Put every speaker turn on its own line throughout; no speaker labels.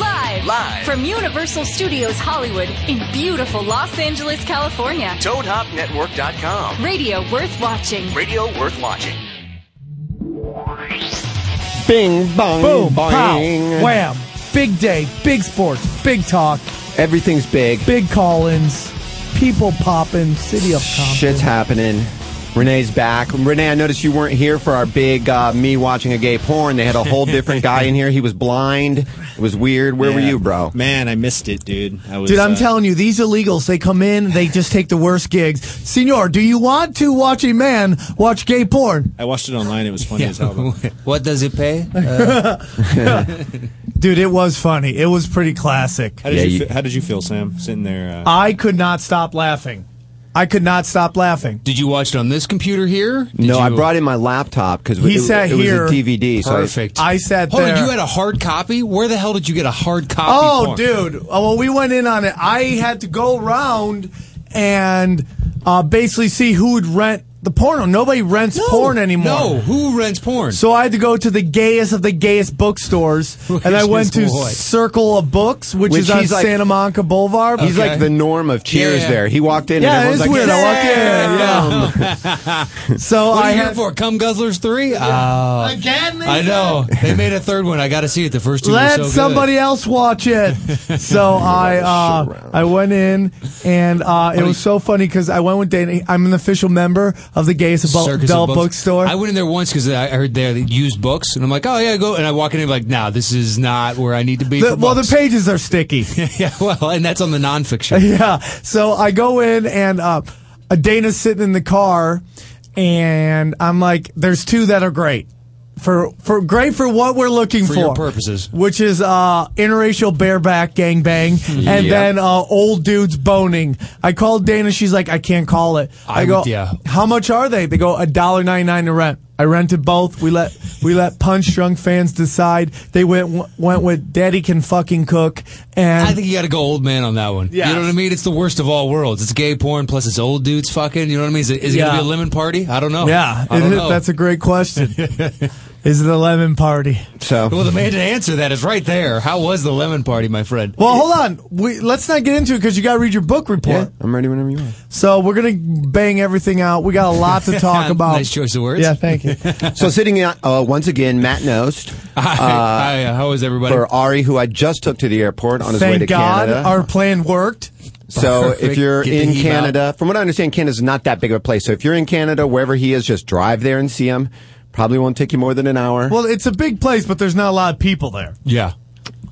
live
From Universal Studios Hollywood in beautiful Los Angeles, California.
ToadHopNetwork.com.
Radio worth watching.
Radio worth watching.
Bing, bong,
Boom,
boing.
pow, wham. Big day, big sports, big talk,
Everything's big.
big call-ins, people popping, city of Compton.
Shit's happening. Renee's back. Renee, I noticed you weren't here for our big uh, me watching a gay porn. They had a whole different guy in here. He was blind. It was weird. Where were
Yeah.
you, bro?
Man, I missed it, dude. I was,
Dude, I'm
uh,
telling you, these illegals, they come in, they just take the worst gigs. Senor, do you want to watch a man watch gay porn?
I watched it online. It was funny as hell.
What does it pay?
Uh.
Dude, it was funny. It was pretty classic.
How did
Yeah,
you,
you-
fe- How did you feel, Sam? Sitting there. Uh,
I could not stop laughing. I could not stop laughing.
Did you watch it on this computer here? Did
no,
you,
I brought in my laptop because
He
it,
sat
it
here.
was a DVD. So I-
Perfect.
I sat
Hold
there.
on, you had a hard copy? Where the hell did you get a hard copy?
Oh,
for?
dude. Oh, well, we went in on it. I had to go around and uh, basically see who would rent the porno. Nobody rents
No,
porn anymore.
No, who rents porn?
So I had to go to the gayest of the gayest bookstores, and I
Which
went to
is what?
Circle of Books, which,
Which
is on
he's like-
Santa Monica Boulevard.
He's like
Okay.
the norm of Cheers.
Yeah.
There, he walked in.
yeah,
and
it's
everyone's like,
weird. I walk
"Sam!"
in. Yeah. so
what
I
are you here
had
for? Come Guzzlers 3? Oh,
again.
I know. They made a third one. I got to see it. The first two
Let
were so
somebody else watch it. So I uh, I went in and uh, it was so funny because I went with Danny. I'm an official member of the Gayest
good.
Adult,
Circus of
adult
Books.
Bookstore.
I went in there once because I I heard they used books, and I'm like, oh yeah, go. And I walk in and I'm like, nah, this is not where I need to be.
The-
for
well, the
books.
pages are sticky.
yeah, well, and that's on the nonfiction.
yeah. So I go in and uh, Dana's sitting in the car, and I'm like, "There's two that are great." For, for great for what we're looking for,
For your purposes.
which is uh, interracial bareback gangbang, and
Yep.
then uh, old dudes boning. I called Dana. She's like, I can't call it. I,
I
go,
would- yeah.
How much are they? They go a dollar ninety nine to rent. I rented both. We let we let punch drunk fans decide. They went went with Daddy can fucking cook, and
I think you got to go old man on that one.
Yes.
You know what I mean? It's the worst of all worlds. It's gay porn plus it's old dudes fucking. You know what I mean? Is it, is it
Yeah.
going to be a lemon party? I don't know.
Yeah,
I
it
don't
is-
know.
that's a great question. is it a lemon party?
So
well, the man to answer that is right there. How was the lemon party, my friend?
Well, hold on. We, let's not get into it because you got to read your book report.
yeah, I'm ready whenever you are.
So we're gonna bang everything out. We got a lot to talk about.
Nice choice of words.
Yeah, thank you.
So sitting out, uh, once again, Matt Nost uh,
Hi, hi, how was everybody?
for Ari, who I just took to the airport on his way
thank
to
God
Canada.
our plan worked.
so
Perfect.
if you're
Get the
in
heave
Canada, from what I understand, Canada's not that big of a place. So if you're in Canada, wherever he is, just drive there and see him. Probably won't take you more than an hour.
Well, it's a big place, but there's not a lot of people there.
yeah.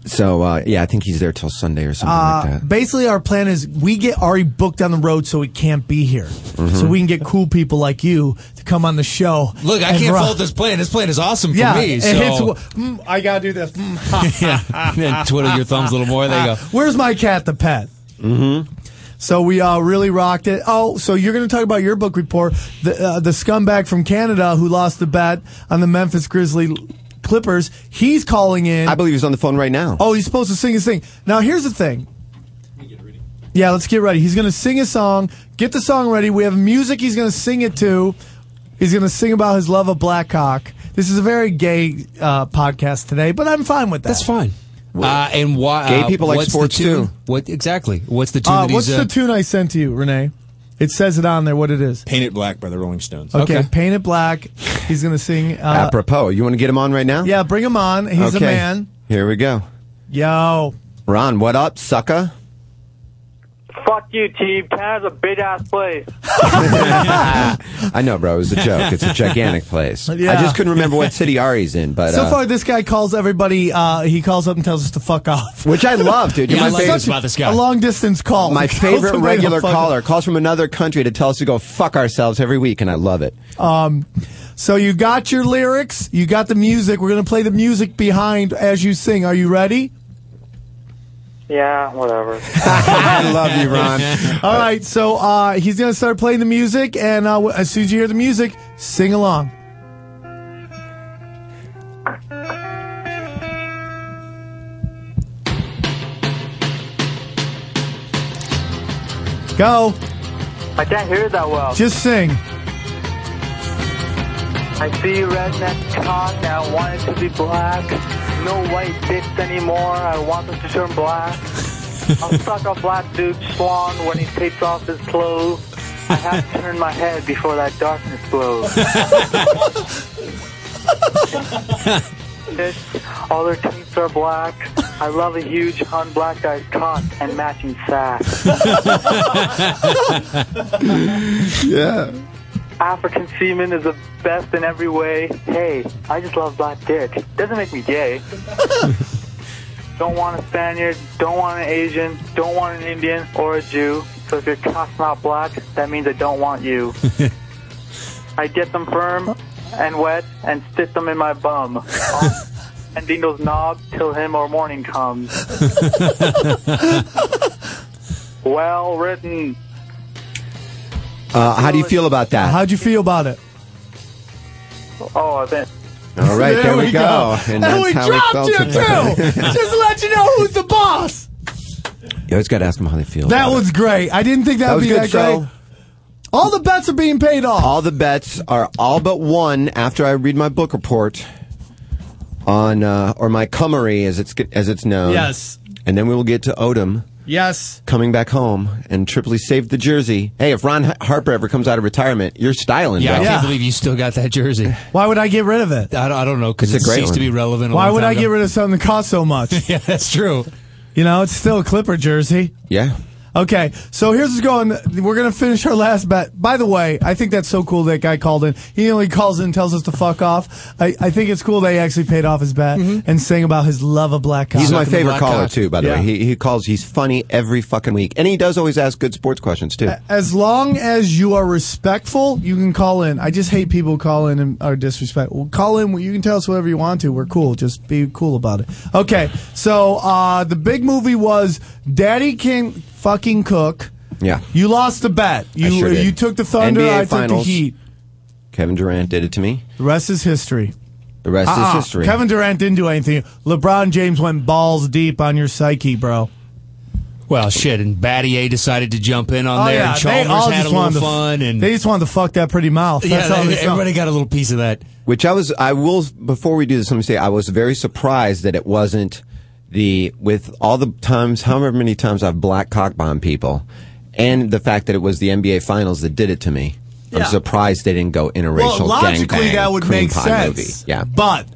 so uh, yeah, I think he's there till Sunday or something
Uh,
like that.
basically, our plan is we get Ari booked on the road so he can't be here,
Mm-hmm.
so we can get cool people like you to come on the show.
Look, I
and
can't
rock-
fault this plan. This plan is awesome for
Yeah,
me.
it
So.
hits- mm, I gotta do this. Mm, ha, ha.
yeah. Then twiddle your thumbs a little more. There you go.
Where's my cat, the pet? Mm-hmm. So we uh, really rocked it. Oh, so you're going to talk about your book report, the uh, the scumbag from Canada who lost the bet on the Memphis Grizzly Clippers. He's calling in.
I believe he's on the phone right now.
oh, he's supposed to sing his thing. Now here's the thing. Yeah, let's get ready. He's going to sing a song. Get the song ready. We have music. He's going to sing it to. He's going to sing about his love of Blackhawk. This is a very gay uh, podcast today, but I'm fine with that.
That's fine. Uh, and why?
Gay
uh,
people like
what's the
sports,
tune?
too.
What exactly? What's the tune?
Uh,
that
what's
he's,
the
uh,
tune I sent to you, Renee? It says it on there what it is.
Paint It Black by the Rolling Stones.
Okay,
Okay.
paint it black. He's gonna sing. Uh,
Apropos, you want to get him on right now?
yeah, bring him on. He's
okay.
a man.
Here we go.
Yo,
Ron, what up, sucker?
Fuck you, team. Canada's a big ass place.
I know, bro. It was a joke. It's a gigantic place.
Yeah.
I just couldn't remember what city Ari's in, but
so
uh,
far this guy calls everybody. Uh, he calls up and tells us to fuck off.
which I love, dude. You're
Yeah, I
my
love
favorite.
this about this guy.
A long distance call.
My
He calls
favorite
somebody to
regular
fuck-
caller calls from another country to tell us to go fuck ourselves every week, and I love it.
Um, So you got your lyrics. You got the music. We're gonna play the music behind as you sing. Are you ready?
Yeah, whatever.
I love you, Ron.
All right. So uh, he's gonna start playing the music, and uh, w- as soon as you hear the music, sing along. Go.
I can't hear that well.
Just sing.
I see redneck cock that wanted to be black. no white dicks anymore. I want them to turn black. I'll suck a black dude's swan when he takes off his clothes. I have to turn my head before that darkness blows. Fish, all their teeth are black. I love a huge hun black guy's cock and matching sack.
Yeah.
African semen is the best in every way. Hey, I just love black dick. Doesn't make me gay. don't want a Spaniard, don't want an Asian, don't want an Indian or a Jew. So if your cock's not black, that means I don't want you. I get them firm and wet and stick them in my bum. and Dino's knob till him or morning comes. well written.
Uh, how do you feel about that?
How'd you feel about it?
Oh, I think.
All right, there, we go. And that's
we
how
dropped
we felt
you
about it.
too. Just to let you know who's the boss.
You always got to ask them how they feel.
That
about it.
one's great. I didn't think that,
that
would
was
be
good
that
show.
great. All the bets are being paid off.
All the bets are all but one after I read my book report on uh, or my cummery as it's as it's known.
Yes.
And then we will get to Odom
Yes.
coming back home and Tripoli saved the jersey. Hey, if Ron H- Harper ever comes out of retirement, you're styling.
Yeah, I
bro.
Yeah.
can't believe you still got that jersey.
Why would I get rid of it?
I don't, I don't know because it
It's a great
ceased to
one.
be relevant. a
Why
long
would
time
I get
ago.
rid of something that costs so much?
Yeah, that's true.
You know, it's still a Clipper jersey.
yeah.
Okay, so here's what's going. We're gonna finish our last bet. By the way, I think that's so cool that guy called in. He only calls in and tells us to fuck off. I, I think it's cool that he actually paid off his bet and sang about his love of black cock.
He's my
Sucking Mm-hmm. the
favorite
black
caller
cock.
too, by the
Yeah.
way. He, he calls. He's funny every fucking week, and he does always ask good sports questions too.
as long as you are respectful, you can call in. I just hate people who call in and are disrespectful. Call in. You can tell us whatever you want to. We're cool. Just be cool about it. Okay. So uh, the big movie was Daddy Can Fucking Cook.
Yeah.
You lost the bet. You uh,
sure did.
you took the thunder.
NBA
I took
Finals.
the heat.
Kevin Durant did it to me.
The rest is history.
The rest
Uh-uh.
is history.
Kevin Durant didn't do anything. LeBron James went balls deep on your psyche, bro.
Well, shit, and Battier decided to jump in
Oh,
on there, and Chalmers had a little
wanted to-
fun, and
they just wanted to fuck that pretty mouth.
yeah,
That's all they, saw.
everybody got a little piece of that.
Which I was, I will, before we do this, let me say, I was very surprised that it wasn't the, with all the times, however many times I've black cock bombed people, and the fact that it was the NBA Finals that did it to me.
Yeah.
I'm surprised they didn't go interracial
Well, logically
gangbang
that would
cream
make
pie
sense.
Movie. Yeah.
but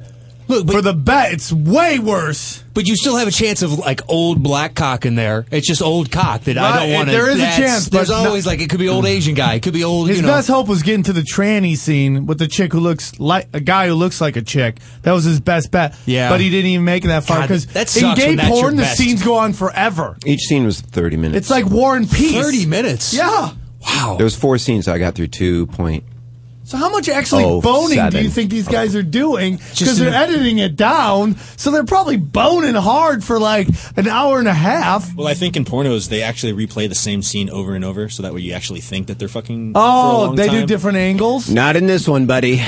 Look,
for
but,
the bet, it's way worse.
but you still have a chance of like old black cock in there. It's just old cock that
Right,
I don't want to.
there is a chance, but
There's
not-
always like it could be old Asian guy, it could be old.
His
you know,
best hope was getting to the tranny scene with the chick who looks like a guy who looks like a chick. That was his best bet.
Yeah.
but he didn't even make it that far
God,
because
that
in
sucks
gay
when that's your
porn, the
best.
scenes go on forever.
Each scene was 30 minutes.
It's like War and Peace.
thirty minutes.
Yeah.
Wow.
there was four scenes, so I got through two point.
So how much actually
Oh,
boning do
seven.
you think these guys are doing? Because
Just
they're
in a-
editing it down, so they're probably boning hard for like an hour and a half.
Well, I think in pornos they actually replay the same scene over and over, so that way you actually think that they're fucking. for a
Oh,
long
they do
time.
different angles.
Not in this one, buddy.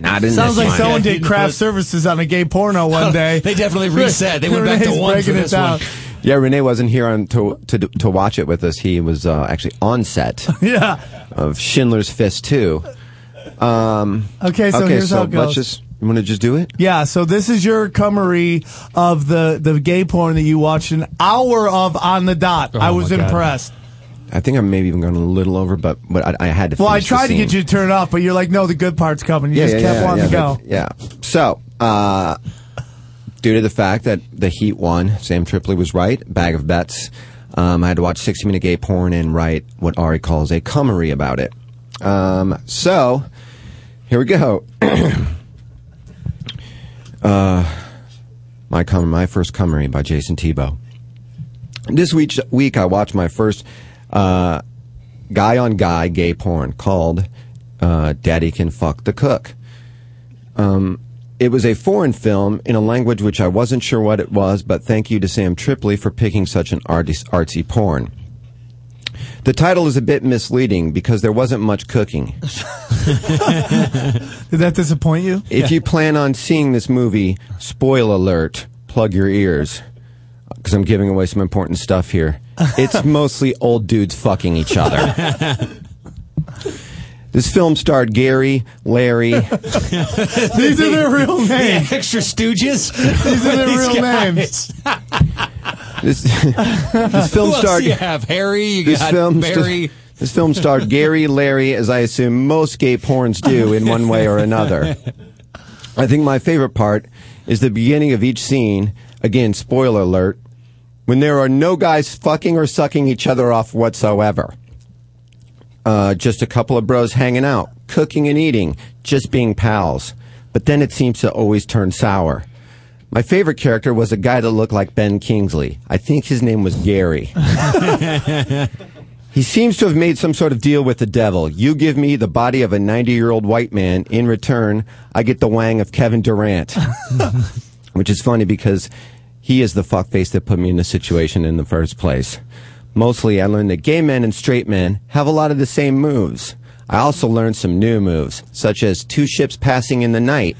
Not in
Sounds
this
like
one.
someone
Yeah,
did craft services on a gay porno one day.
They definitely reset. They went back to
Renee's
one for
breaking it
this one.
down.
Yeah, Renee wasn't here on to, to, to watch it with us. He was uh, actually on set.
Yeah.
of Schindler's Fist 2.
Okay, so
okay,
here's how
so
it goes.
let's just you want to just do it?
yeah, so this is your cummery of the, the gay porn that you watched an hour of on the dot. I
Oh my
Oh
was
God.
impressed.
I think I'm maybe even going a little over, but but I, I had to.
Well, I
finish the
tried to get
scene.
you to turn it off, but you're like, no, the good part's coming. You
Yeah,
just
yeah,
kept
yeah,
wanting
yeah,
to
but-
go.
Yeah. So, uh, due to the fact that the Heat won, Sam Tripoli was right. Bag of bets. Um, I had to watch 60 minute gay porn and write what Ari calls a cummery about it. Um, so, here we go. uh, my cum, my first cummery by Jason Tebow. This week, week I watched my first uh, guy on guy gay porn called uh, "Daddy Can Fuck the Cook." Um, It was a foreign film in a language which I wasn't sure what it was, but thank you to Sam Tripoli for picking such an arty- artsy porn. The title is a bit misleading because there wasn't much cooking.
Did that disappoint you?
If you plan on seeing this movie, spoil alert, plug your ears. Because I'm giving away some important stuff here. It's mostly old dudes fucking each other. This film starred Gary, Larry,
These are their real names.
Extra Stooges.
These are their real names.
names.
this, this film
Who else
starred
do you have? Harry. You
this
got
film sta-
Barry.
this film starred Gary, Larry, as I assume most gay porns do in one way or another. I think my favorite part is the beginning of each scene. Again, spoiler alert. When there are no guys fucking or sucking each other off whatsoever. Uh, just a couple of bros hanging out, cooking and eating, just being pals. But then it seems to always turn sour. My favorite character was a guy that looked like Ben Kingsley. I think his name was Gary. He seems to have made some sort of deal with the devil. You give me the body of a 90 year old white man. In return, I get the wang of Kevin Durant. Which is funny because he is the fuckface that put me in this situation in the first place. Mostly, I learned that gay men and straight men have a lot of the same moves. I also learned some new moves, such as two ships passing in the night.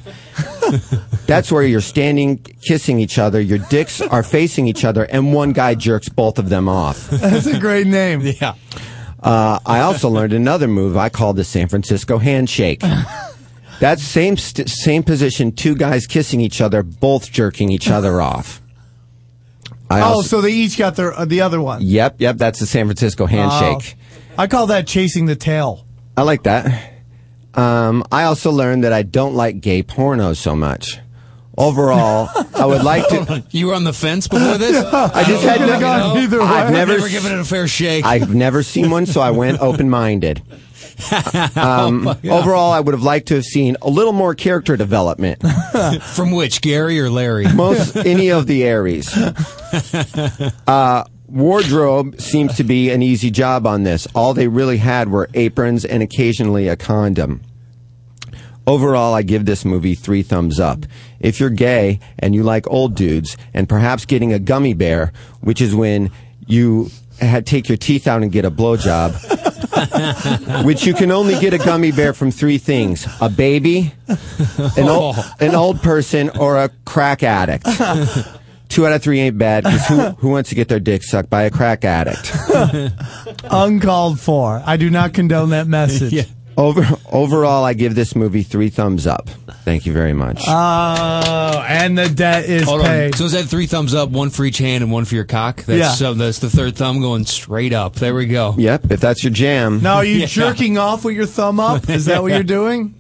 That's where you're standing, kissing each other, your dicks are facing each other, and one guy jerks both of them off.
That's a great name.
Yeah.
Uh, I also learned another move I call the San Francisco handshake. That same st- same position, two guys kissing each other, both jerking each other off. I
Oh,
also-
so they each got their uh, the other one.
yep, yep, that's the San Francisco handshake.
I call that chasing the tail.
I like that. Um, I also learned that I don't like gay pornos so much. Overall, I would like to.
You were on the fence before this.
I just had
Could've
no-
gone either
I've
way.
never
"Oh, Never given it a fair shake.
I've never seen one, so I went open minded.
Oh
Um, overall, I would have liked to have seen a little more character development.
From which, Gary or Larry?
most any of the Aries. Uh, wardrobe seems to be an easy job on this. All they really had were aprons and occasionally a condom. Overall, I give this movie three thumbs up. If you're gay and you like old dudes and perhaps getting a gummy bear, which is when you had, take your teeth out and get a blowjob, which you can only get a gummy bear from three things a baby, an old, an old person, or a crack addict. Two out of three ain't bad 'cause who, who wants to get their dick sucked by a crack addict?
Uncalled for. I do not condone that message.
Over, overall, I give this movie three thumbs up. Thank you very much.
Oh, and the debt is
Hold on.
paid.
So is that three thumbs up, one for each hand and one for your cock? That's,
Yeah.
so that's the third thumb going straight up. There we go.
yep, if that's your jam.
Now, are you jerking off with your thumb up? Is that what you're doing?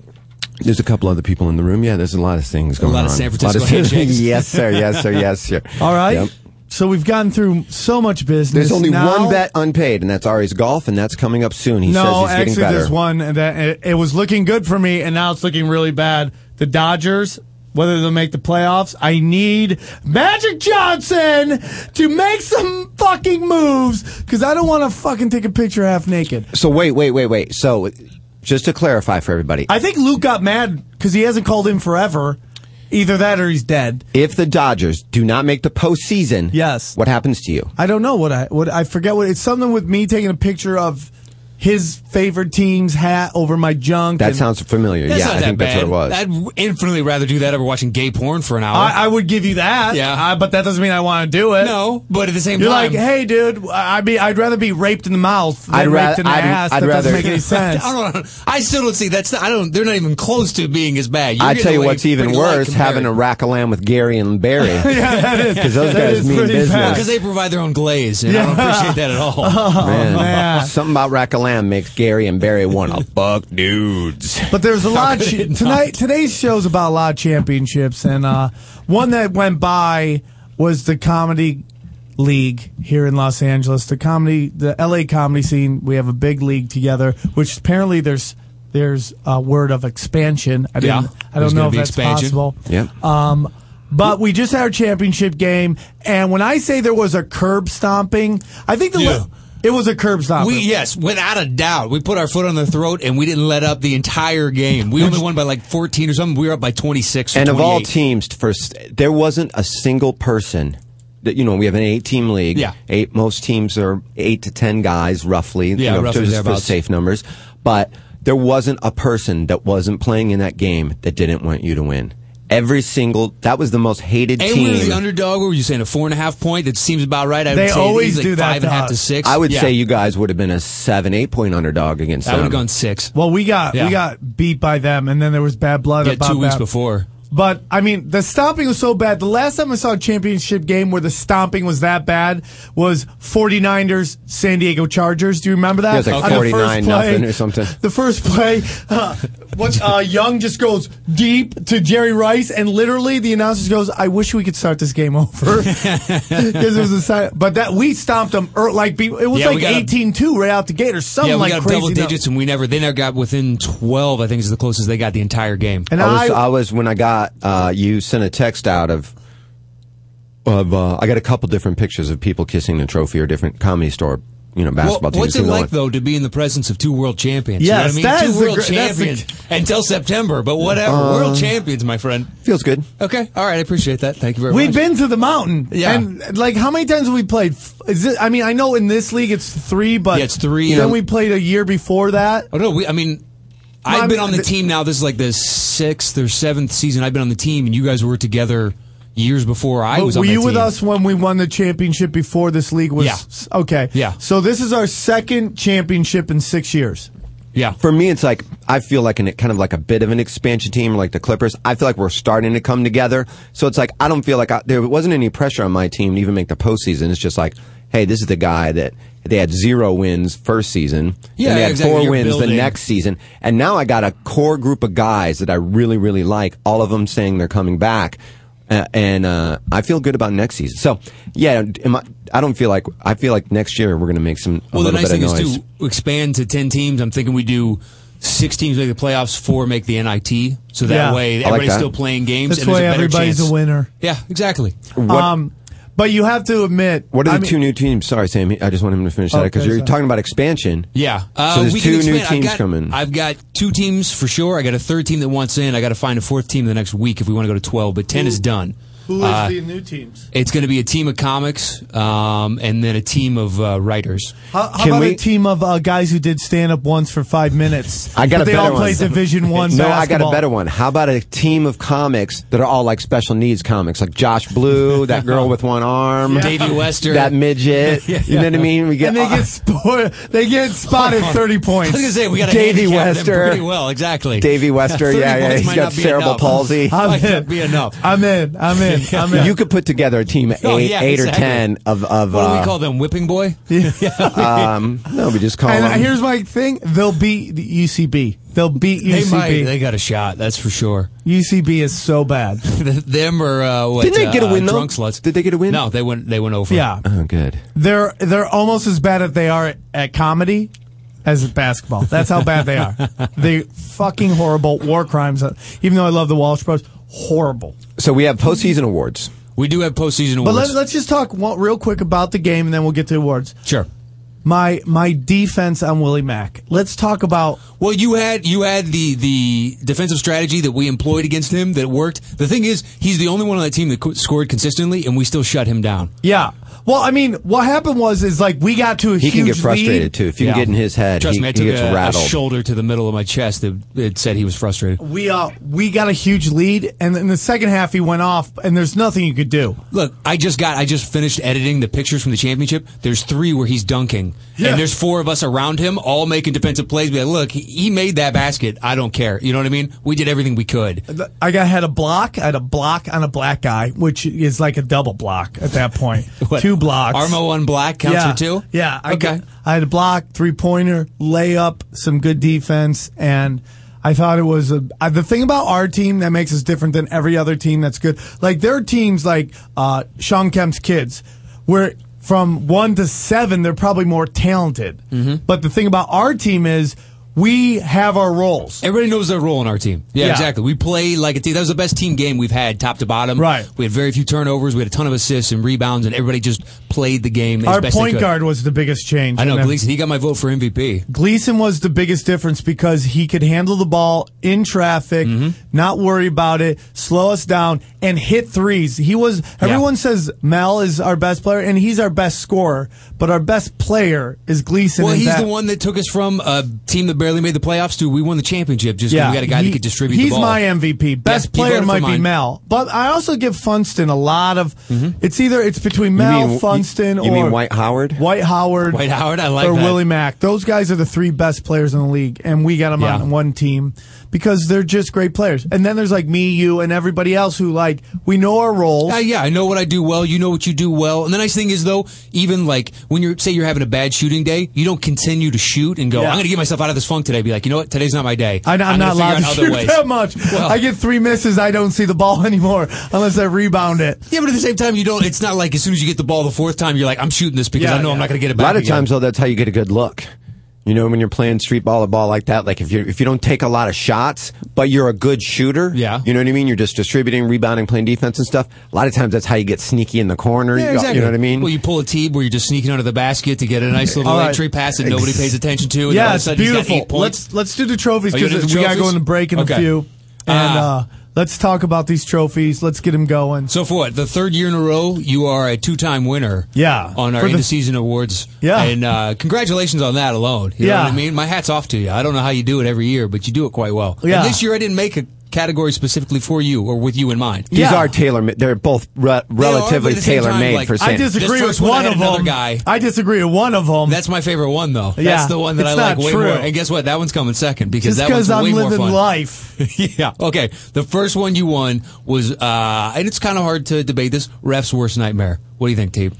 There's a couple other people in the room. Yeah, there's a lot of things going on.
lot of San Francisco
San-
handshakes.
yes, sir. Yes, sir. Yes, sir.
All right.
Yep.
So we've gotten through so much business.
There's only
Now-
one bet unpaid, and that's Ari's golf, and that's coming up soon. He
No,
says he's getting
actually,
better.
there's one and that it, it was looking good for me, and now it's looking really bad. The Dodgers, whether they'll make the playoffs, I need Magic Johnson to make some fucking moves because I don't want to fucking take a picture half naked.
So wait, wait, wait, wait. So just to clarify for everybody,
I think Luke got mad because he hasn't called in forever. Either that or he's dead.
if the Dodgers do not make the postseason,
Yes.
what happens to you?
I don't know what I what I forget what it's something with me taking a picture of his favorite team's hat over my junk.
That
and
sounds familiar.
That's
yeah,
not
I
that
think
bad.
that's what it was.
I'd infinitely rather do that over watching gay porn for an hour.
I, I would give you that.
Yeah.
I- but that doesn't mean I want to do it.
no, but at the same
You're
time,
like, hey, dude, I mean, I'd rather be raped in the mouth than
I'd ra-
raped in the
I'd-
ass.
I'd
that
rather-
doesn't make any
I
sense.
don't, know. I still don't see that's. Not, I don't. They're not even close to being as bad. You're
I
getting
tell you
away
what's even
pretty light
worse:
compared.
having a rack of lamb with Gary and Barry.
yeah, that is
Because those
that
guys
is
mean
pretty
business.
bad.
because they provide their own glaze, and I don't
Yeah. Oh,
appreciate that at all.
man.
man.
Something about rack of lamb makes Gary and Barry want to fuck dudes.
But there's a lot
could it
of
not?
tonight. Today's show's about a lot of championships, and uh, one that went by was the comedy league here in Los Angeles. The comedy, the LA comedy scene. We have a big league together, which apparently there's there's a word of expansion. I
Yeah.
didn't, I
There's
don't know
gonna
if
be
that's
expansion.
possible.
Yep.
Um, but we just had our championship game, and when I say there was a curb stomping, I think the
Yeah.
it was a curb stomping.
We yes, without a doubt, we put our foot on their throat and we didn't let up the entire game. We only won by like 14 or something. We were up by 26. Or
and of all
28.
teams, first there wasn't a single person. That, you know, we have an eight-team league.
Yeah.
Eight. Most teams are eight to ten guys, roughly. you
Yeah,
know,
roughly
just for
thereabouts.
safe numbers. But there wasn't a person that wasn't playing in that game that didn't want you to win. Every single that was the most hated
And we were
team.
the underdog. What were you saying? A four and a half point? That seems about right. I would
They
say
always
it's like
do that
Five and a
to
half to
us.
six.
I would
Yeah.
say you guys would have been a seven, eight point underdog against
I would
them.
have gone six.
Well, we got
Yeah.
we got beat by them, and then there was bad blood
Yeah,
about
two weeks
that.
before.
But I mean, the stomping was so bad. The last time I saw a championship game where the stomping was that bad was 49ers San Diego Chargers. Do you remember that?
Yeah, it was like
On the first
49
play-
nothing or something.
The first play, uh, what, uh, Young just goes deep to Jerry Rice, and literally the announcer goes, "I wish we could start this game over." 'Cause it was a si- but that we stomped them er, like be- it was
Yeah, we
like
got a-
18-2 right out the gate or something
yeah, we
like
got up
crazy.
double
number.
digits, and we never. They never got within twelve. I think is the closest they got the entire game.
And
I was,
I-
I was when I got uh, you sent a text out of of uh, I got a couple different pictures of people kissing the trophy or different comedy store you know
Well,
basketball teams.
what's it
and going.
like though to be in the presence of two world champions?
Yes,
you know what
that
I mean,
is
two
the
world
gr- that's Um, the-
champions until September, but whatever. world champions, my friend.
Feels good.
Okay, all right, I appreciate that. Thank you very
We've
much.
been to the mountain.
Yeah.
And like, how many times have we played? F- Is it, I mean, I know in this league it's three, but
Yeah, it's three.
Then
Yeah.
we played a year before that.
Oh no, we, I mean,
I
I've been
mean,
on the
the-
team now. This is like the sixth or seventh season I've been on the team, and you guys were together years before I
But
was.
were
on that
you with
team.
us when we won the championship before this league was?
Yeah.
s- Okay.
Yeah.
So this is our second championship in six years.
Yeah,
For me, it's like I feel like an kind of like a bit of an expansion team, like the Clippers. I feel like we're starting to come together. So it's like I don't feel like I, there wasn't any pressure on my team to even make the postseason. It's just like, hey, this is the guy that they had zero wins first season,
Yeah,
and they had
exactly.
four
You're
wins the
building.
next season, and now I got a core group of guys that I really really like. All of them saying they're coming back. Uh, and uh, I feel good about next season. So, yeah, am I, I don't feel like I feel like next year we're going to make some. a
Well, the
little
nice
bit of
thing is
noise.
to expand to ten teams. I'm thinking we do six teams make the playoffs, four make the NIT, so that
Yeah. I
way
like
everybody's
that.
still playing games.
That's
and there's
why
a better
everybody's
chance.
a winner.
Yeah, exactly.
What-
Um, but you have to admit,
What are the
I mean-
two new teams? Sorry, Sam. I just want him to finish that
Okay,
because you're
sorry.
talking about expansion.
Yeah, uh,
so there's
we can
two new
expand.
teams
I've got,
coming.
I've got two teams for sure. I got a third team that wants in. I got to find a fourth team the next week if we want to go to twelve. But ten is done.
Who is
Uh,
the new teams?
It's going to be a team of comics um, and then a team of uh, writers.
How, how
Can
about
we-
a team of uh, guys who did stand up once for five minutes?
I got
but
a
they
better
all
one.
played Division One.
no, I got
basketball.
a better one. How about a team of comics that are all like special needs comics, like Josh Blue, that girl with one arm,
Davey Wester.
that midget. You know what I mean? We get,
And they get spo- they get spotted thirty
I
points.
was gonna say we got
Davey
handicap them
Wester.
pretty well, exactly.
Davey Wester,
30
yeah, yeah,
points
he's
might
got
not be
cerebral
enough.
palsy.
I'm
Might
in.
not be enough.
I'm in. I'm in. I'm in.
you could put together a team of eight,
Oh, yeah,
eight
exactly.
or ten of of.
What do
uh,
we call them? Whipping boy.
um, no, we just call
and
them.
here's my thing: they'll beat the UCB. They'll beat
They might.
UCB.
They got a shot. That's for sure.
UCB is so bad.
them or uh, what?
Didn't they get a
uh,
win, though?
Drunk sluts.
Did they get a win?
No, they went. They went over.
Yeah,
oh, good.
they're they're almost as bad as they are at, at comedy as at basketball. That's how bad they are. they fucking horrible war crimes. Even though I love the Walsh Bros, horrible.
So we have postseason awards.
We do have postseason
But
awards.
let, let's just talk one, real quick about the game, and then we'll get to awards.
sure.
My my defense on Willie Mack. Let's talk about
Well, you had you had the the defensive strategy that we employed against him that worked. The thing is, he's the only one on that team that co- scored consistently, and we still shut him down.
Yeah. Well, I mean, what happened was is like we got to a
He
huge
can get frustrated
lead.
too if you
Yeah.
can get in his head.
Trust
he,
me, I
he
took
gets
a, a
rattled.
shoulder to the middle of my chest that it said he was frustrated.
We uh we got a huge lead, and in the second half he went off, and there's nothing you could do.
Look, I just got I just finished editing the pictures from the championship. There's three where he's dunking,
Yeah.
and there's four of us around him, all making defensive plays. Be like, look, he- he made that basket. I don't care. You know what I mean? We did everything we could.
The- I got had a block, I had a block on a black guy, which is like a double block at that point.
What?
Two blocks.
Armo one black counts
yeah.
for two.
Yeah. I
okay.
got- I had a block, three pointer, layup, some good defense, and I thought it was a, I, the thing about our team that makes us different than every other team that's good. Like their teams, like uh, Sean Kemp's kids, where from one to seven, they're probably more talented.
Mm-hmm.
But the thing about our team is we have our roles.
Everybody knows their role in our team. Yeah,
Yeah.
exactly. We play like a team. That was the best team game we've had, top to bottom.
Right.
We had very few turnovers. We had a ton of assists and rebounds, and everybody just played the game as
Our
best they
point
could.
guard was the biggest change.
I know
And, uh,
Gleason. He got my vote for MVP.
Gleason was the biggest difference because he could handle the ball in traffic,
Mm-hmm.
not worry about it, slow us down, and hit threes. He was. Everyone says Mel is our best player, and he's our best scorer. But our best player is Gleason.
Well,
and
he's
that-
the one that took us from a team that barely made the playoffs to we won the championship just 'cause we got a guy
he-
that could distribute
He's
the ball.
my MVP. Best
Yeah, he voted
player
for
might be
mine.
Mel, but I also give Funston a lot of.
Mm-hmm.
It's either it's between Mel
mean-
Funston
you
or
mean White Howard?
White Howard,
White Howard, I like
or
that.
Willie Mack. Those guys are the three best players in the league, and we got them
Yeah.
on one team because they're just great players. And then there's like me, you, and everybody else who like we know our roles.
Uh, yeah, I know what I do well. You know what you do well. And the nice thing is, though, even like when you're say you're having a bad shooting day, you don't continue to shoot and go.
Yeah.
I'm going to get myself out of this funk today. Be like, you know what? Today's not my day.
I, I'm,
gonna
not
figure
allowed to
out
shoot that much.
Well-
I get three misses. I don't see the ball anymore unless I rebound it.
Yeah, but at the same time, you don't. It's not like as soon as you get the ball the fourth time, you're like, I'm shooting this because
Yeah,
I know I'm
yeah.
not going to get it
A
back.
lot of
again.
times, though, that's how you get a good look. You know, when you're playing street ball, a ball like that, like if you if you don't take a lot of shots, but you're a good shooter,
Yeah.
you know what I mean. You're just distributing, rebounding, playing defense and stuff. A lot of times, that's how you get sneaky in the corner.
Yeah,
you, go-
exactly.
you know what I mean?
Well, you pull a teeb where you're just sneaking under the basket to get a nice little
All right.
entry pass that nobody pays attention to. And all
Yeah,
of a
it's
sudden he's got
beautiful.
eight points.
Let's let's do the trophies
Are you
because
gonna do
we got to go
trophies?
in the break in
Okay.
a few, and
Ah.
uh, let's talk about these trophies. Let's get them going.
So for what the third year in a row, you are a two-time winner.
Yeah.
on our
For the-
end of season awards.
Yeah.
and uh, congratulations on that alone. You know
Yeah.
what I mean. My hats off to you. I don't know how you do it every year, but you do it quite well. And
Yeah.
this year I didn't make a category specifically for you or with you in mind.
These
Yeah.
are tailor. They're both re- relatively
but at the same time,
tailor made
like,
for.
I
San-
I disagree
This
with
first one
one
had
of
another
them.
guy.
I disagree with one of them.
That's my favorite one though.
Yeah.
That's the one that
It's
I like
not
way
true.
more. And guess what? That one's coming second
just
because that one's
because I'm
way more
living
fun.
life.
yeah. Okay. The first one you won was, uh, and it's kind of hard to debate this. Ref's worst nightmare. What do you think, T?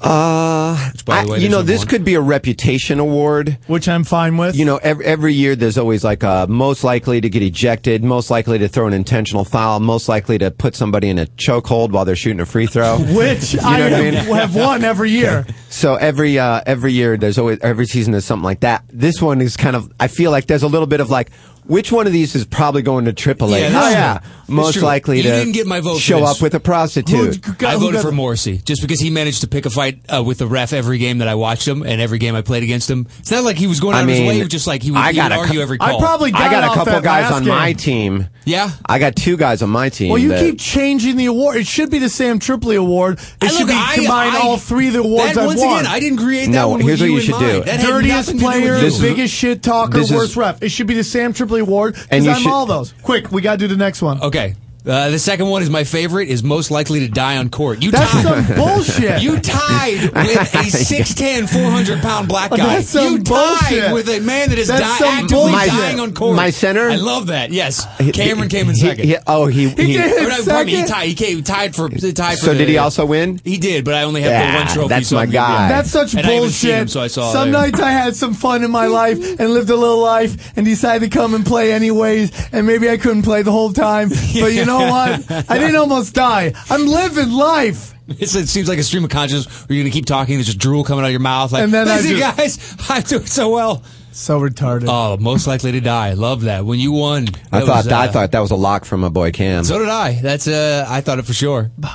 uh,
by the
I-
way,
you
there's
know,
no
this
one.
could be a reputation award.
Which I'm fine with.
You know, every, every year there's always like uh, most likely to get ejected, most likely to throw an intentional foul, most likely to put somebody in a chokehold while they're shooting a free throw.
which
You know
I
what I
have,
mean?
have won every year.
So every uh, every year, there's always every season there's something like that. This one is kind of I feel like there's a little bit of like which one of these is probably going to AAA?
Yeah, that's
oh
true.
yeah,
That's
most
true.
likely
You
to
didn't get my vote for
show
this.
up with a prostitute.
Who- got-
I
who
voted
got
for
the-
Morrissey just because he managed to pick a fight uh, with the ref every game that I watched him and every game I played against him. It's not like he was going out
I
of his
mean,
way. He was just like he would,
I
he would
got a
argue
cou-
every call.
I probably
I got
got
a
off
couple
that
guys
last
on
game.
my team.
Yeah?
I got two guys on my team.
Well, you
that-
keep changing the award. It should be the Sam Tripoli Award. It
I-
should
look,
be
I-
combine
I-
all three of the awards
that,
I've
once
won.
again, I didn't create that
No,
one
here's what
with
you
in
should
mind.
do.
That had
dirtiest
nothing to do with
player,
you.
This is-
biggest shit talker,
this is-
worst ref. It should be the Sam Tripoli Award. Because
And you
I'm
should-
all those. Quick, we got to do the next one.
Okay. Uh, the second one is my favorite. Is most likely to die on court. You
That's
tied.
some bullshit.
You tied with a 6'10", 400 pound black guy.
That's some
you tied
bullshit.
with a man that is
That's
di-
some
actively
bullshit.
dying on court.
My center?
I love that. Yes, Cameron came in
He-
second.
he- oh, he, he-
did.
Or no, pardon me, he
Second?
tied. He came tied for tied for.
So
the-
did he also win?
He did, but I only have the
Yeah,
one trophy.
that's
so
my
I'm-
guy.
That's such
And I haven't
bullshit.
seen him, so I saw
some
it.
nights I had some fun in my life and lived a little life and decided to come and play anyways. And maybe I couldn't play the whole time, but you know what? I didn't almost die. I'm living life.
It's, it seems like a stream of consciousness where you're going to keep talking. There's just drool coming out of your mouth. Like,
And then I
listen,
do-
guys, I'm doing so well.
So retarded.
Oh, most likely to die. Love that. When you won,
I
that
thought
was,
that, I
uh,
thought that was a lock from my boy Cam.
So did I. That's uh, I thought it for sure. So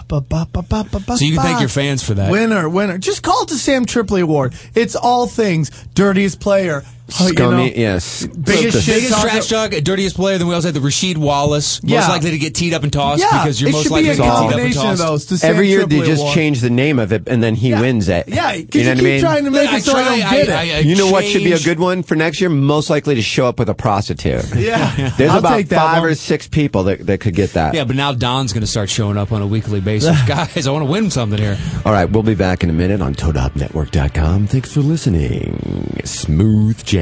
So
you can thank your fans for that.
Winner, winner. Just call it the Sam Tripoli Award. It's all things dirtiest player. uh, you know,
Scummy, yes.
Biggest shit
Biggest
talker.
trash talk, dirtiest player. Then we also had the Rashid Wallace, most
Yeah.
likely to get teed up and tossed
Yeah,
because you're
it
most
should
likely
be a
to get teed up and
combination of
tossed.
those. The Sam
Every year they
Tripoli
just
Award.
change the name of it, and then he wins it.
Yeah, because
you know
you
what
keep
I mean.
trying to make
I
it so I
try-
don't
I-
get it.
I- I
you know what should be a
changed-
good one for next year? Most likely to show up with a prostitute.
Yeah.
There's
I'll
about
take that
five
one.
or six people that, that could get that.
Yeah, but now Don's going to start showing up on a weekly basis. Guys, I want to win something here.
All right, we'll be back in a minute on ToadUpNetwork.com. Thanks for listening. Smooth jazz.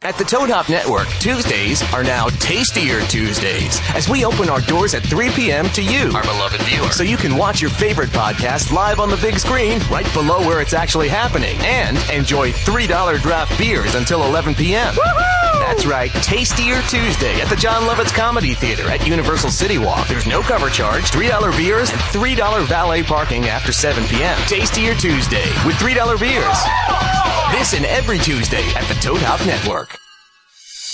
At the Toad Hop Network, Tuesdays are now Tastier Tuesdays as we open our doors at 3 p.m. to you, our beloved viewer. So you can watch your favorite podcast live on the big screen right below where it's actually happening and enjoy $3 draft beers until 11 p.m. That's right, Tastier Tuesday at the John Lovitz Comedy Theater at Universal City Walk. There's no cover charge, $3 beers, and $3 valet parking after 7 p.m. Tastier Tuesday with $3 beers. This and every Tuesday at the Toad Hop Network.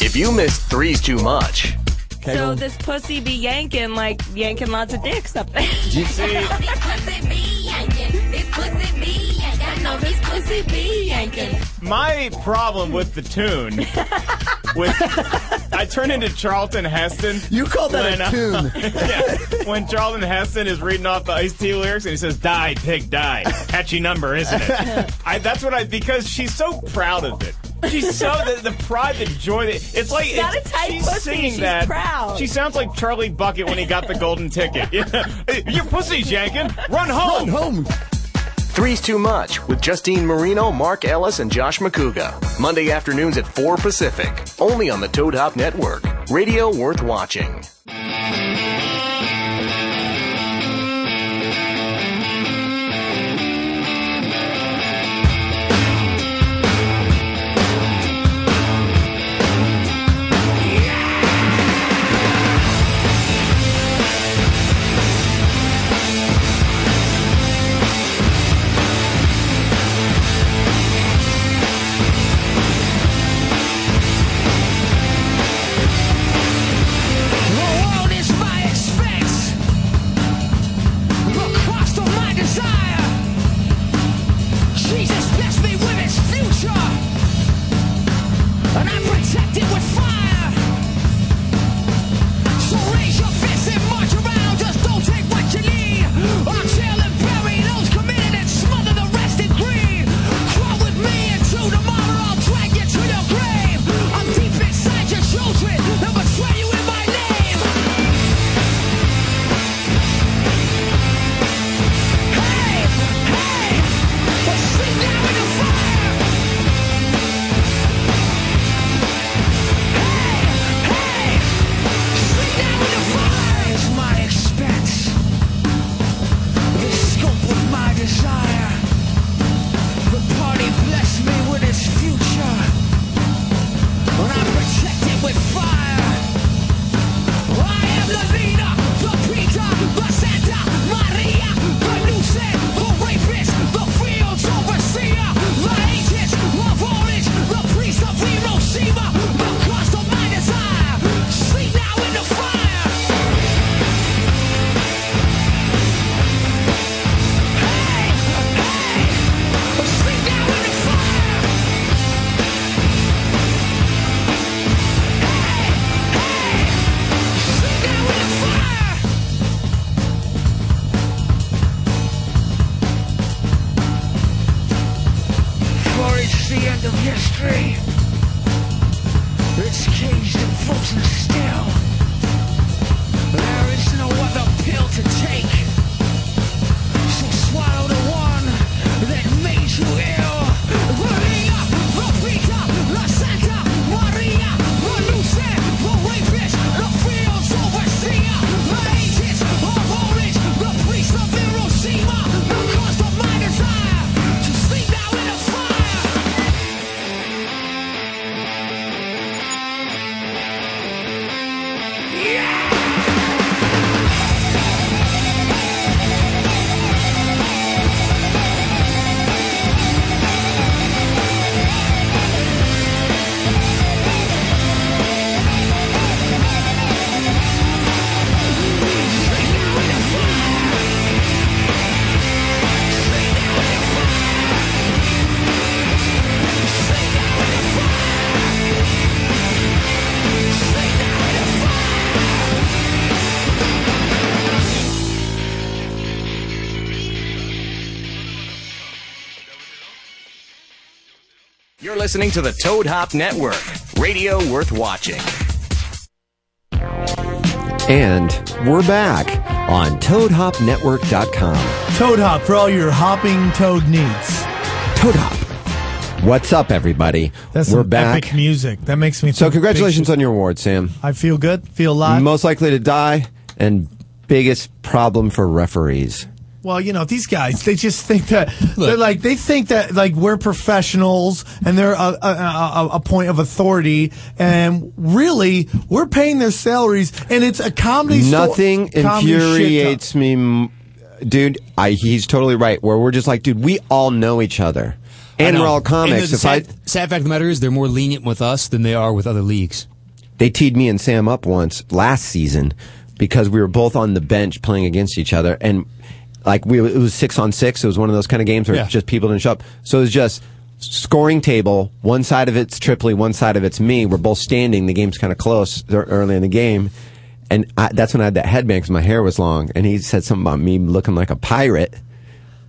If you missed threes too much,
So this pussy be yanking like yanking lots of dicks up there.
My problem with the tune was I turn into Charlton Heston.
You called that
When, uh,
a tune.
yeah, when Charlton Heston is reading off the Ice T lyrics and he says "die pig die," catchy number, isn't it? I, that's what I because she's so proud of it. She's so the, the pride, the joy. That, it's like
not
it's-
a tight
she's
pussy,
singing
she's
that.
proud.
She sounds like Charlie Bucket when he got the golden ticket. Your pussy's yanking. Run home.
Home.
Three's Too Much with Justine Marino, Mark Ellis, and Josh McCouga. Monday afternoons at 4 Pacific, only on the Toad Hop Network. Radio worth watching.
Children, and betray you in my name. Hey, hey, we're sitting down in the fire. Hey, hey, sit down in the fire. It's my expense, the scope of my desire. The party blessed me with its future, and I protect it with fire. I am the leader, the Peter, the Santa Maria, the nuisance, the rapist, the fields overseer, the atheist, the voltage, the priest of Hiroshima, the cost of my desire. Sleep now in the fire. Hey, hey, sleep now in the fire. Hey, hey. Sit down with the fire. For it's the end of history. It's caged and frozen still. There is no other pill to take. So swallow the one that made you ill. Maria, Lupita, La Santa, Maria, the Lucid, the rapist, the fields overseer, the atheist, the orange, the priest of Hiroshima, the cause of my desire to sleep now in the fire.
You're listening to the Toad Hop Network. Radio worth watching.
And we're back on ToadHopNetwork.com.
Toad hop for all your hopping toad needs.
Toad Hop. What's up, everybody?
That's
we're
some
back.
epic music. That makes me
So
think-
congratulations on your award, Sam.
I feel good. Feel alive.
Most likely to die and biggest problem for referees.
Well, you know, these guys, they just think that they're like they think that like we're professionals and they're a, a, a, a point of authority and really we're paying their salaries and it's a comedy sto-
Nothing
comedy shit
infuriates me, m- dude. I, he's totally right. Where we're just like, dude, we all know each other. And
I know.
we're all comics.
And the
If
sad, sad fact of the matter is, they're more lenient with us than they are with other leagues.
They teed me and Sam up once last season because we were both on the bench playing against each other, and like we it was six on six. It was one of those kind of games where
Yeah.
just people didn't show up. So it was just scoring table. One side of it's Tripoli, one side of it's me. We're both standing. The game's kind of close they're early in the game. And I, that's when I had that headband because my hair was long. And he said something about me looking like a pirate.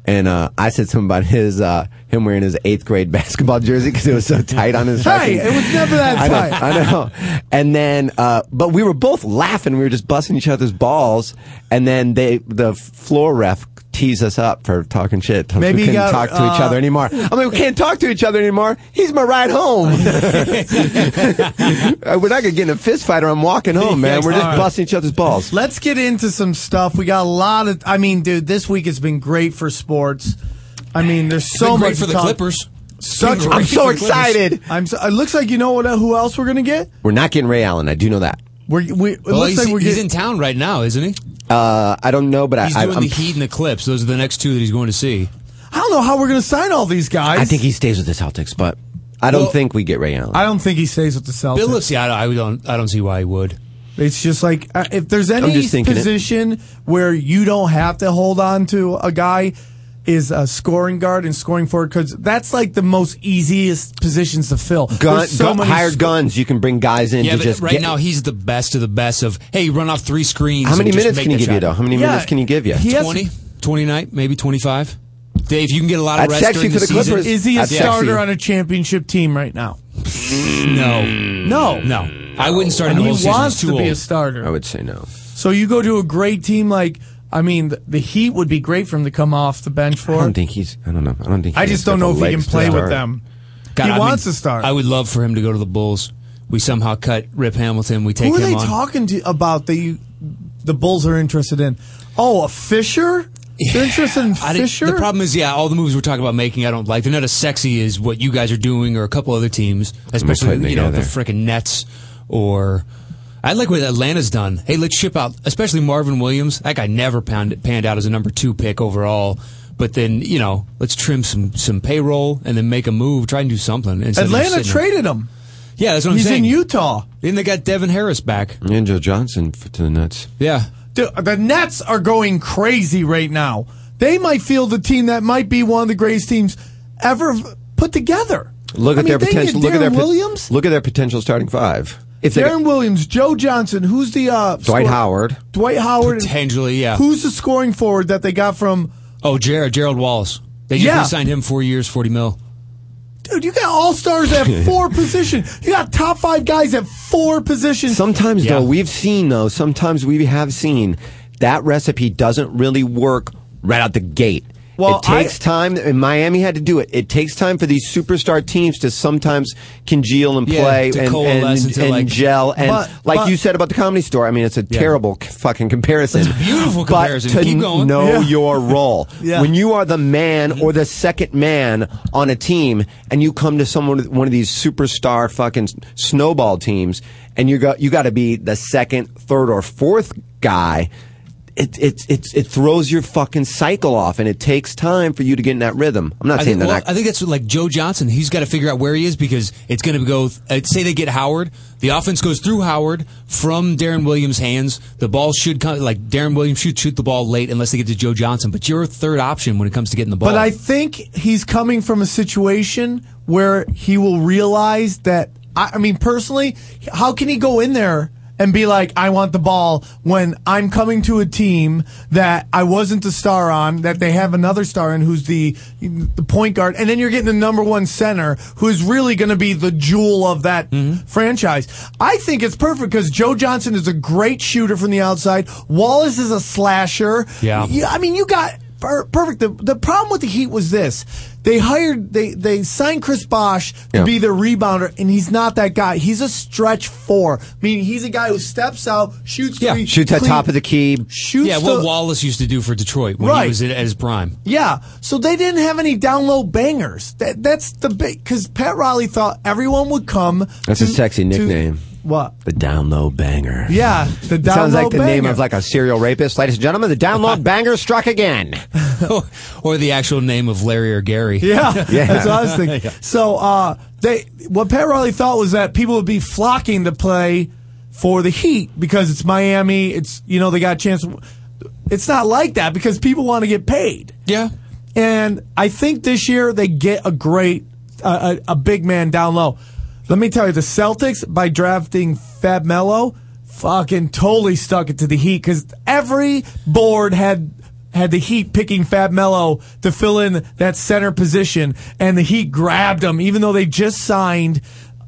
And uh, I said something about his uh, him wearing his eighth grade basketball jersey because it was so tight on his.
Hey,
fucking-
it was never that
I know,
tight.
I know. And then, uh, but we were both laughing. We were just busting each other's balls. And then they, the floor ref teased us up for talking shit.
Maybe
we
he
couldn't
got,
talk to each
uh,
other anymore. I mean, we can't talk to each other anymore. He's my ride home. Uh, we're not gonna get in a fist fight, or I'm walking home, man. We're just
All right.
busting each other's balls.
Let's get into some stuff. We got a lot of. I mean, dude, this week has been great for sports. I mean, there's so
been great
much
for the
talk.
Clippers.
Such.
It's been great
I'm
for
so
the Clippers.
excited. I'm. So, it looks like you know what? Who else we're gonna get?
We're not getting Ray Allen. I do know that.
We're. We, it
Well,
looks
he's,
like we're
he's
getting.
in town right now, isn't he?
Uh, I don't know, but I,
He's
I,
doing
I'm-
the Heat and the Clips. Those are the next two that he's going to see.
I don't know how we're gonna sign all these guys.
I think he stays with the Celtics, but I don't
Well-
think we get Ray Allen.
I don't think he stays with the Celtics.
Bill lives. Yeah, I don't- I don't. I don't see why he would.
It's just like uh, if there's any
just thinking it.
position where you don't have to hold on to a guy is a scoring guard and scoring forward because that's like the most easiest positions to fill.
Gun,
There's so
gun-
many
hired
sc-
guns. You can bring guys in
Yeah,
to
but
just
right
get,
now he's the best of the best of. Hey, run off three screens.
How many
and just
minutes
make
can he
that
give you
shot.
though? How many
Yeah,
minutes can he give you?
he has-
20, 29, maybe 25. Dave, you can get a lot of
That's
rest
sexy
during
for
the
the
season.
Clippers.
Is he a
That's sexy.
starter on a championship team right now?
Mm.
No.
No,
No. I wouldn't start him
And
the
he
whole season. He's
wants
too
to be
old.
a starter.
I would say no.
So you go to a great team like I mean, the, the Heat would be great for him to come off the bench
I
for.
don't think he's. I don't know. I don't think.
I
he's
just
got
don't know
the
if he can
legs to
play with
start.
them.
God,
he
I
wants
mean,
to start.
I would love for him to go to the Bulls. We somehow cut Rip Hamilton. We take
Who are
him
they
on.
talking to about that you the Bulls are interested in? Oh, a Fisher? They're interested in
I didn't-
Fisher?
The problem is, yeah, all the movies we're talking about making, I don't like. They're not as sexy as what you guys are doing, or a couple other teams,
putting
especially you know the
together.
frickin' Nets or. I like what Atlanta's done. Hey, let's ship out, especially Marvin Williams. That guy never panned, panned out as a number two pick overall. But then, you know, let's trim some, some payroll and then make a move, try and do something. instead of just
Atlanta
sitting there.
traded him.
Yeah, that's what
He's
I'm saying.
in Utah.
Then they got Devin Harris back.
Angel Johnson f- to the Nets.
Yeah.
Dude, the Nets are going crazy right now. They might field a team that might be one of the greatest teams ever v- put together.
Look
I
at
mean,
their
they get
potential. Look at their
Darren
pot-
Williams.
Look at their potential starting five. If they
Darren
got
Williams, Joe Johnson. Who's the uh,
Dwight Howard.
Dwight Howard. and-
Potentially, yeah.
Who's the scoring forward that they got from?
Oh, Jared, Gerald Wallace. They just
Yeah.
re-signed him four years, 40 mil.
Dude, you got all stars at four positions. You got top five guys at four positions.
Sometimes
Yeah.
though, we've seen though. Sometimes we have seen that recipe doesn't really work right out the gate.
Well,
it takes
I-
time, and Miami had to do it. It takes time for these superstar teams to sometimes congeal and
Yeah,
play
to
and,
coalesce
and,
into,
and
like-
gel. And
But-
like
but-
you said about the comedy store, I mean, it's a terrible c- fucking comparison.
It's a beautiful
But
comparison.
to
Keep going.
Yeah.
know your role.
Yeah.
When you are the man or the second man on a team, and you come to someone one of these superstar fucking s- snowball teams, and you got you got to be the second, third, or fourth guy. It, it it it throws your fucking cycle off, and it takes time for you to get in that rhythm. I'm not
I
saying
think,
that.
well,
not.
I think that's what, like Joe Johnson. He's got to figure out where he is because it's going to go. uh, Say they get Howard, the offense goes through Howard from Darren Williams' hands. The ball should come like Darren Williams should shoot the ball late unless they get to Joe Johnson. But you're a third option when it comes to getting the ball.
But I think he's coming from a situation where he will realize that. I, I mean, personally, how can he go in there and be like, I want the ball when I'm coming to a team that I wasn't the star on, that they have another star in who's the, the point guard, and then you're getting the number one center who is really going to be the jewel of that
Mm-hmm.
franchise. I think it's perfect because Joe Johnson is a great shooter from the outside. Wallace is a slasher.
Yeah.
You- I mean, you got per- perfect. The, the problem with the Heat was this: they hired, they they signed Chris Bosch to
Yeah.
be their rebounder, and he's not that guy. He's a stretch four, meaning he's a guy who steps out, shoots,
Yeah,
three,
Shoots at
clean-
top of the key.
shoots.
yeah, what
the-
Wallace used to do for Detroit when
Right.
he was at, at his prime.
yeah. So they didn't have any down low bangers. That that's the big because Pat Riley thought everyone would come.
That's a sexy nickname.
What?
The download banger.
Yeah, the down
Sounds
low
like the name
banger.
of like a serial rapist, ladies and gentlemen. The download banger struck again.
or the actual name of Larry or Gary.
Yeah,
Yeah.
that's what I was thinking. So uh, they, what Pat Riley thought was that people would be flocking to play for the Heat because it's Miami. It's you know they got a chance. It's not like that because people want to get paid.
Yeah,
and I think this year they get a great, uh, a, a big man down low. Let me tell you, the Celtics by drafting Fab Mello, fucking totally stuck it to the Heat because every board had had the Heat picking Fab Mello to fill in that center position, and the Heat grabbed him, even though they just signed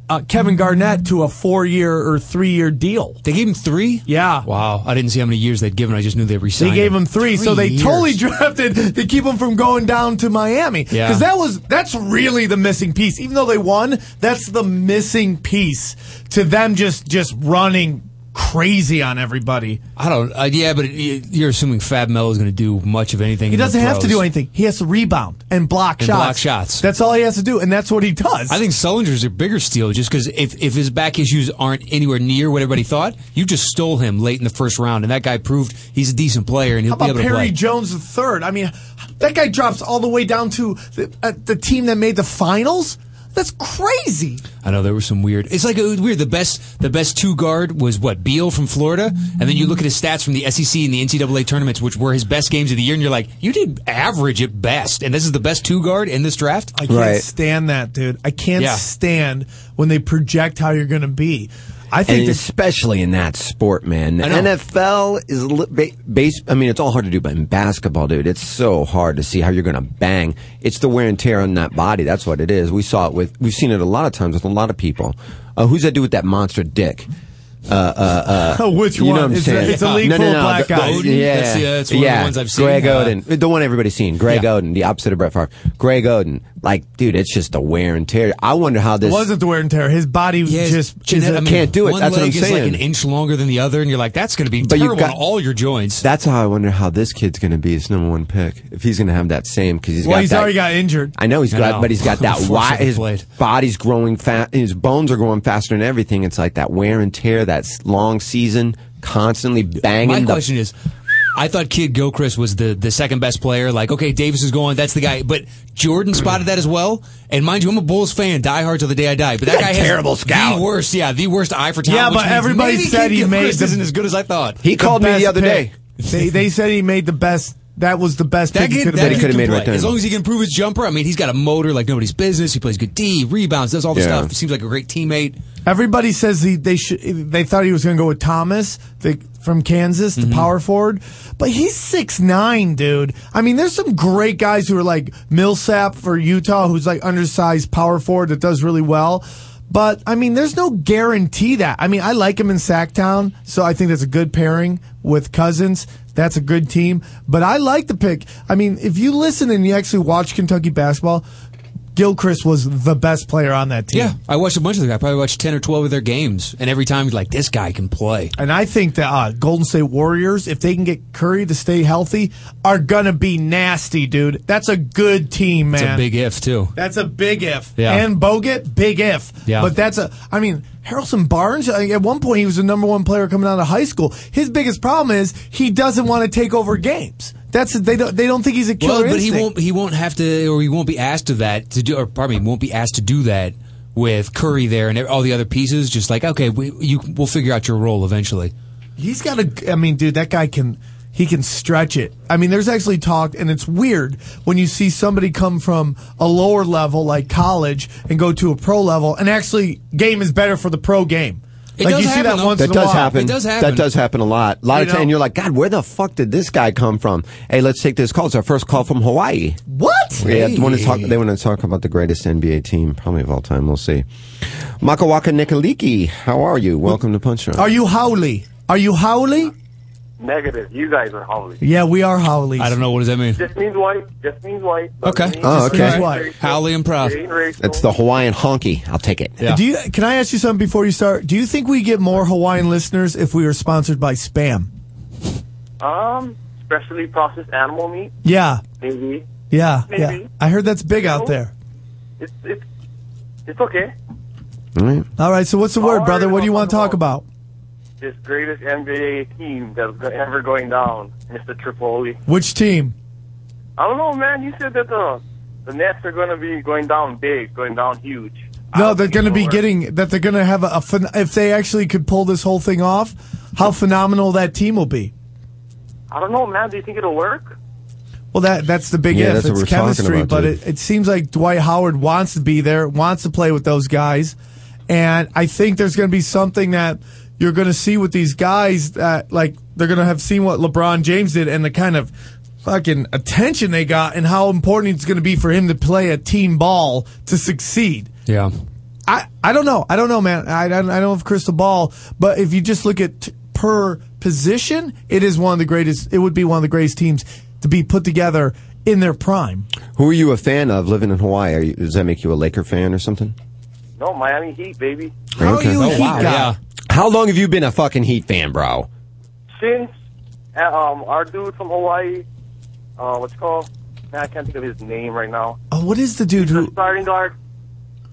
uh, Kevin Garnett to a four-year or three-year deal.
They gave him three.
Yeah.
Wow, I didn't see how many years they'd given. I just knew they resigned.
They gave him three, so they
years.
totally drafted to keep him from going down to Miami.
Yeah.
Because that was that's really the missing piece. Even though they won, that's the missing piece to them just just running crazy on everybody.
I don't. Uh, yeah, but it, you're assuming Fab Melo is going to do much of anything.
He
in the
doesn't have to
pros.
do anything. He has to rebound and block
And
shots.
block shots.
That's all he has to do, and that's what he does.
I think Sullinger's a bigger steal just because if, if his back issues aren't anywhere near what everybody thought, you just stole him late in the first round, and that guy proved he's a decent player and he'll
How
be
about
able to
Perry
play.
Jones III? I mean, that guy drops all the way down to the, uh, the team that made the finals. That's crazy.
I know there were some weird. It's like it was weird. The best the best two guard was what Beal from Florida, and then you look at his stats from the SEC and the NCAA tournaments, which were his best games of the year, and you're like, you did average at best, and this is the best two guard in this draft.
I can't
Right.
stand that, dude. I can't
Yeah.
stand when they project how you're going to be. I think
and
this.
especially in that sport, man. The
I know.
NFL is li- ba- base. I mean, it's all hard to do, but in basketball, dude, it's so hard to see how you're going to bang. It's the wear and tear on that body. That's what it is. We saw it with. We've seen it a lot of times with a lot of people. Uh, who's that dude with that monster dick? Uh,
which
You
one?
know what I'm
it's,
saying?
A, it's a league
no,
full
no, no,
of black
the- the-
guys.
Yeah,
That's the- that's one of the
yeah.
ones I've seen.
Greg
Uh,
Oden, the one everybody's seen. Greg
Yeah.
Oden, the opposite of Brett Favre. Greg Oden, like, dude, it's just the wear and tear. I wonder how
it
this.
wasn't the wear and tear. His body was
Yeah,
just.
genet-
is a-
I mean,
can't do it.
One
That's what
leg
I'm
is like
saying.
an inch longer than the other, and you're like, that's going to be
But you've
terrible
got-
on all your joints.
That's how I wonder how this kid's going to be his number one pick. If he's going to have that same, because he's
well,
got
he's
that-
already got injured.
I know he's
I
got,
know.
but he's got that wide.
Unfortunately
His
played.
body's growing fast. His bones are growing faster and everything. It's like that wear and tear, that s- long season, constantly banging.
My
the-
question is, I thought Kid Gilchrist was the, the second best player. Like, okay, Davis is going, that's the guy. But Jordan spotted that as well. And mind you, I'm a Bulls fan, diehard till the day I die. But that
He's a
guy has
terrible scout.
The worst, yeah, the worst eye for
Yeah,
talent.
but everybody said he made the-
isn't as good as I thought.
he called me
best
the other
pick.
day.
They, they said he made the best. That was the best
That
pick he
kid,
could
that
have
he
kid
made.
could've
can
made
play.
right there.
As long as he can improve his jumper, I mean, he's got a motor like nobody's business. He plays good D, rebounds, does all the
Yeah.
stuff. Seems like a great teammate.
Everybody says he, they should. They thought he was going to go with Thomas the, from Kansas, the power forward, but he's six nine, dude. I mean, there's some great guys who are like Millsap for Utah, who's like undersized power forward that does really well. But I mean, there's no guarantee that. I mean, I like him in Sacktown, so I think that's a good pairing with Cousins. That's a good team. But I like the pick. I mean, if you listen and you actually watch Kentucky basketball, Gilchrist was the best player on that team.
Yeah, I watched a bunch of the guy. I probably watched 10 or 12 of their games. And every time, like, this guy can play.
And I think that uh, Golden State Warriors, if they can get Curry to stay healthy, are gonna be nasty, dude. That's a good team, man.
It's a big if, too.
That's a big if.
Yeah.
And Bogut, big if.
Yeah.
But that's a. I mean, Harrelson Barnes. I- At one point, he was the number one player coming out of high school. His biggest problem is he doesn't want to take over games. That's they don't they don't think he's a killer.
well, but he
instinct.
won't. He won't have to, or he won't be asked to that to do. Or pardon me, won't be asked to do that with Curry there and all the other pieces. Just like okay, we, you we'll figure out your role eventually.
He's got a. I mean, dude, that guy can. He can stretch it. I mean, there's actually talk, and it's weird when you see somebody come from a lower level like college and go to a pro level, and actually, game is better for the pro game.
It
like
does
you see
happen,
that
though.
once
That
in a
does
while.
happen.
It does happen.
That does happen a lot. A lot
You
of time
know?
you're like, God, where the fuck did this guy come from? Hey, let's take this call. It's our first call from Hawaii.
What?
Yeah, they want to
Hey.
talk. They want to talk about the greatest NBA team, probably of all time. We'll see. Makawaka Nikaliki, how are you? Welcome to Punch Drunk.
Are you Howley? Are you Howley?
Negative. You guys are holy.
Yeah, we are Howleys.
I don't know what does that mean.
Just means white. Just means white.
Okay.
Doesn't mean-
Oh, okay.
Means white.
Howley and proud.
It ain't racial.
That's the Hawaiian honky. I'll take it.
Yeah.
Do you? Can I ask you something before you start? Do you think we get more Hawaiian listeners if we were sponsored by Spam?
um, specially processed animal meat.
Yeah,
Maybe
yeah, yeah.
Maybe.
I heard that's big out there.
it's it's it's okay.
All right.
All right. So what's the word, brother? What do you want to talk about?
This greatest NBA team that's go- ever going down, Mr. Tripoli.
Which team?
I don't know, man. You said that the the Nets are going to be going down big, going down huge.
No, they're going to be getting that. They're going to have a, a phen- if they actually could pull this whole thing off, how phenomenal that team will be.
I don't know, man. Do you think it'll work?
Well, that that's the big
Yeah,
if.
that's what
It's
we're talking
chemistry,
about,
but
dude.
it, it seems like Dwight Howard wants to be there, wants to play with those guys, and I think there's going to be something that you're going to see with these guys that like they're going to have seen what LeBron James did and the kind of fucking attention they got and how important it's going to be for him to play a team ball to succeed.
Yeah.
I, I don't know. I don't know, man. I, I don't I don't have a crystal ball, but if you just look at t- per position, it is one of the greatest. It would be one of the greatest teams to be put together in their prime.
Who are you a fan of living in Hawaii? Are you, does that make you a Laker fan or something?
No, Miami Heat, baby.
How are Oh, you a Heat guy?
Oh, How long have you been a fucking Heat fan, bro?
Since uh, um, our dude from Hawaii, uh, what's it called? Man, I can't think of his name right now.
Oh, what is the dude who?
Starting guard,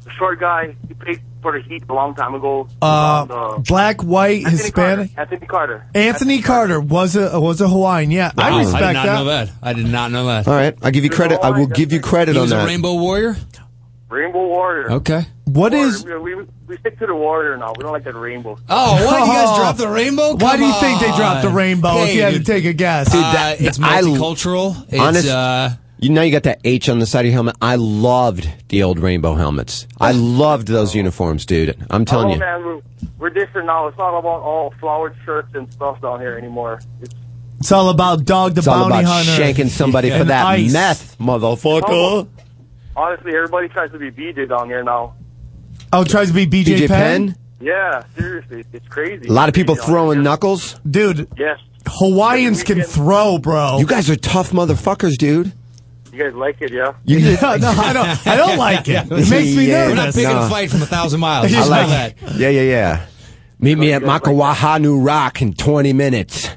the short guy. He played for the Heat a long time ago. Um,
Uh, black, white,
Anthony
Hispanic.
Carter. Anthony Carter.
Anthony Carter was a was a Hawaiian. Yeah, I
Wow,
respect
I did not
that.
know that. I did not know that.
All right, I'll give you credit. I will give you credit
He
on
was a
that.
Rainbow Warrior.
Rainbow Warrior.
Okay.
What
Warrior.
is?
We, we, we stick to the Warrior now. We don't like that rainbow.
Oh, what? You
Oh.
guys dropped the rainbow?
Why do you
Come
think they dropped the
on.
rainbow? if
Hey,
you had to
dude.
take a guess,
Dude, that- Uh, it's
I-
multicultural. It's,
honest,
uh,
you now you got that H on the side of your helmet. I loved the old rainbow helmets. I loved those uniforms, dude. I'm telling
oh,
you.
man, we're, we're different now. It's not about all flowered shirts and stuff down here anymore. It's
it's all about dog the
It's all
bounty
about
hunter
shanking somebody for
and
that
ice.
meth,
Oh.
motherfucker.
honestly everybody tries to be BJ down here now.
Oh, it tries to be BJ,
BJ
Penn?
Penn?
Yeah, seriously, it's crazy.
A lot of people
Down here.
throwing knuckles.
dude.
Yes,
Hawaiians can throw, bro.
You guys are tough motherfuckers, dude.
you guys like it, yeah?
You
Yeah, no, I don't. I don't like it. It makes me
Yeah.
We're not
nervous.
picking
Nah.
a fight from a thousand miles.
I
I
like-
like that.
Yeah, yeah, yeah. Meet me at Makawahanu Rock in 20 minutes.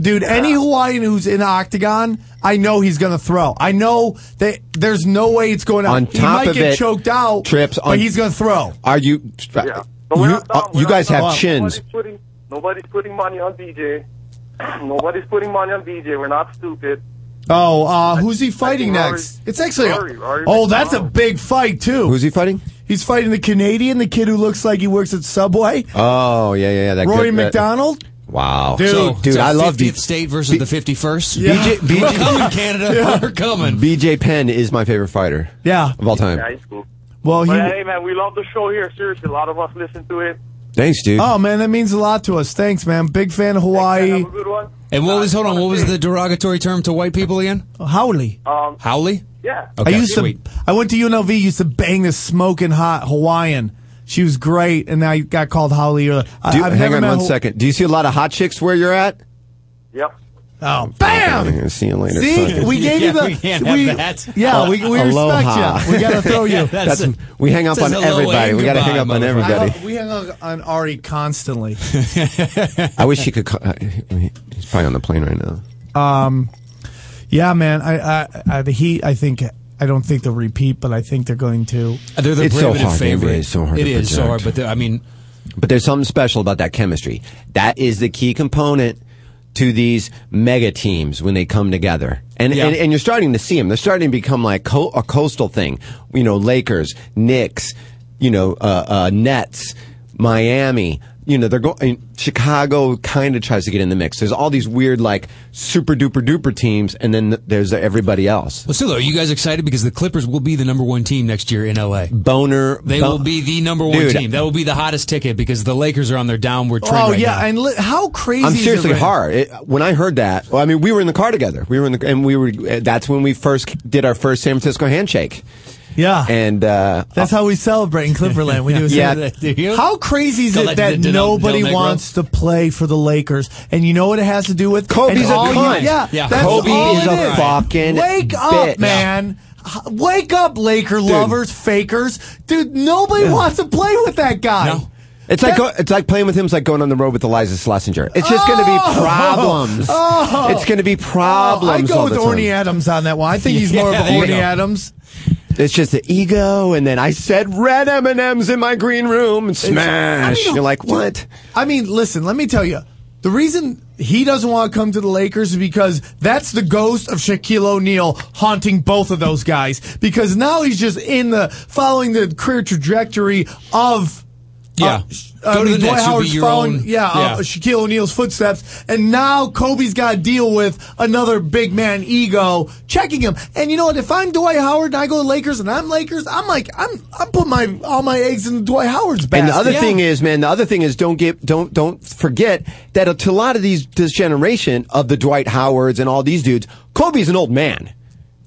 Dude, any Hawaiian who's in the octagon, I know he's gonna throw. I know that there's no way it's going out.
On
he
top
might
of
get
it,
choked out,
trips
but
on-
he's gonna throw.
Are you?
Yeah. But
You,
we're not
uh,
done. We're
you
not
guys
done.
have chins.
Nobody's putting, nobody's putting money on BJ. nobody's putting money on BJ. We're not stupid.
Oh, uh, who's he fighting
Rory-
next? It's actually.
Rory- Rory
oh, that's a
McDonald.
big fight too.
Who's he fighting?
He's fighting the Canadian, the kid who looks like he works at Subway,
Oh, yeah, yeah, yeah. That
Rory
good- that-
McDonald.
Wow,
Dude.
So,
dude,
so
I love
50th
BJ.
state versus the 51st.
BJ,
We're
BJ,
coming, Canada. We're coming.
BJ Penn is my favorite fighter
Yeah.
of all time.
High school.
Well,
But
he.
hey, man, we love the show here. Seriously, a lot of us listen to it.
Thanks, dude.
Oh man, that means a lot to us. Thanks, man. Big fan of
Have
Hawaii.
a good one.
And what was, hold on, what was
Honestly,
the derogatory term to white people again?
Howley.
Um,
Howley?
yeah.
Okay,
I used
sweet.
to. I went to UNLV. Used to bang this smoking hot Hawaiian. She was great, and I got called Holly. Or I,
Do,
I've
hang
never
on
met
one
Ho-
second. Do you see a lot of hot chicks where you're at?
Yep.
Oh, bam!
Okay, see you later.
See,
sucker.
we gave you
Yeah,
the.
we can't have
we-
that.
Yeah, we, we
Aloha.
respect you. We gotta throw you.
That's, we hang up
Says
on
hello
everybody.
and
We got to
goodbye,
hang up on
motherfucker.
I
everybody.
hung- we hung up on Ari constantly.
I wish he could. Call, he's probably on the plane right now.
Um, Yeah, man. I, I, I the Heat. I think. I don't think they'll repeat, but I think they're going to.
They're the
It's so
prohibitive
hard, the NBA
favorite.
is so hard
It
to
is so
project.
hard, but they're- I mean,
But there's something special about that chemistry. That is the key component to these mega teams when they come together. And,
Yeah.
and, and you're starting to see them. They're starting to become like co- a coastal thing. You know, Lakers, Knicks, you know, uh, uh, Nets, Miami. You know, they're going, Chicago kind of tries to get in the mix. There's all these weird, like, super duper duper teams, and then th- there's everybody else.
well, still, though, are you guys excited? Because the Clippers will be the number one team next year in LA.
Boner.
They
bon-
will be the number one
Dude,
team. That will be the hottest ticket because the Lakers are on their downward trend.
Oh
right
yeah,
now.
and li- how crazy!
I'm
is it
seriously
right-
hard. It, when I heard that, well, I mean, we were in the car together. We were in the, and we were. That's when we first did our first San Francisco handshake,
Yeah,
and uh,
That's how we celebrate in Clipperland. We do. a
Yeah.
celebra-
Do you?
How crazy is
Don't
it
let
that
the- the-
nobody
Del Negro-
wants to play for the Lakers? And you know what it has to do with
Kobe's
And
a
all you-
cunt.
yeah,
Yeah.
that's
Kobe
all
is
it
a
fucking
Wake
bitch.
up, man. H- Wake up, Laker lovers, fakers, dude. Nobody wants to play with that guy. Oh,
No.
it's like
That's-
go- it's like playing with him. It's like going on the road with Eliza Schlesinger. It's just going to
Oh!
be problems.
Oh!
It's going to be
Oh,
problems.
I go
all
with
the
Orny
time.
Adams on that one. I think he's more of
Yeah,
an
there you
Orny
go.
Adams.
It's just the ego, and then I said red M and M's in my green room and smash. You're like, what?
I mean, listen, let me tell you. The reason he doesn't want to come to the Lakers is because that's the ghost of Shaquille O'Neal haunting both of those guys. Because now he's just in the following the career trajectory of uh,
Yeah.
I
Go to
mean,
the
Dwight
Nets. You'll be
Howard's
your
following,
own.
yeah, uh, Shaquille O'Neal's footsteps, and now Kobe's got to deal with another big man ego checking him. And you know what? If I'm Dwight Howard and I go to Lakers and I'm Lakers, I'm like, I'm I'm putting my all my eggs in Dwight Howard's basket.
And the other thing is, man, the other thing is, don't get, don't, don't forget that to a lot of these, this generation of the Dwight Howards and all these dudes, Kobe's an old man.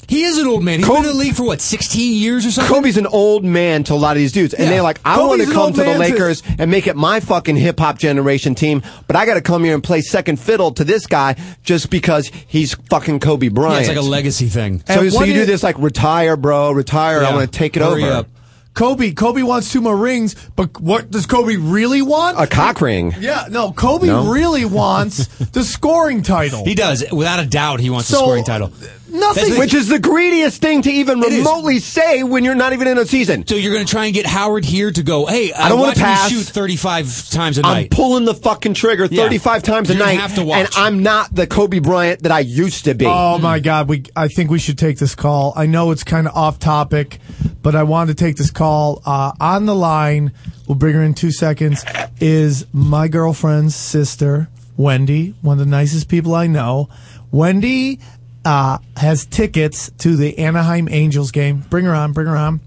He is an old man. He's been in the league for what, 16 years or something?
Kobe's an old man to a lot of these dudes. And
Yeah.
they're like, I
Kobe's
want to
an
come
old
to the
man to-
Lakers and make it my fucking hip hop generation team, but I got to come here and play second fiddle to this guy just because he's fucking Kobe Bryant.
Yeah, it's like a legacy thing.
So, so you do this like retire, bro, retire. I want to take it over.
Kobe, Kobe wants two more rings, but what does Kobe really want?
A cock ring.
Yeah, no, Kobe
No?
really wants the scoring title.
He does. Without a doubt, he wants the
So,
scoring title. That's
Nothing,
the-
which is the greediest thing to even
It is.
remotely say when you're not even in a season.
So you're going to try and get Howard here to go, hey,
I don't wanna
watch me
pass.
shoot 35 times a
I'm
night.
pulling the fucking trigger
Yeah.
35 times a
You
night,
have to watch.
and I'm not the Kobe Bryant that I used to be.
Oh my God! We I think we should take this call. I know it's kind of off topic, but I wanted to take this call uh, on the line. We'll bring her in two seconds. Is my girlfriend's sister Wendy one of the nicest people I know? Wendy uh, has tickets to the Anaheim Angels game. Bring her on. Bring her on.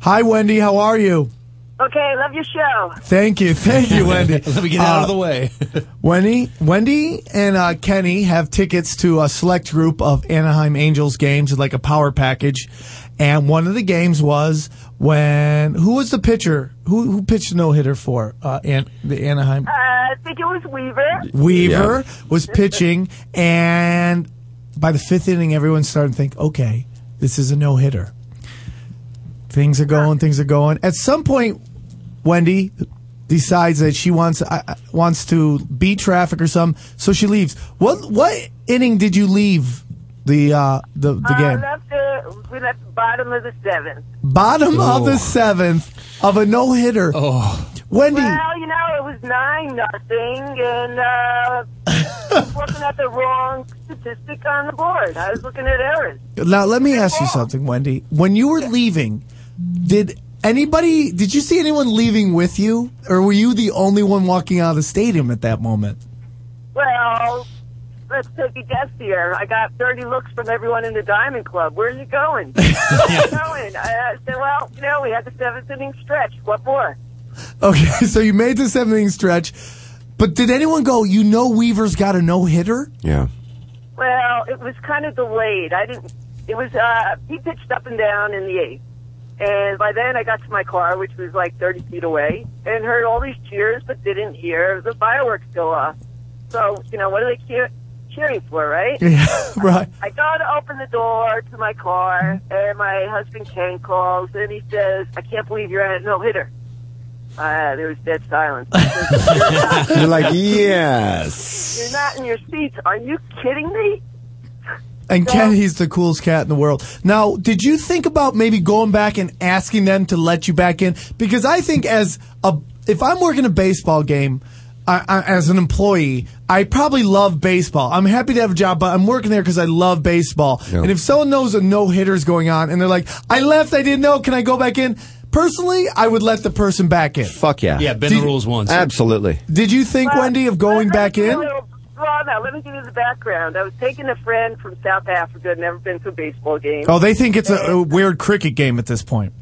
Hi, Wendy. How are you?
Okay, love your show.
Thank you, thank you, Wendy. Uh,
Let me get out of the way.
Wendy, Wendy, and uh, Kenny have tickets to a select group of Anaheim Angels games, like a power package. And one of the games was when who was the pitcher? Who who pitched no hitter for uh, An- the Anaheim?
Uh, I think it was Weaver.
Weaver was pitching, and by the fifth inning, everyone started to think, okay, this is a no hitter. Things are going, things are going. At some point, Wendy decides that she wants I- I- wants to beat traffic or some, so she leaves. What what inning did you leave the uh, the the
Uh,
game?
left the, we left the bottom of the seventh.
Bottom of
Oh.
the seventh of a no hitter. Wendy.
Well, you know, it was nine nothing, and uh, I was looking at the wrong statistic on the board. I was looking at errors.
Now let me ask you something, Wendy. When you were leaving, did anybody did you see anyone leaving with you? Or were you the only one walking out of the stadium at that moment?
Well, let's take a guess here. I got 30 looks from everyone in the Diamond Club. Where are you going? Where are you going? I I said, well, you know, we had the seventh inning stretch. What more?
Okay, so you made the seven inning stretch. But did anyone go, you know Weaver's got a no hitter?
Yeah.
Well, it was kind of delayed. I didn't. It was. Uh, he pitched up and down in the eighth, and by then I got to my car, which was like 30 feet away, and heard all these cheers, but didn't hear the fireworks go off. So you know, what are they cheer- cheering for, right?
right.
I go to open the door to my car, and my husband Ken calls, and he says, "I can't believe you're at a no hitter." Uh, there was dead silence.
You're like, yes.
You're not in your seats. Are you kidding me?
And Ken, he's the coolest cat in the world. Now, did you think about maybe going back and asking them to let you back in? Because I think as a, if I'm working a baseball game, I, I, as an employee, I probably love baseball. I'm happy to have a job, but I'm working there because I love baseball.
Yeah.
And if someone knows a no hitter's going on and they're like, I left, I didn't know, can I go back in? Personally, I would let the person back in.
Fuck yeah.
Yeah, bend
Did-
the rules once.
Absolutely.
Did you think, Wendy, of going back in?
Well, now let me give you the background. I was taking a friend from South Africa, never been to a baseball game.
Oh, they think it's a, a weird cricket game at this point.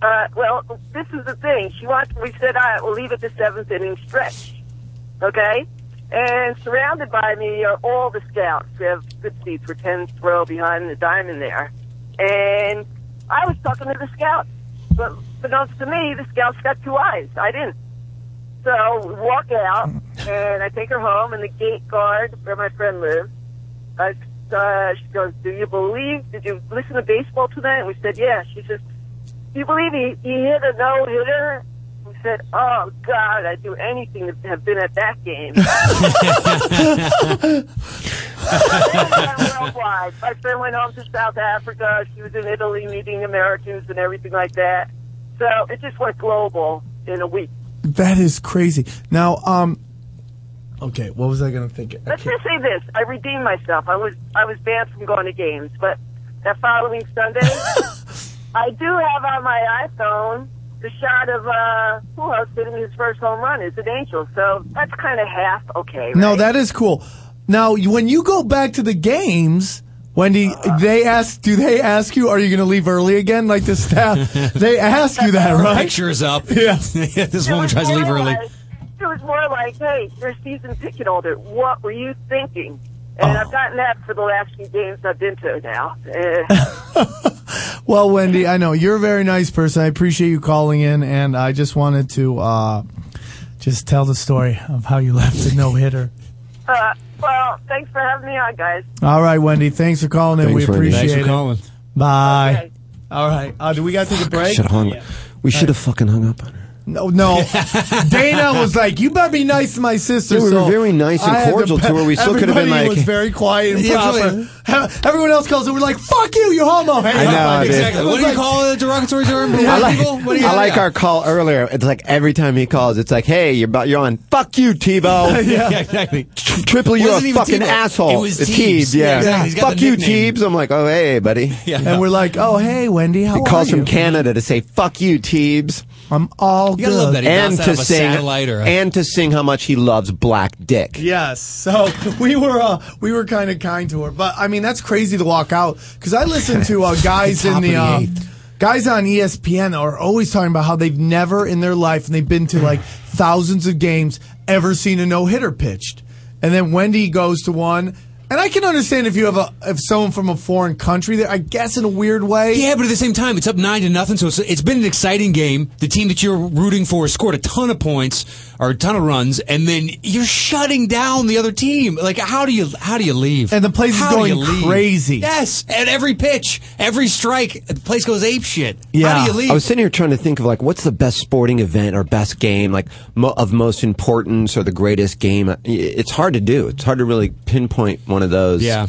Uh, well, this is the thing. She wants. We said, "All right, we'll leave at the seventh inning stretch." Okay, and surrounded by me are all the scouts. We have good seats. We're ten row behind the diamond there, and I was talking to the scouts. But unbeknownst to me, the scouts got two eyes. I didn't. So we walk out, and I take her home, and the gate guard where my friend lives. I, uh, she goes, "Do you believe? Did you listen to baseball tonight?" And we said, "Yeah." She says. Do you believe he, he hit a no hitter? He said, Oh, God, I'd do anything to have been at that game. worldwide. My friend went home to South Africa. She was in Italy meeting Americans and everything like that. So it just went global in a week.
That is crazy. Now, um, okay, what was I going to think?
Let's just say this: I redeemed myself. I was I was banned from going to games, but that following Sunday, I do have on my iPhone the shot of uh, who else hitting his first home run. It's an angel, so that's kind of half okay.
No, that is cool. Now, you- when you go back to the games, Wendy, they ask, do they ask you, are you going to leave early again? Like the staff, they ask you that,
Her
right?
picture is up.
Yeah.
this woman tries to leave early.
It was more like, "Hey, you're a season ticket holder. What were you thinking?"
Oh.
And I've gotten that for the last few games I've been to now. Uh,
Well, Wendy, I know you're a very nice person. I appreciate you calling in, and I just wanted to uh, just tell the story of how you left a no hitter.
uh, well, thanks for having me on, guys.
All right, Wendy, thanks for calling in.
Thanks,
we
Wendy.
appreciate
Thanks for
it.
calling.
Bye. All right. Uh, do we got to take a break?
Should have hung. We should have fucking hung up on her.
No, no. Dana was like, "You better be nice to my sister."
Yeah, we were
so
very nice and
I had
cordial to her. We still could have been
everybody
like-
was very quiet and
Yeah,
proper. He- Everyone else calls and we're like, "Fuck you, you homo." Hey,
I know, dude.
It was
What do you
like-
call it? A derogatory term?
Yeah.
Black
I like-
people? What do you
I like our call earlier. It's like every time he calls, it's like, "Hey, you're about, you're on. Fuck you, Tebow.
Yeah. Yeah, exactly.
Triple, you're
Wasn't
a
even
fucking
Tebow.
asshole.
It was
It's
Teebs.
Teebs, yeah.
Yeah, exactly. He's got
Fuck
the
you,
nickname.
Teebs. I'm like, oh hey, buddy.
And we're like, "Oh, hey, Wendy, how
he calls
are you?"
from Canada to say, "Fuck you, Teebs."
I'm all
You
good.
and to sing, and to sing how much he loves black dick.
Yes. So we were uh, we were kind of kind to her, but I mean that's crazy to walk out because I listen to uh, guys in
Top
the.
of the
Uh,
eighth.
Guys on E ESPN are always talking about how they've never in their life, and they've been to like thousands of games, ever seen a no hitter pitched. And then Wendy goes to one, and I can understand if you have a if someone from a foreign country there. I guess in a weird way.
Yeah, but at the same time, it's up nine to nothing. So it's, it's been an exciting game. The team that you're rooting for scored a ton of points or a ton of runs, and then you're shutting down the other team. Like, how do you how do you leave? And
the place is going crazy.
Yes, at every pitch, every strike, the place goes ape shit. how do you leave?
I was sitting here trying to think of like what's the best sporting event or best game like mo- of most importance or the greatest game. I- It's hard to do. It's hard to really pinpoint one of those.
Yeah.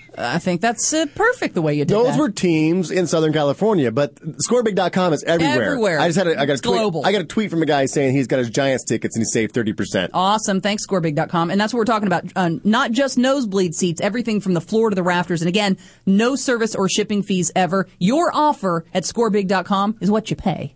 I think that's uh, perfect the way you did
Those
that.
were teams in Southern California, but scorebig.com is everywhere.
Everywhere.
I just had a, I got a
It's
tweet,
global.
I got a tweet from a guy saying he's got his Giants tickets and he saved 30%.
Awesome. Thanks, scorebig.com. And that's what we're talking about. Uh, not just nosebleed seats, everything from the floor to the rafters. And again, no service or shipping fees ever. Your offer at scorebig.com is what you pay.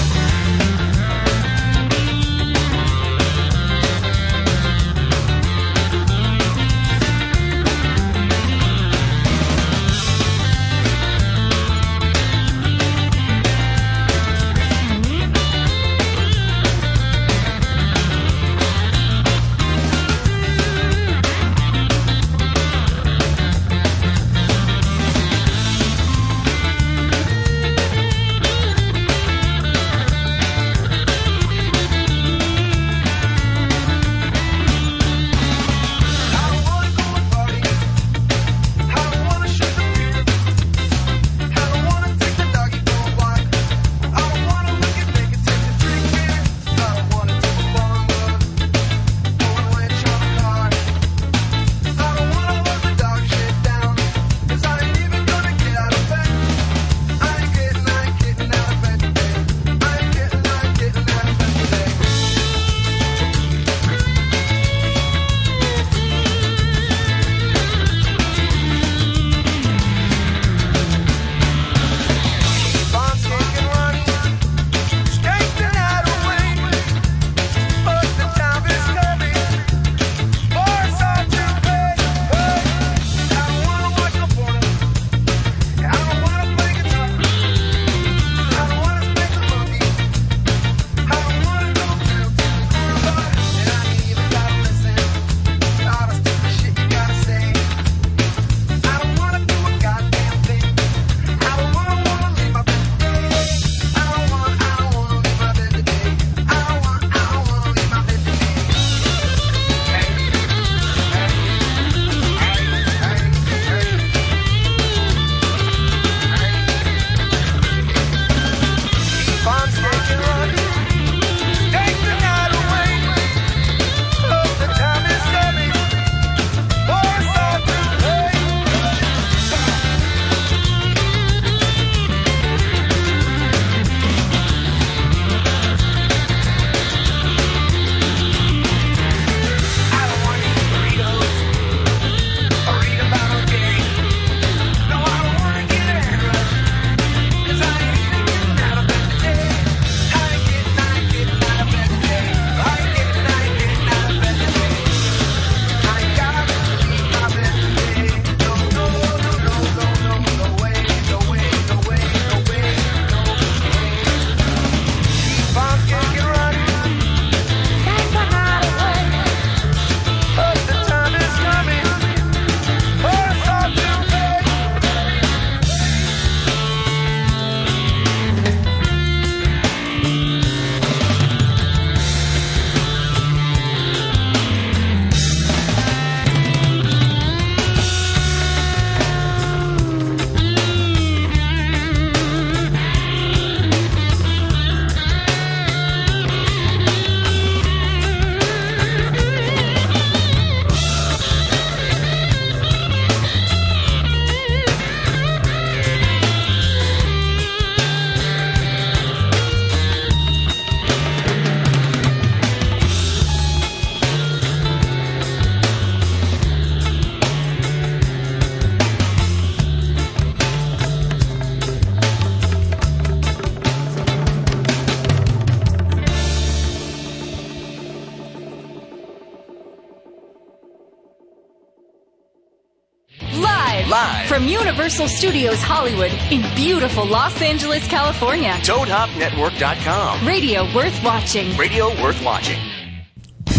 From Universal Studios Hollywood in beautiful Los Angeles, California.
ToadHopNetwork.com.
Radio worth watching.
Radio worth watching.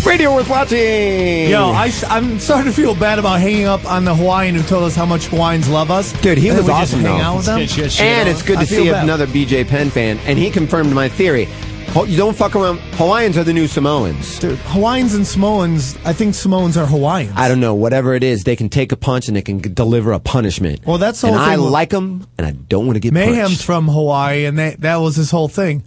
Radio worth watching.
Yo, I, am starting to feel bad about hanging up on the Hawaiian who told us how much Hawaiians love us.
Dude, he
And
was
we just
awesome
hang
though.
out with them.
and it's good
I
to
feel
see
bad.
another BJ Penn fan, and he confirmed my theory. Ho- You don't fuck around. Hawaiians are the new Samoans.
Dude, Hawaiians and Samoans. I think Samoans are Hawaiian.
I don't know. Whatever it is, they can take a punch and they can g- deliver a punishment.
Well, that's the
and
whole
I
thing with-
like them, and I don't want to get
Mayhem's
punched.
from Hawaii, and they, that was his whole thing.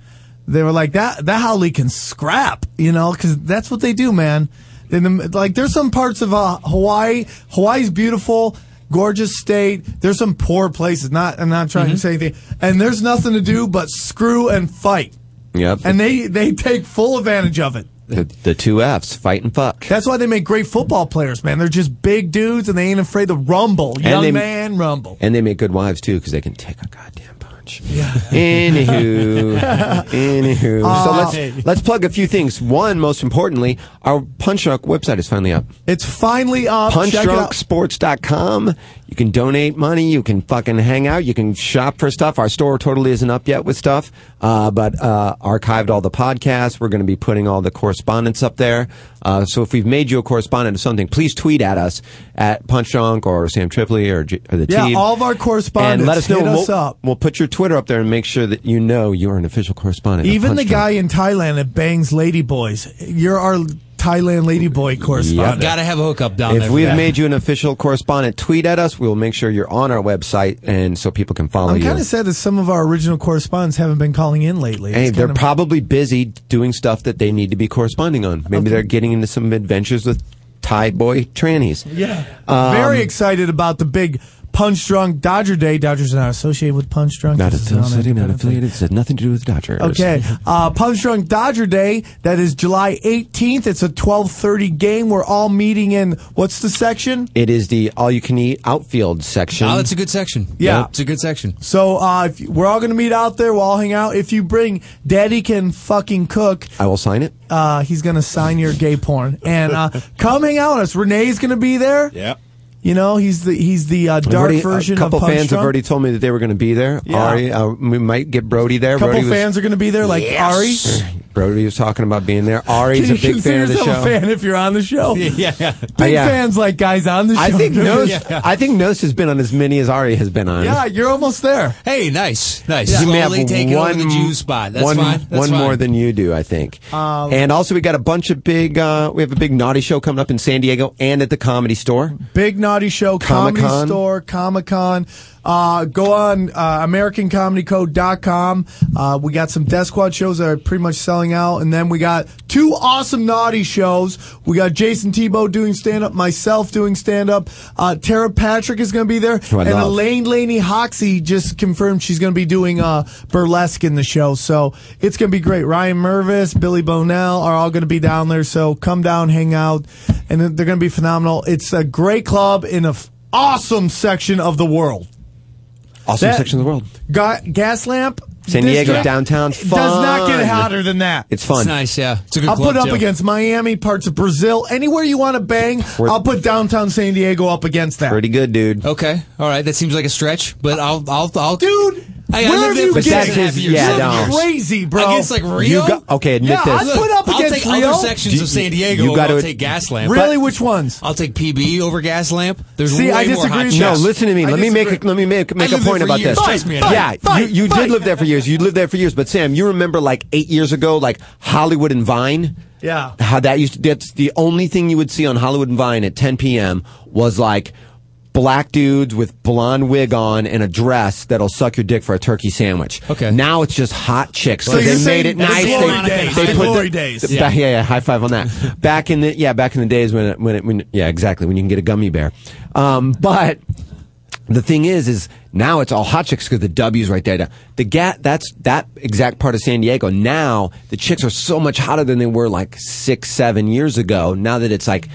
They were like that. That Howley can scrap, you know, because that's what they do, man. In the, like, there's some parts of uh, Hawaii. Hawaii's beautiful, gorgeous state. There's some poor places. Not, I'm not
Mm-hmm.
trying to say anything. And there's nothing to do but screw and fight.
Yep.
And they they take full advantage of it.
The, the two Fs, fight and fuck.
That's why they make great football players, man. They're just big dudes, and they ain't afraid to rumble. Young
they-
man, rumble.
And they make good wives too because they can take a goddamn punch. Yeah. Anywho, anywho.
Uh,
so let's let's plug a few things. One, most importantly, our Punch Drunk website is finally up.
It's finally up. Check it out.
punchdrunksports.com. You can donate money. You can fucking hang out. You can shop for stuff. Our store totally isn't up yet with stuff, uh, but uh, archived all the podcasts. We're going to be putting all the correspondence up there. Uh, so if we've made you a correspondent of something, please tweet at us at Punch Drunk or Sam Tripoli or, J- or the
Yeah,
team.
all of our correspondents.
And let us know.
Hit
we'll,
us up.
we'll put your Twitter up there and make sure that you know you're an official correspondent. of
Even
Punch
the
Drunk.
guy in Thailand that bangs lady boys. You're our Thailand lady boy correspondent.
Got to have a hookup down there.
If
for
we've
that.
made you an official correspondent, tweet at us. We will make sure you're on our website and so people can follow
I'm
you.
kind of sad that some of our original correspondents haven't been calling in lately.
Hey,
It's
they're
kinda-
probably busy doing stuff that they need to be corresponding on. Maybe they're getting into some adventures with Thai boy trannies.
yeah.
Um,
Very excited about the big punch drunk Dodger Day. Dodgers are not associated with punch drunk.
Not a
This is
Phil
on a-
City, not affiliated. It had nothing to do with Dodgers.
Okay, uh, Punch Drunk Dodger Day. That is July 18th. It's a 12:30 game. We're all meeting in what's the section?
It is the all-you-can-eat outfield section.
Oh, that's a good section.
Yeah.
it's a good section.
So uh, if you- we're all going to meet out there. We'll all hang out. If you bring Daddy Can Fucking Cook,
I will sign it.
uh, he's going to sign your gay porn. And uh, come hang out with us. Renee's going to be there.
Yep.
You know, he's the he's the uh,
I've
dark
already-
version
A couple
of Punch
fans have
Drunk.
already told me that they were going to be there.
Yeah.
Ari, uh, we might get Brody there.
A couple
Brody was-
fans are going to be there, like Ari.
Brody was talking about being there. Ari's
Can
a
you
big
consider
fan of the
yourself
show.
a fan if you're on the show?
Yeah, yeah.
Big
yeah.
fans like guys on the show.
I think Nose.
Yeah.
I think Nose has been on as many as Ari has been on.
Yeah, you're almost there.
Hey, nice, nice.
He may have
Slowly taking over the Jew spot. That's
one,
fine. That's
one
fine.
more than you do, I think.
Um,
and also, we got a bunch of big. Uh, we have a big naughty show coming up in San diego and at the comedy store.
Big Naughty Show,
Comic-Con.
Comedy Store, Comic Con. Uh, go on uh, AmericanComedyCode.com. Uh, we got some Death Squad shows that are pretty much selling out. And then we got two awesome naughty shows. We got Jason Tebow doing stand up, myself doing stand up. Uh, Tara Patrick is going to be there.
Who I
and
love.
Elaine Laney Hoxie just confirmed she's going to be doing uh, burlesque in the show. So it's going to be great. Ryan Mervis, Billy Bonell are all going to be down there. So come down, hang out, and they're going to be phenomenal. It's a great club in an awesome section of the world.
Awesome
That-
section of the world.
Ga- gas lamp.
San Diego
district
downtown.
Does not get
Fun.
hotter than that.
It's fun.
It's nice. Yeah, it's a good.
I'll
club
put up
too.
against Miami, parts of Brazil, anywhere you want to bang.
We're-
I'll put downtown San Diego up against that.
Pretty good, dude.
Okay, all right. That seems like a stretch, but I'll, I'll, I'll.
Dude,
Hey,
where
I lived
have
there
you
for
been?
six and a
That's
half
his-
years.
yeah,
Seven
no.
years.
Crazy, bro.
Against like Rio.
You got, okay, admit
Yeah,
this.
I'd put up
I'll
against
take
Rio.
other sections
Do
of
you-
San Diego.
you
You
gotta-
I'll take Gaslamp.
Really, which ones?
I'll take PB over Gaslamp. There's
See,
way
I
more
disagree
hot
with
chicks.
No, listen to me.
I
Let me make a,
disagree.
let me make make a
lived there
point
for
about
years.
this.
Trust me, I
yeah,
did.
Fight,
you, you
fight.
did live there for years. You lived there for years, but Sam, you remember like eight years ago, like Hollywood and Vine.
Yeah.
how that used to, that's the only thing you would see on Hollywood and Vine at 10 p.m. was like black dudes with blonde wig on and a dress that'll suck your dick for a turkey sandwich.
Okay.
Now it's just hot chicks.
So
So
you're
they made
saying
it
the
nice.
glory
They,
days,
they
the
put
glory
the,
days.
the-
Yeah.
yeah, yeah, high five on that. Back in the yeah, back in the days when it, when it, when yeah, exactly when you can get a gummy bear. Um, but the thing is, is now it's all hot chicks because the W's right there. The gat that's that exact part of San Diego. Now the chicks are so much hotter than they were like six, seven years ago. Now that it's like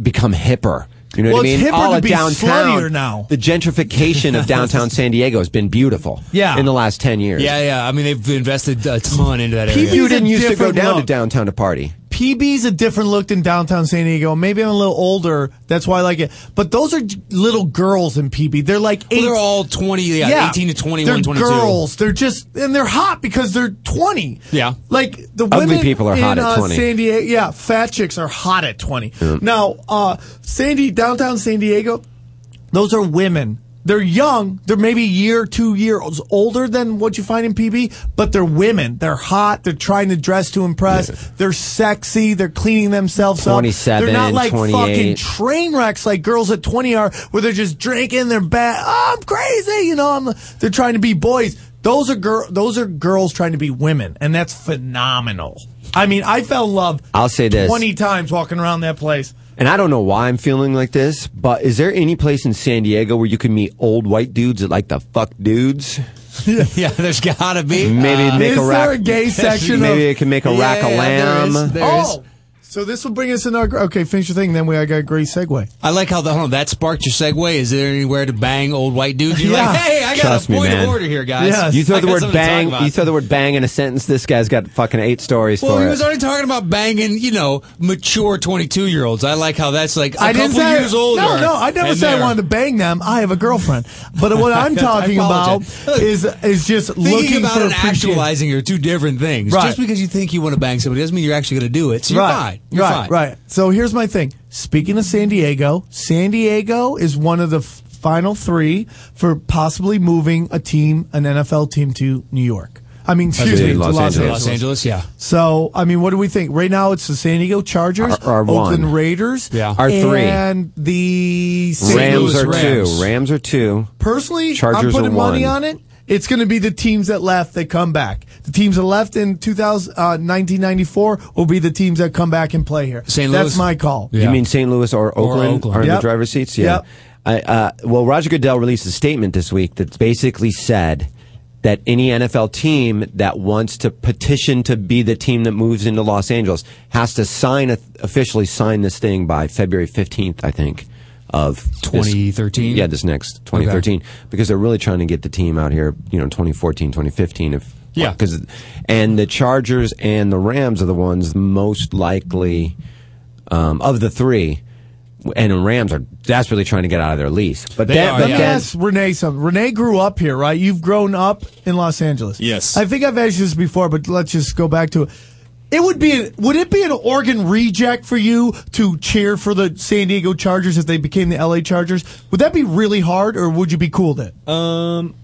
become hipper. You know
Well,
what I
it's
mean?
hipper
all
to
of
be sluttier
downtown
now.
The gentrification of downtown San Diego has been beautiful.
Yeah.
in the last ten years.
Yeah, yeah. I mean, they've invested a ton into that area.
PB
You didn't
It's a
used to go
different
down to
look.
downtown to party.
PB's a different look than downtown San Diego. Maybe I'm a little older. That's why I like it. But those are little girls in PB. They're like eight.
Well, they're all 20, yeah, 18 to 21,
they're
22.
girls. They're just, and they're hot because they're 20.
Yeah.
Like the
Ugly
women
people are
in,
hot at
uh,
20.
San Diego, yeah, fat chicks are hot at 20.
Yeah.
Now, uh, Sandy, downtown San Diego, those are women. They're young. They're maybe a year, two years older than what you find in PB, but they're women. They're hot. They're trying to dress to impress. They're sexy. They're cleaning themselves up.
27,
They're not like fucking
28.
train wrecks like girls at 20 are where they're just drinking. They're bad. Oh, I'm crazy. You know, I'm, they're trying to be boys. Those are girl. Those are girls trying to be women, and that's phenomenal. I mean, I fell in love
I'll say this.
20 times walking around that place.
And I don't know why I'm feeling like this, but is there any place in San Diego where you can meet old white dudes that like the fuck dudes?
yeah, there's gotta be.
Maybe
Uh,
make
is
a rack.
there a gay section?
Maybe
of-
it can make a rack of lamb.
oh, so this will bring us in our okay. Finish your thing, then we I got a great segue.
I like how the, hold on, that sparked your segue. Is there anywhere to bang old white dudes? You're like,
Yeah.
hey, I got
Trust
a
me,
point
man.
of order here, guys.
You throw
I
the
got
word
something to talk
bang.
about.
You throw the word bang in a sentence. This guy's got fucking eight stories
Well,
for
he
it.
was already talking about banging, you know, mature 22 year olds. I like how that's like a
I
couple
didn't say
years older.
No, no, I never
and
said I
they're-
wanted to bang them. I have a girlfriend. But what I'm
I
talking about
apologize. Look,
is is just
Thinking
looking
about
for
and
appreciation.
actualizing are two different things.
Right.
Just because you think you want to bang somebody doesn't mean you're actually going to do it. So you're fine. You're
right,
fine.
right. So here's my thing. Speaking of San Diego, San Diego is one of the f- final three for possibly moving a team, an NFL team, to New York. I mean, excuse me, to Los, Angeles.
Los Angeles, yeah.
So, I mean, what do we think? Right now, it's the San Diego Chargers,
Are- are one.
Oakland Raiders,
Yeah. Are three.
and the St.
Rams
Louis
are
Rams.
two. Rams are two.
Personally, I'm
Chargers
putting
are
money
one.
on it. It's going to be the teams that left that come back. The teams that left in 2000, uh, 1994 will be the teams that come back and play here.
St.
That's
Louis?
my call.
You mean St. Louis or Oakland,
Oakland.
are in
Yep.
the driver's seats? Yeah.
Yep.
I, uh, well, Roger Goodell released a statement this week that basically said that any NFL team that wants to petition to be the team that moves into Los Angeles has to sign a, officially sign this thing by February 15th, I think, of this-
2013?
yeah, this next 2013 because they're really trying to get the team out here, you know, 2014, 2015 if
Yeah.
because and the Chargers and the Rams are the ones most likely um, of the three, and the Rams are desperately trying to get out of their lease.
But
But then,
let
but
me
then
ask Renee something. Renee grew up here, right? You've grown up in Los Angeles.
Yes.
I think I've asked you this before, but let's just go back to it. It would be an, would it be an Oregon reject for you to cheer for the San Diego Chargers if they became the LA Chargers? Would that be really hard, or would you be cool with it?
Um,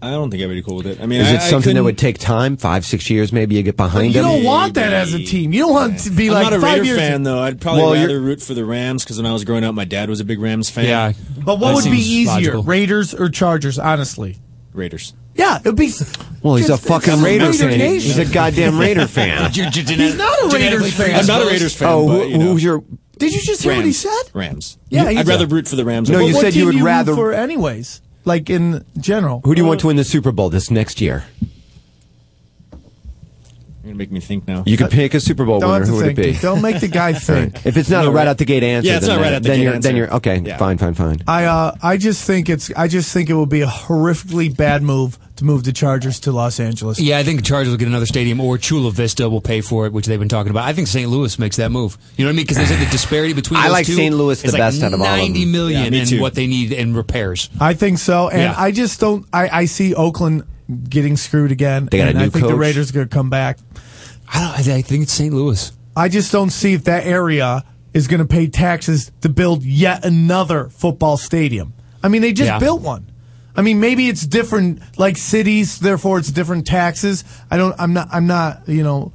I don't think I'd be cool with it. I mean,
is
I-
it
I
something that
couldn't-
would take time, five, six years, maybe you get behind
You
them?
don't
want that as a team. You don't want to be
I'm
like
not a
five
Raider
years.
fan though. I'd probably
Well,
rather
you're-
root for the Rams because when I was growing up, my dad was a big Rams fan.
Yeah.
But what would be easier, Raiders or Chargers? Honestly,
Raiders.
yeah, it'd be.
Well, he's a
Just- it's
fucking
a
Raider
Raider
fan.
nation.
He's a goddamn Raider fan.
You're genetic-
He's not a
genetically
Raiders fan.
predisposed.
Oh, who, who's your?
Did you just hear what he said?
Rams.
Yeah,
I'd
he's
rather
a-
root for the Rams.
No,
over
you
the
said you
team
would
root
rather.
for anyways, like in general.
who do you want to win the Super Bowl this next year?
You're gonna make me think now.
You
Uh,
could pick a Super Bowl
Don't
winner.
have to
Who would it
think.
be?
Don't make the guy
All right.
think.
If it's not
No,
a right
right.
out the gate answer,
Yeah, it's
then
not right
that-
out the
then
gate
you're, Then
answer.
you're okay.
Yeah.
Fine, fine, fine.
I uh, I just think it's I just think it would be a horrifically bad move to move the Chargers to Los Angeles.
Yeah, I think the Chargers will get another stadium, or Chula Vista will pay for it, which they've been talking about. I think St. Louis makes that move. You know what I mean? Because they said the disparity between
I
those
like
two
St. Louis
is
the
like
best out of all of them.
Ninety million
Yeah, me
in
too.
what they need in repairs.
I think so, and
Yeah.
I just don't. I, I see Oakland getting screwed again,
They got a
and I
new
think the
coach.
Raiders are going to come back.
I don't. I think it's St. Louis.
I just don't see if that area is going to pay taxes to build yet another football stadium. I mean, they just
Yeah.
built one. I mean, maybe it's different, like cities. Therefore, it's different taxes. I don't. I'm not. I'm not. You know,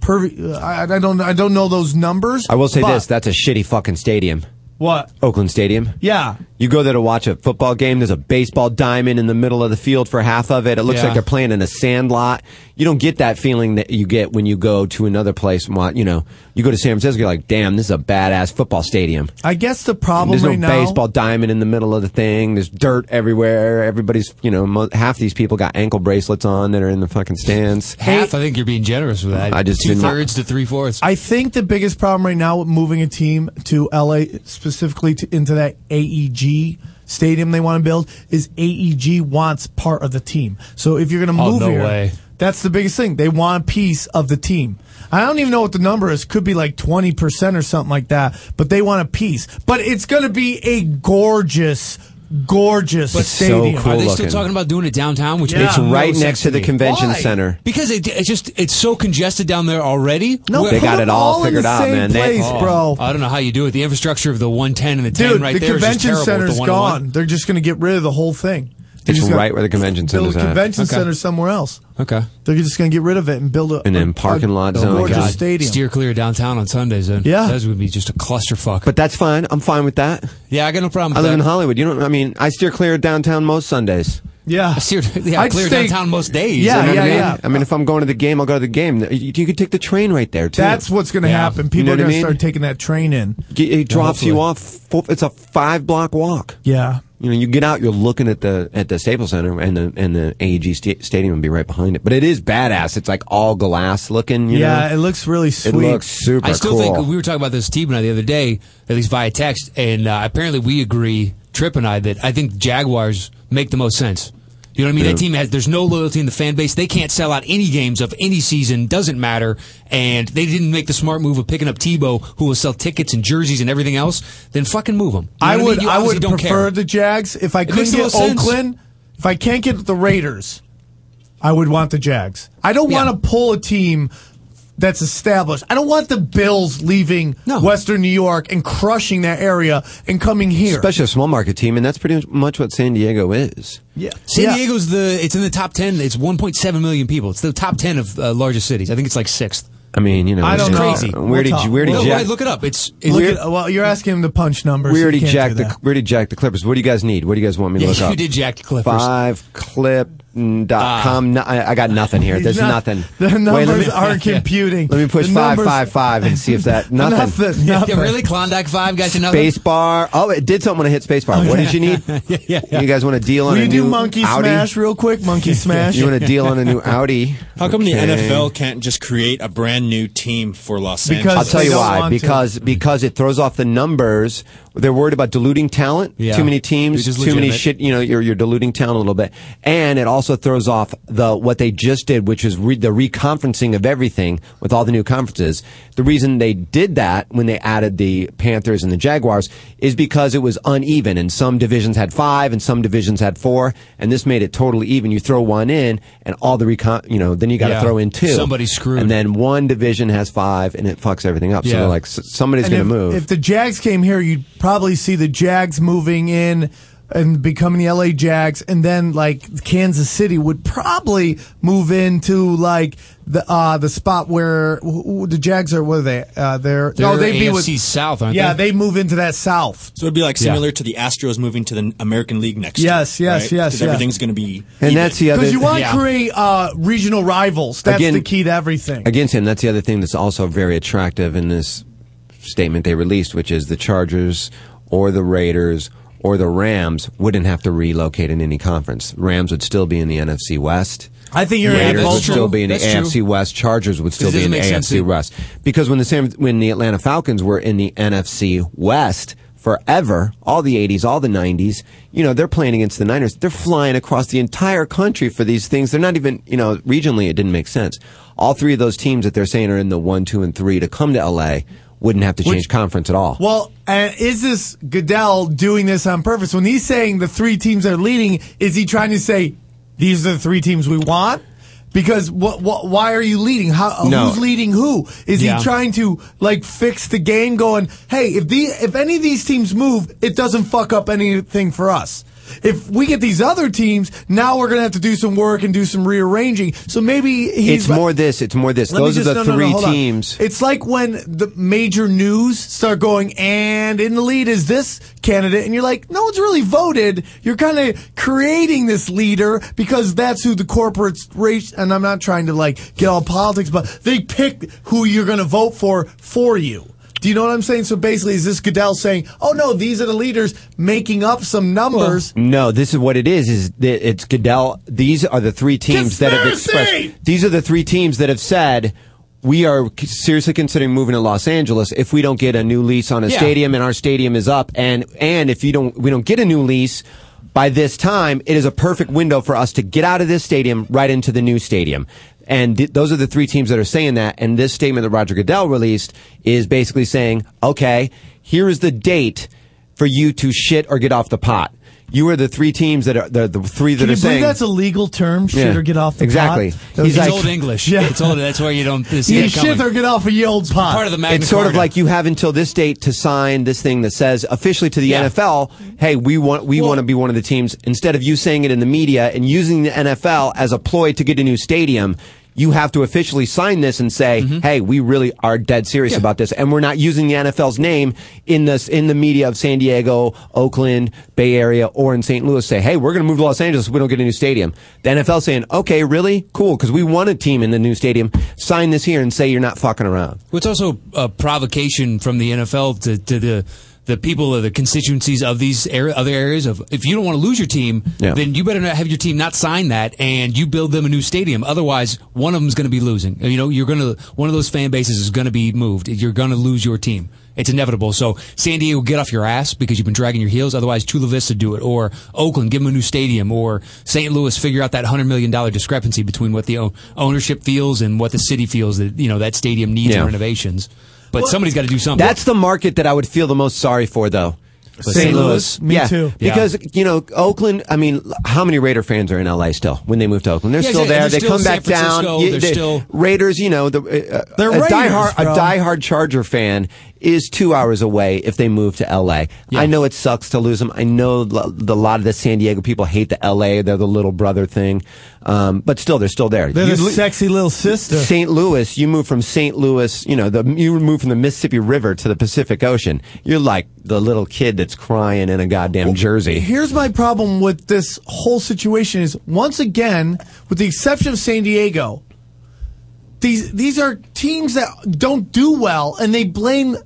pervy. uh, I, I don't. I don't know those numbers.
I will say
but-
this: that's a shitty fucking stadium.
What?
Oakland Stadium.
Yeah.
You go there to watch a football game. There's a baseball diamond in the middle of the field for half of it. It looks
Yeah.
like they're playing in a sand lot. You don't get that feeling that you get when you go to another place. and watch- You know, you go to San Francisco, you're like, damn, this is a badass football stadium.
I guess the problem
There's no
right now.
baseball diamond in the middle of the thing. There's dirt everywhere. Everybody's, you know, mo- half these people got ankle bracelets on that are in the fucking stands.
Half. I think you're being generous with that.
I just
two
didn't-
thirds to three fourths.
I think the biggest problem right now with moving a team to LA, specifically to, into that E AEG E stadium they want to build, is AEG wants part of the team. So if you're going to
Oh,
move
no
here,
way.
That's the biggest thing. They want a piece of the team. I don't even know what the number is. Could be like 20% or something like that, but they want a piece. But it's going to be a gorgeous, gorgeous stadium.
Are they still talking about doing it downtown? Which
Yeah.
makes
It's right
no sense
next to the
me.
convention Why? center.
because it, it's just it's so congested down there already.
No, They put got them it all all in figured the out, same man. They- place, bro.
I don't know how you do it. The infrastructure of the 110 and the 10
Dude,
right
the
there is just
convention
terrible with
center's
the 101.
gone. They're just going to get rid of the whole thing. They're
It's
just gonna
right where the convention
build
center's
a
at.
convention
Okay.
center somewhere else.
Okay.
They're just going to get rid of it and build a
And then
a-
parking
a
lot zone.
gorgeous
Oh my God.
stadium.
Steer clear of downtown on Sundays. Then
Yeah.
that would be just a clusterfuck.
But that's fine. I'm fine with that.
Yeah, I got no problem.
I
with
live in
that.
Hollywood. You don't. I mean, I steer clear of downtown most Sundays.
Yeah,
I steer, yeah, I
I'd
clear
stay-
downtown most days.
You know
You know
what
what
I mean?
I mean?
I mean, if I'm going to the game, I'll go to the game. You, you could take the train right there too.
That's what's going to happen. People
You know
are
what I
going to
mean?
start taking that train in.
G- It drops
hopefully.
you off. full- It's a five block walk.
Yeah.
You know, you get out, you're looking at the at the Staples Center and the and the AEG sta- Stadium will be right behind it. But it is badass. It's like all glass looking. You
yeah,
know?
it looks really
It
sweet.
looks super
I still
cool.
think we were talking about this T and I the other day, at least via text, and uh, apparently we agree, Trip and I, that I think Jaguars make the most sense. You know what I mean?
Yeah.
That team has there's no loyalty in the fan base. They can't sell out any games of any season. Doesn't matter. And they didn't make the smart move of picking up Tebow, who will sell tickets and jerseys and everything else. Then fucking move him.
I would. I, would
don't
prefer
care.
the Jags if I
It
couldn't
makes the
get
most sense.
Oakland. If I can't get the Raiders, I would want the Jags. I don't want to pull a team that's established. I don't want the Bills leaving Western New York and crushing that area and coming here.
especially a small market team, and that's pretty much what San Diego is.
yeah.
San
Yeah.
Diego's the it's in the top ten. It's 1.7 million people. It's the top ten of uh, largest cities. I think it's like sixth.
I mean, you know,
I
it's
don't know.
crazy.
We'll
Where did
talk.
you, where did
Well,
Jack?
wait, look it up. It's-
Look at- Uh, well, you're asking him to punch numbers.
We
You
already
can't do
jacked the
that.
we already jacked the Clippers. What do you guys need? What do you guys want me to
Yeah,
look
you
up?
did jack the Clippers.
Five clip mm, dot com. No, I, I got nothing here.
He's
There's
Ah. not-
nothing.
the
Wait, let
numbers
me-
aren't computing.
Let me push
The
five
numbers-
five five and see if that nothing.
Nothing, Yeah, nothing.
really? Klondike Five got you nothing?
Space bar. Oh, it did something when I hit space bar. What did you need?
yeah, yeah, yeah.
You guys want a deal on
Oh, Will
a
you do
new
monkey
Audi?
smash real quick? Monkey smash.
You want a deal on a new Audi?
How come
Okay.
the NFL can't just create a brand new team for Los Angeles?
I'll tell you why.
Because.
Because because it throws off the numbers. They're worried about diluting talent.
Yeah.
Too many
Which
teams.
is
Too many
legitimate.
shit. You know, you're you're diluting talent a little bit, and it also throws off the what they just did, which is re, the reconferencing of everything with all the new conferences. The reason they did that when they added the Panthers and the Jaguars is because it was uneven, and some divisions had five, and some divisions had four, and this made it totally even. You throw one in, and all the recon, you know, then you got to
Yeah.
throw in two.
Somebody's screwed.
and then one division has five, and it fucks everything up. So
Yeah.
they're like, "S- somebody's
And
going to
if-
move.
If the Jags came here, you'd probably see the Jags moving in and becoming the LA Jags, and then like Kansas City would probably move into like the uh the spot where wh- wh- the Jags are. What are they? Uh, they're, no,
They're
they'd be
AFC
with
South, aren't
yeah,
they?
they move into that South.
So it'd be like
Yeah.
similar to the Astros moving to the American League next
Yes,
year.
yes,
right?
yes,
'Cause
yes.
Everything's going to be.
and that's the other
Because you want to
Yeah.
create uh, regional rivals. That's
Again-
the key to everything.
Against him, that's the other thing that's also very attractive in this statement they released, which is the Chargers or the Raiders or the Rams wouldn't have to relocate in any conference. Rams would still be in the NFC West.
I think you're
Raiders
able-
would
That's true.
still be in the
That's
AFC
true.
West. Chargers would still
Because it
be in the
doesn't make sense
AFC
to-
West because when the Sam, when the Atlanta Falcons were in the NFC West forever, all the 80s, all the 90s, you know, they're playing against the Niners. They're flying across the entire country for these things. They're not even, you know, regionally it didn't make sense. All three of those teams that they're saying are in the 1, 2 and 3 to come to LA wouldn't have to change conference at all.
Well, uh, is this Goodell doing this on purpose? When he's saying the three teams that are leading, is he trying to say these are the three teams we want? Because what, what, why are you leading? How, uh,
No.
Who's leading who? Is
Yeah.
he trying to like fix the game? Going, hey, if the if any of these teams move, it doesn't fuck up anything for us. If we get these other teams, now we're gonna have to do some work and do some rearranging. So maybe he's
it's more this, it's more this.
let me
Those are
just-
the
no, no, no,
three
hold on.
teams.
It's like when the major news start going, and in the lead is this candidate, and you're like, no one's really voted. You're kind of creating this leader because that's who the corporate race. And I'm not trying to like get all politics, but they pick who you're going to vote for for you. Do you know what I'm saying? So basically, is this Goodell saying, "Oh no, these are the leaders," making up some numbers?
No, this is what it is. Is that it's Goodell? These are the three teams that have
Conspiracy!
expressed. These are the three teams that have said we are c- seriously considering moving to Los Angeles if we don't get a new lease on a
Yeah.
stadium and our stadium is up and and if you don't we don't get a new lease. By this time, it is a perfect window for us to get out of this stadium right into the new stadium. And th- those are the three teams that are saying that. And this statement that Roger Goodell released is basically saying, okay, here is the date for you to shit or get off the pot. You are the three teams that are the, the three that
Can you
are
believe
saying
that's a legal term? Shit
Yeah.
or get off the
Exactly.
pot?
He's It's like-
old English.
Yeah.
It's old. That's where you don't see
you
it coming.
shit or get off of ye old pot.
part of the Magna
it's sort of
Carta.
like you have until this date to sign this thing that says officially to the NFL, "Hey, we want we want to be one of the teams." Instead of you saying it in the media and using the NFL as a ploy to get a new stadium, you have to officially sign this and say,
Mm-hmm.
"Hey, we really are dead serious about this, and we're not using the NFL's name in this in the media of San Diego, Oakland, Bay Area, or in St. Louis." Say, "Hey, we're going to move to Los Angeles. We don't get a new stadium." The NFL saying, "Okay, really cool, because we want a team in the new stadium. Sign this here and say you're not fucking around."
Well, it's also a provocation from the NFL to, to the the people or the constituencies of these area, other areas of if you don't want to lose your team,
Yeah.
then you better not have your team not sign that and you build them a new stadium. Otherwise, one of them's going to be losing. You know, you're going to one of those fan bases is going to be moved. You're going to lose your team. It's inevitable. So San Diego, get off your ass because you've been dragging your heels. Otherwise, Chula Vista do it, or Oakland, give them a new stadium, or St. Louis, figure out that hundred million dollar discrepancy between what the o- ownership feels and what the city feels that you know that stadium needs
Yeah.
and renovations. But somebody's got to do something.
That's the market that I would feel the most sorry for, though.
St. Louis? Me
yeah.
too. Yeah.
Because you know Oakland. I mean, l- how many Raider fans are in LA still? When they move to Oakland, they're
Yeah,
still
exactly.
there.
They're
They
still
come
San
back down.
Francisco.
You-
They're
they-
still-
Raiders. You know, the, uh, uh,
They're
a
Raiders,
diehard
bro.
a diehard Charger fan is two hours away if they move to LA. I know it sucks to lose them. I know lo- the lot of the San Diego people hate the LA. They're the little brother thing, um, but still, they're still there.
They're
You
the
lo-
sexy little sister.
St. Louis, you move from St. Louis, you know, the, you move from the Mississippi River to the Pacific Ocean. You're like the little kid that's crying in a goddamn jersey.
Here's my problem with this whole situation is once again, with the exception of San Diego, these these are teams that don't do well and they blame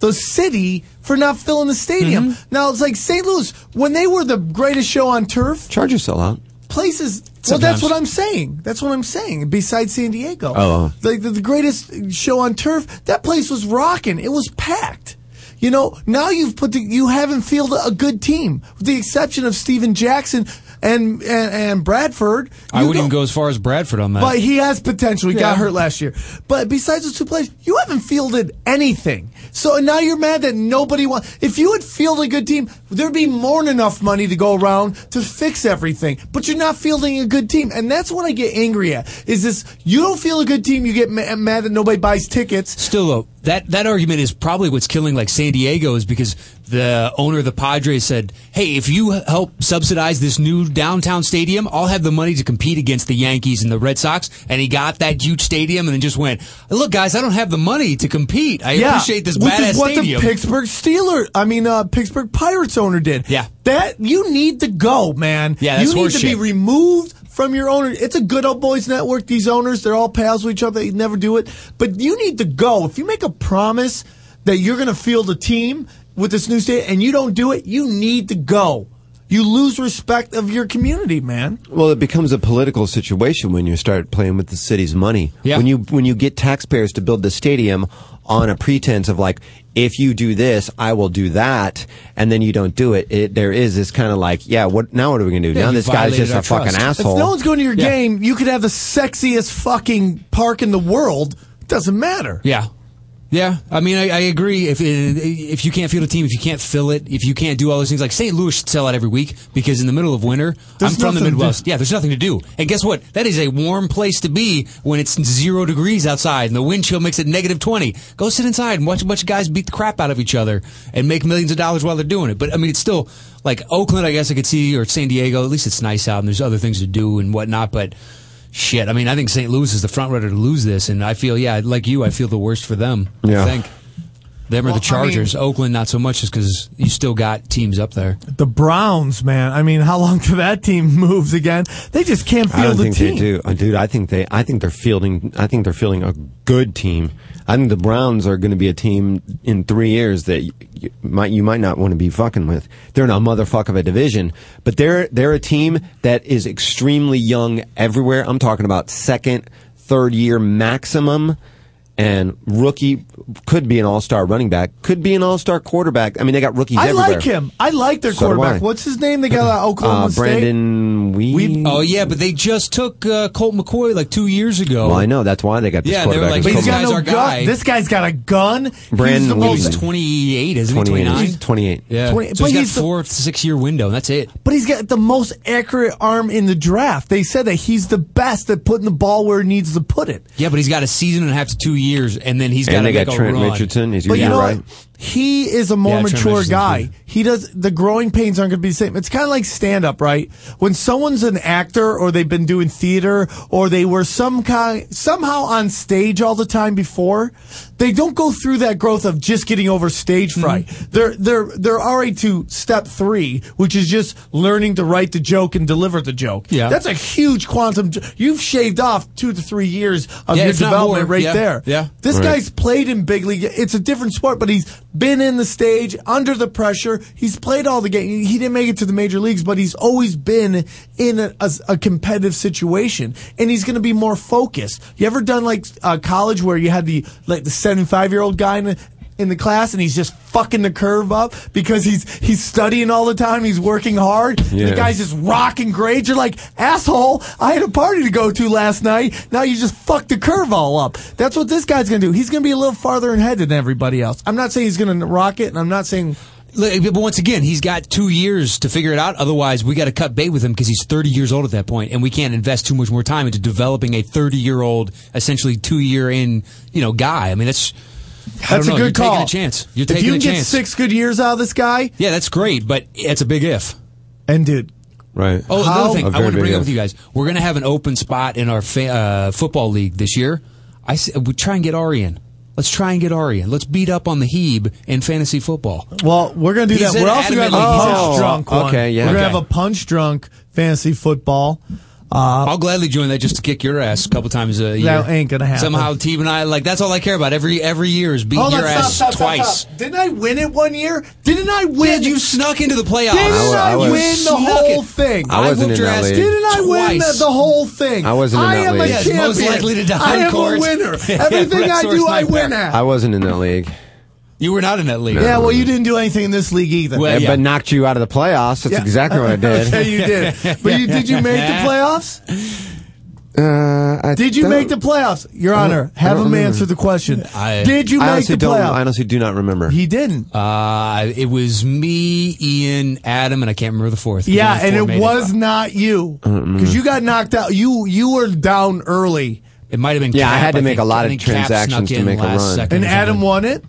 the city for not filling the stadium. Now it's like St. Louis, when they were the greatest show on turf,
Chargers sell out.
places Well,
Sometimes.
that's what I'm saying. That's what I'm saying. Besides San Diego.
Oh.
Like the, the greatest show on turf, that place was rocking. It was packed. You know, now you've put the, you haven't fielded a good team, with the exception of Steven Jackson and and, and Bradford.
I
You
wouldn't
go-
even go as far as Bradford on that.
but he has potential. He
Yeah.
got hurt last year. But besides those two plays, you haven't fielded anything. So now you're mad that nobody won. If you had fielded a good team, there'd be more than enough money to go around to fix everything. But you're not fielding a good team, and that's what I get angry at. Is this you don't feel a good team, you get ma- mad that nobody buys tickets.
Still though, that that argument is probably what's killing like San Diego is because the owner of the Padres said, "Hey, if you help subsidize this new downtown stadium, I'll have the money to compete against the Yankees and the Red Sox." And he got that huge stadium and then just went, "Look, guys, I don't have the money to compete. I appreciate this
which
badass
is what
stadium."
the Pittsburgh Steelers, I mean uh, Pittsburgh Pirates owner did.
Yeah.
that you need to go, man.
Yeah,
you
that's
need to be
horseshit.
removed from your owner. It's a good old boys network. These owners, they're all pals with each other. They never do it, but you need to go. If you make a promise that you're going to field a team with this new state and you don't do it, you need to go. You lose respect of your community, man.
Well, it becomes a political situation when you start playing with the city's money.
Yeah.
When you when you get taxpayers to build the stadium on a pretense of like, if you do this, I will do that, and then you don't do it. it there is this kind of like, yeah, what now? What are we gonna do?
Yeah,
now
you
this guy's
violated
just
our
a fucking
trust.
asshole.
If no one's going to your game, you could have the sexiest fucking park in the world. It doesn't matter.
Yeah. Yeah, I mean, I, I agree. If uh, if you can't field a team, if you can't fill it, if you can't do all those things, like St. Louis should sell out every week because in the middle of winter,
There's
I'm from the
nothing to
Midwest.
do.
Yeah, there's nothing to do. And guess what? That is a warm place to be when it's zero degrees outside and the wind chill makes it negative twenty. Go sit inside and watch a bunch of guys beat the crap out of each other and make millions of dollars while they're doing it. But I mean, it's still like Oakland, I guess I could see, or San Diego. At least it's nice out and there's other things to do and whatnot. But Shit, I mean, I think St. Louis is the front runner to lose this, and I feel, yeah, like you, I feel the worst for them.
Yeah.
I think them
Well,
or
I
the Chargers. Oakland, not so much, just because you still got teams up there.
The Browns, man. I mean, how long till that team moves again? They just can't
I
field
don't
a
think
team.
they do, Uh, dude. I think they. I think they're fielding. I think they're fielding a good team. I think the Browns are going to be a team in three years that you, you might you might not want to be fucking with. They're in a motherfuck of a division, but they're they're a team that is extremely young everywhere. I'm talking about second, third year maximum and rookie could be an all star running back, could be an all star quarterback. I mean, they got rookies
I
everywhere.
like him. I like their
So do
quarterback.
I.
What's his name? They got out of Oklahoma
uh,
State.
Brandon Weed.
Oh yeah, but they just took uh, Colt McCoy like two years ago.
Well, I know that's why they got this
Oh. Yeah, they were
quarterback.
like,
is
"He's
Kobe."
got no Our
Gun-
guy.
This guy's got a gun. he's the
Brandon
most-
Weed.
Twenty eight, isn't he?
28.
Twenty nine.
He's 28.
Yeah.
20
so
but
he's got
he's the-
four six year window. And that's it.
But he's got the most accurate arm in the draft. They said that he's the best at putting the ball where it needs to put it.
Yeah, but he's got a season and a half to two years, and then he's
And
got to
they
make
got
a
Trent
run.
Richardson. Is
But
he
you know
right?
what? He is a more
Yeah, Trent
mature
Richardson's
guy. He does the growing pains aren't going to be the same. It's kind of like stand up, right? When someone's an actor or they've been doing theater or they were some kind somehow on stage all the time before, they don't go through that growth of just getting over stage
Mm-hmm.
fright. They're they're they're already to step 3, which is just learning to write the joke and deliver the joke.
Yeah.
That's a huge quantum j- you've shaved off 2 to 3 years of
Yeah,
your
if not
development
more.
right
Yeah.
there.
Yeah.
This
Right.
guy's played in big league. It's a different sport, but he's been in the stage under the pressure. He's played all the games. He didn't make it to the major leagues, but he's always been in a, a- a competitive situation, and he's going to be more focused. You ever done like uh, college where you had the like the seventy five year old guy in the in the class and he's just fucking the curve up because he's he's studying all the time he's working hard and
Yeah.
the guy's just rocking grades you're like asshole i had a party to go to last night now you just fucked the curve all up that's what this guy's gonna do he's gonna be a little farther ahead than everybody else i'm not saying he's gonna rock it and i'm not saying
Look, But once again, he's got two years to figure it out. Otherwise, we got to cut bait with him because he's 30 years old at that point, and we can't invest too much more time into developing a 30 year old, essentially two year in, you know, guy. I mean, that's I
that's a
don't know,
good
you're
call
Taking a chance. You're
if
taking
you can
a
get
chance.
six good years out of this guy
yeah, that's great, but it's a big if.
and dude
Right.
Oh,
How-
another thing
A
I
very
want to bring
big
up
if.
with you guys. We're going to have an open spot in our fa- uh, football league this year. I s- we try and get Ari in. Let's try and get Ari in. Let's beat up on the Hebe in fantasy football.
well we're gonna do
He
that
said
we're also gonna have a
adamantly he's
punch
out.
drunk one
Okay, yeah.
we're gonna
Okay.
have a punch drunk fantasy football uh,
I'll gladly join that just to kick your ass a couple times a year.
ain't gonna happen.
Somehow, Teeb and I like that's all I care about. Every every year is beating
Hold on,
your
stop,
ass
stop, stop,
twice.
stop. Didn't I win it one year? Didn't I win?
Did you snuck into the playoffs?
Didn't
I wa-
I,
I was-
win the
Snuck
whole
it.
thing?
I wasn't
whooped
in
your
that
ass.
league.
Didn't I win the,
Twice.
the whole thing?
I wasn't in
I
that
am
league.
a
Yes,
champion.
most likely to
I
die on
am
court.
a winner.
Yeah,
Everything
red
I
source
do, I
nightmare.
win at.
I wasn't in that league.
You were not in that league.
yeah, well, you didn't do anything in this league either.
Eh, But knocked you out of the playoffs. That's
Yeah.
exactly what I did.
okay, you did. But you did you make the playoffs?
Uh, I
Did you
don't-
make the playoffs? Your Honor,
I don't
have him
remember.
answer the question.
I-
Did you
I
make
honestly
the
don't, I
playoffs?
honestly do not remember.
He didn't.
Uh, it was me, Ian, Adam, and I can't remember the fourth.
Yeah,
Only four
and it
made
was not you because you got knocked out. You you were down early.
It might have been.
Yeah, I
Cap,
had to make
think.
a lot
I
of
think Cap
transactions
snuck
to
in
make a
last
run.
second
And
or something.
Adam won it.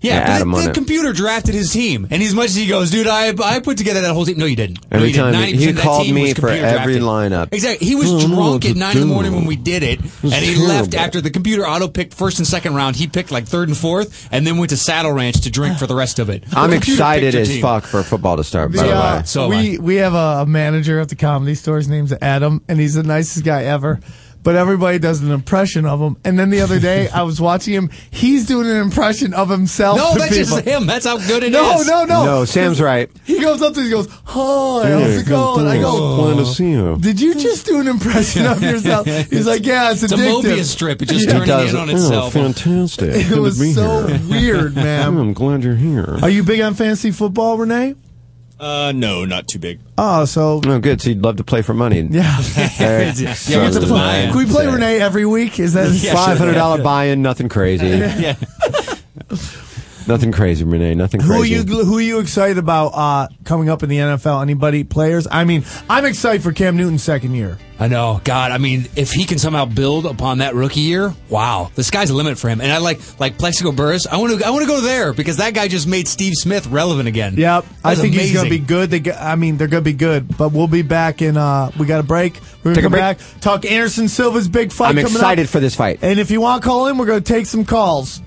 Yeah,
Yeah,
but
Adam
the,
won
the
it.
computer drafted his team, and as much as he goes, dude, I I put together that whole team. No, you didn't. No,
Every
you didn't.
time
90%
he
of that
called
team
me
was
for
computer
every
drafted.
lineup.
Exactly, he was
Oh,
drunk at
the
nine in the morning
dude.
when we did it,
was
and he left
terrible.
after the computer auto picked first and second round. He picked like third and fourth, and then went to Saddle Ranch to drink for the rest of it.
I'm
The computer
excited
picked your
as
team.
fuck for football to start. By
The, uh,
the way,
So am
we we have a, a manager at the comedy store. His name's Adam, and he's the nicest guy ever. But everybody does an impression of him. And then the other day, I was watching him. He's doing an impression of himself.
No,
to
that's
people.
just him. That's how good it is.
No, no, no.
no, Sam's right.
He goes up to me. He goes, "Hi, how's it going?" I go,
Glad to
Oh.
see you.
"Did you just do an impression of yourself?" He's like, "Yeah, it's,
It's a
addictive."
Mobius strip. It just
He
turning
does-
in on
oh,
itself.
fantastic. Good
It
to
was
be
so
here. Oh,
weird, man.
I'm glad you're here.
Are you big on fantasy football, Renee?
Uh, no, not too big.
Oh, so
Oh, good. So you'd love to play for money.
yeah.
There.
Yeah,
So
what's the
nice.
buy-in?
Can we play Renee every week? Is that
Five hundred dollar buy-in, nothing crazy.
Yeah.
nothing crazy, Renee. Nothing
Who are
crazy.
you who are you excited about uh, coming up in the NFL? Anybody players? I mean, I'm excited for Cam Newton's second year.
I know. God, I mean, if he can somehow build upon that rookie year, wow, the sky's the limit for him. And I like like Plexico Burris. I want to I want to go there because that guy just made Steve Smith relevant again.
Yep, I
That's
think he's
amazing.
going to be good. They, got- I mean, they're going to be good. But we'll be back in. Uh, we got a break. We're going to
Take a
come
break.
back. Talk Anderson Silva's big fight.
I'm
coming
excited
Up.
for this fight.
And if you want to call in, we're going to take some calls.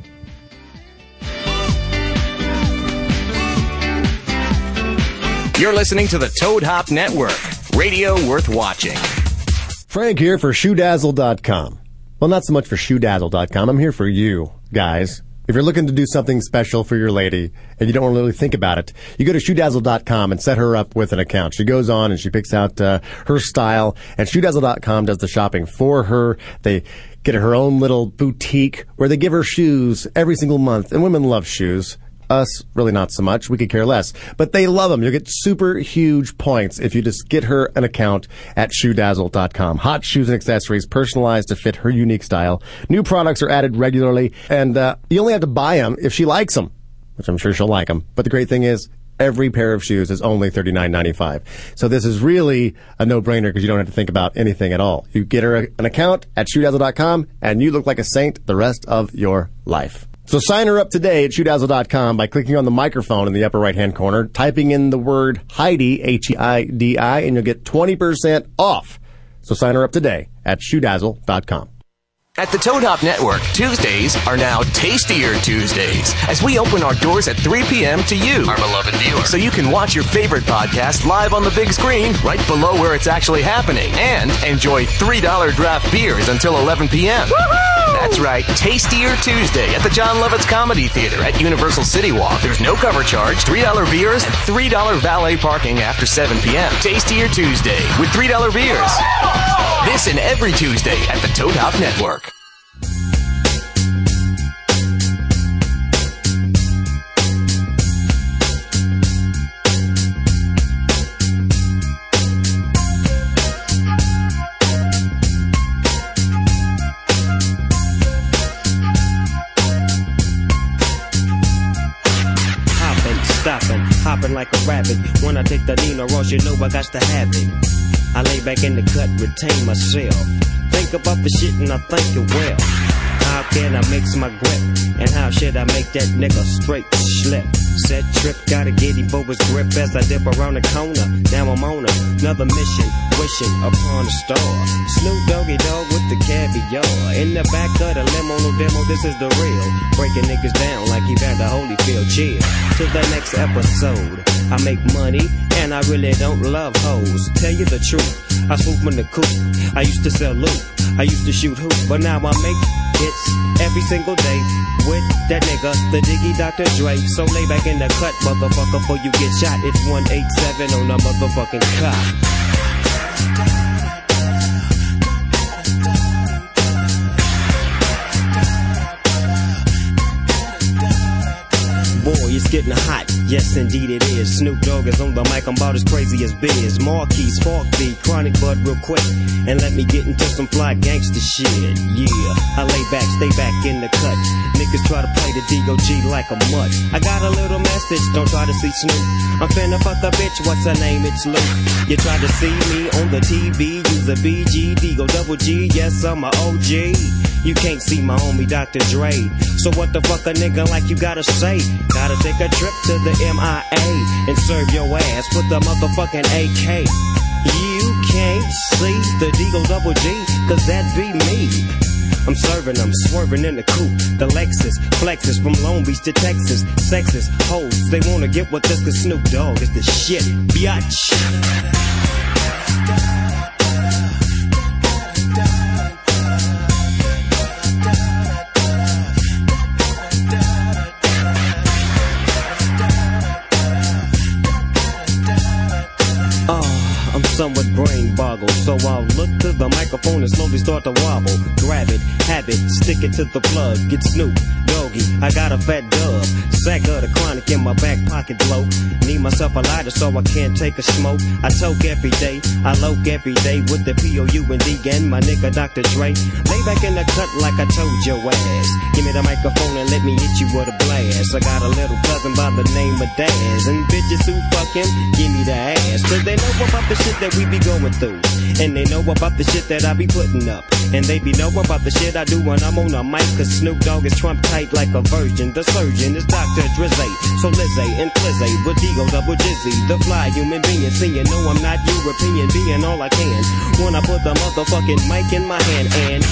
You're listening to the Toad Hop Network, radio worth watching.
Frank here for shoedazzle.com. Well, not so much for shoedazzle.com. I'm here for you guys. If you're looking to do something special for your lady and you don't want to really think about it, you go to shoedazzle.com and set her up with an account. She goes on and she picks out uh, her style and shoedazzle.com does the shopping for her. They get her own little boutique where they give her shoes every single month. And women love shoes. Us, really not so much. We could care less. But they love them. You'll get super huge points if you just get her an account at shoedazzle.com. Hot shoes and accessories personalized to fit her unique style. New products are added regularly, and uh, you only have to buy them if she likes them, which I'm sure she'll like them. But the great thing is, every pair of shoes is only $39.95. So this is really a no-brainer because you don't have to think about anything at all. You get her a- an account at shoedazzle.com and you look like a saint the rest of your life. So sign her up today at shoedazzle.com by clicking on the microphone in the upper right-hand corner, typing in the word Heidi, E H-E-I-D-I, and you'll get 20% off. So sign her up today at shoedazzle.com.
At the Toad Hop Network, Tuesdays are now Tastier Tuesdays as we open our doors at 3 p.m. to you, our beloved viewer. So you can watch your favorite podcast live on the big screen right below where it's actually happening and enjoy $3 draft beers until 11 p.m. That's right, Tastier Tuesday at the John Lovitz Comedy Theater at Universal City Walk. There's no cover charge, $3 beers, and $3 valet parking after 7 p.m. Tastier Tuesday with $3 beers. This and every Tuesday at the Toad Hop Network.
hopping, stopping, hopping like a rabbit. When I take the Nina Ross, you know I got to have it. I lay back in the cut, retain myself. Think about the shit and I think it well. How can I mix my grip? And how should I make that nigga straight slip? Said trip, gotta get Ebo's grip as I dip around the corner. Now I'm on another mission, wishing upon a star. Snoop Doggy Dog with the caviar. In the back of the limo, no demo, this is the real. Breaking niggas down like Evander Holyfield. Cheers to the next episode. I make money and I really don't love hoes. Tell you the truth, I swoop in the coop. I used to sell loot, I used to shoot hoop, but now I make hits every single day with that nigga, the diggy Dr. Dre. So lay back in the cut, motherfucker, before you get shot. It's 187 on a motherfucking cop. Boy, it's getting hot. Yes, indeed it is. Snoop Dogg is on the mic. I'm about as crazy as Biz. Marquise, Spark B, Chronic Bud, real quick. And let me get into some fly gangster shit. Yeah, I lay back, stay back in the cut. Niggas try to play the DOG like a mutt. I got a little message, don't try to see Snoop. I'm finna fuck a bitch, what's her name? It's Luke. You try to see me on the TV, use a BGD, go double G. Yes, I'm a OG. You can't see my homie Dr. Dre. So what the fuck a nigga like you gotta say? Gotta take a trip to the MIA and serve your ass with the motherfucking AK. You can't see the Deagle Double G, cause that be me. I'm serving, I'm swerving in the coupe. The Lexus flexes from Long Beach to Texas. Sexist hoes, they wanna get with us cause Snoop Dogg is the shit. Biatch. Oh, I'm somewhat brain boggled, so I'll look to the microphone and slowly start to wobble. Grab it, have it, stick it to the plug. Get Snoop, Doggy, I got a fat dub. Sack of the chronic in my back pocket blow. Need myself a lighter so I can't take a smoke. I toke every day, I loke every day with the P-O-U-N-D and my nigga Dr. Dre. Lay back in the cut like I told your ass. Give me the microphone and let me hit you with a blast. I got a little cousin by the name of Daz. And bitches who fuck him, give me the ass. Cause they know about the shit that we be going through. And they know about the shit that I be putting up. And they be know about the shit I do when I'm on a mic. Cause Snoop Dogg is trump tight like a virgin. The surgeon is Dr. Drizzy. So Lizzie and Flizzy with Digo Double Jizzy. The fly human being seeing, no, I'm not European, being all I can. When I put the motherfucking mic in my hand and.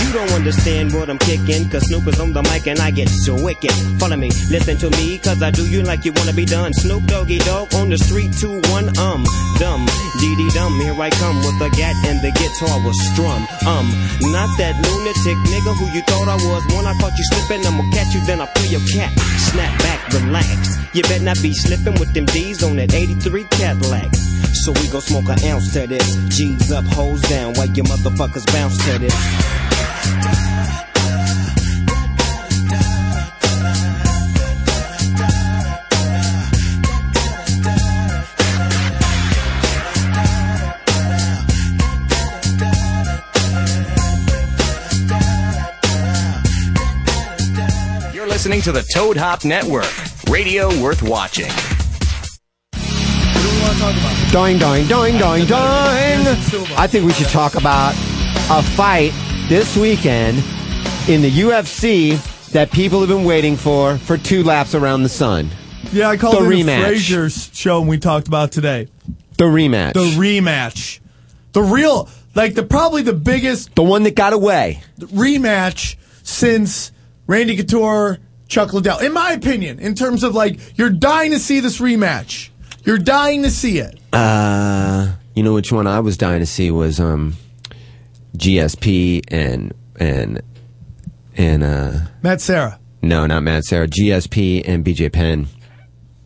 You don't understand what I'm kicking, cause Snoop is on the mic and I get so wicked. Follow me, listen to me, cause I do you like you wanna be done. Snoop Doggy Dog on the street, 2 1, um, dumb, dee dee dumb. Here I come with the gat and the guitar was strum, um. Not that lunatic nigga who you thought I was. When I caught you slipping, I'ma catch you, then I'll pull your cat. Snap back, relax. You better not be slipping with them D's on that 83 Cadillac. So we gon' smoke an ounce to this. G's up, hoes down, while you motherfuckers bounce to this.
listening to the Toad Hop Network, radio worth watching.
Doing, doing, doing, doing, doing. I think we should talk about a fight this weekend in the UFC that people have been waiting for for two laps around the sun.
Yeah, I called
The
it the
rematch.
Frazier's show and we talked about today.
The rematch.
The rematch. The real, like the probably the biggest,
the one that got away
rematch since Randy Couture, Chuck Liddell. In my opinion, in terms of like you're dying to see this rematch, you're dying to see it.
Uh, you know which one I was dying to see was um, GSP and and and uh,
Matt Sarah.
no, not Matt Sarah, GSP and BJ Penn.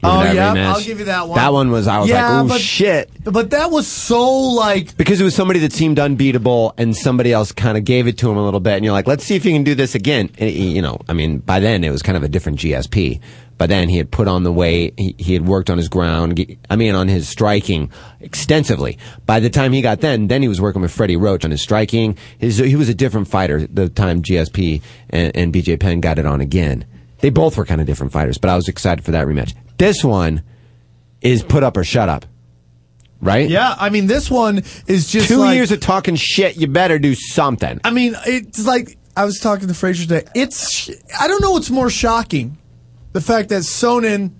Oh
Remember that
yeah,
rematch?
I'll give you that one.
That one was I was
Yeah,
like, oh
but-
shit,
But that was so like
because it was somebody that seemed unbeatable, and somebody else kind of gave it to him a little bit, and you're like, let's see if you can do this again. And, you know, I mean, by then it was kind of a different GSP. By then he had put on the weight, he, he had worked on his ground, ge- I mean, on his striking extensively. By the time he got then, then he was working with Freddie Roach on his striking. His, he was a different fighter the time GSP and, and BJ Penn got it on again. They both were kind of different fighters, but I was excited for that rematch. This one is put up or shut up, right?
Yeah, I mean, this one is just
two
like-
years of talking shit. You better do something.
I mean, it's like I was talking to Frazier today. It's I don't know what's more shocking, the fact that Sonnen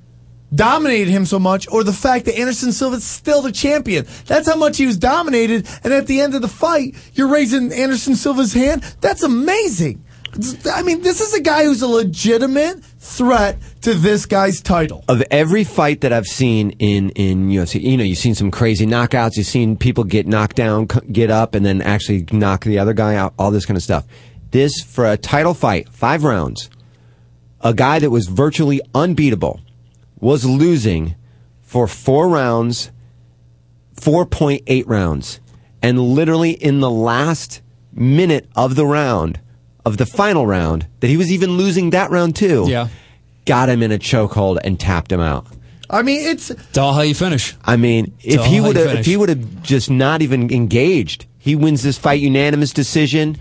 dominated him so much, or the fact that Anderson Silva's still the champion. That's how much he was dominated. And at the end of the fight, you're raising Anderson Silva's hand. That's amazing. It's- I mean, this is a guy who's a legitimate threat to this guy's title.
Of every fight that I've seen in in UFC, you know, you've seen some crazy knockouts. You've seen people get knocked down, c- get up, and then actually knock the other guy out. All this kind of stuff. This for a title fight, five rounds. A guy that was virtually unbeatable was losing for four rounds 4.8 rounds. And literally in the last minute of the round, of the final round, that he was even losing that round too, yeah. got him in a chokehold and tapped him out.
I mean, it's
It's all how you finish.
I mean,
It's
if
all
he
how you
would have, if
finish.
he would have just not even engaged, he wins this fight unanimous decision.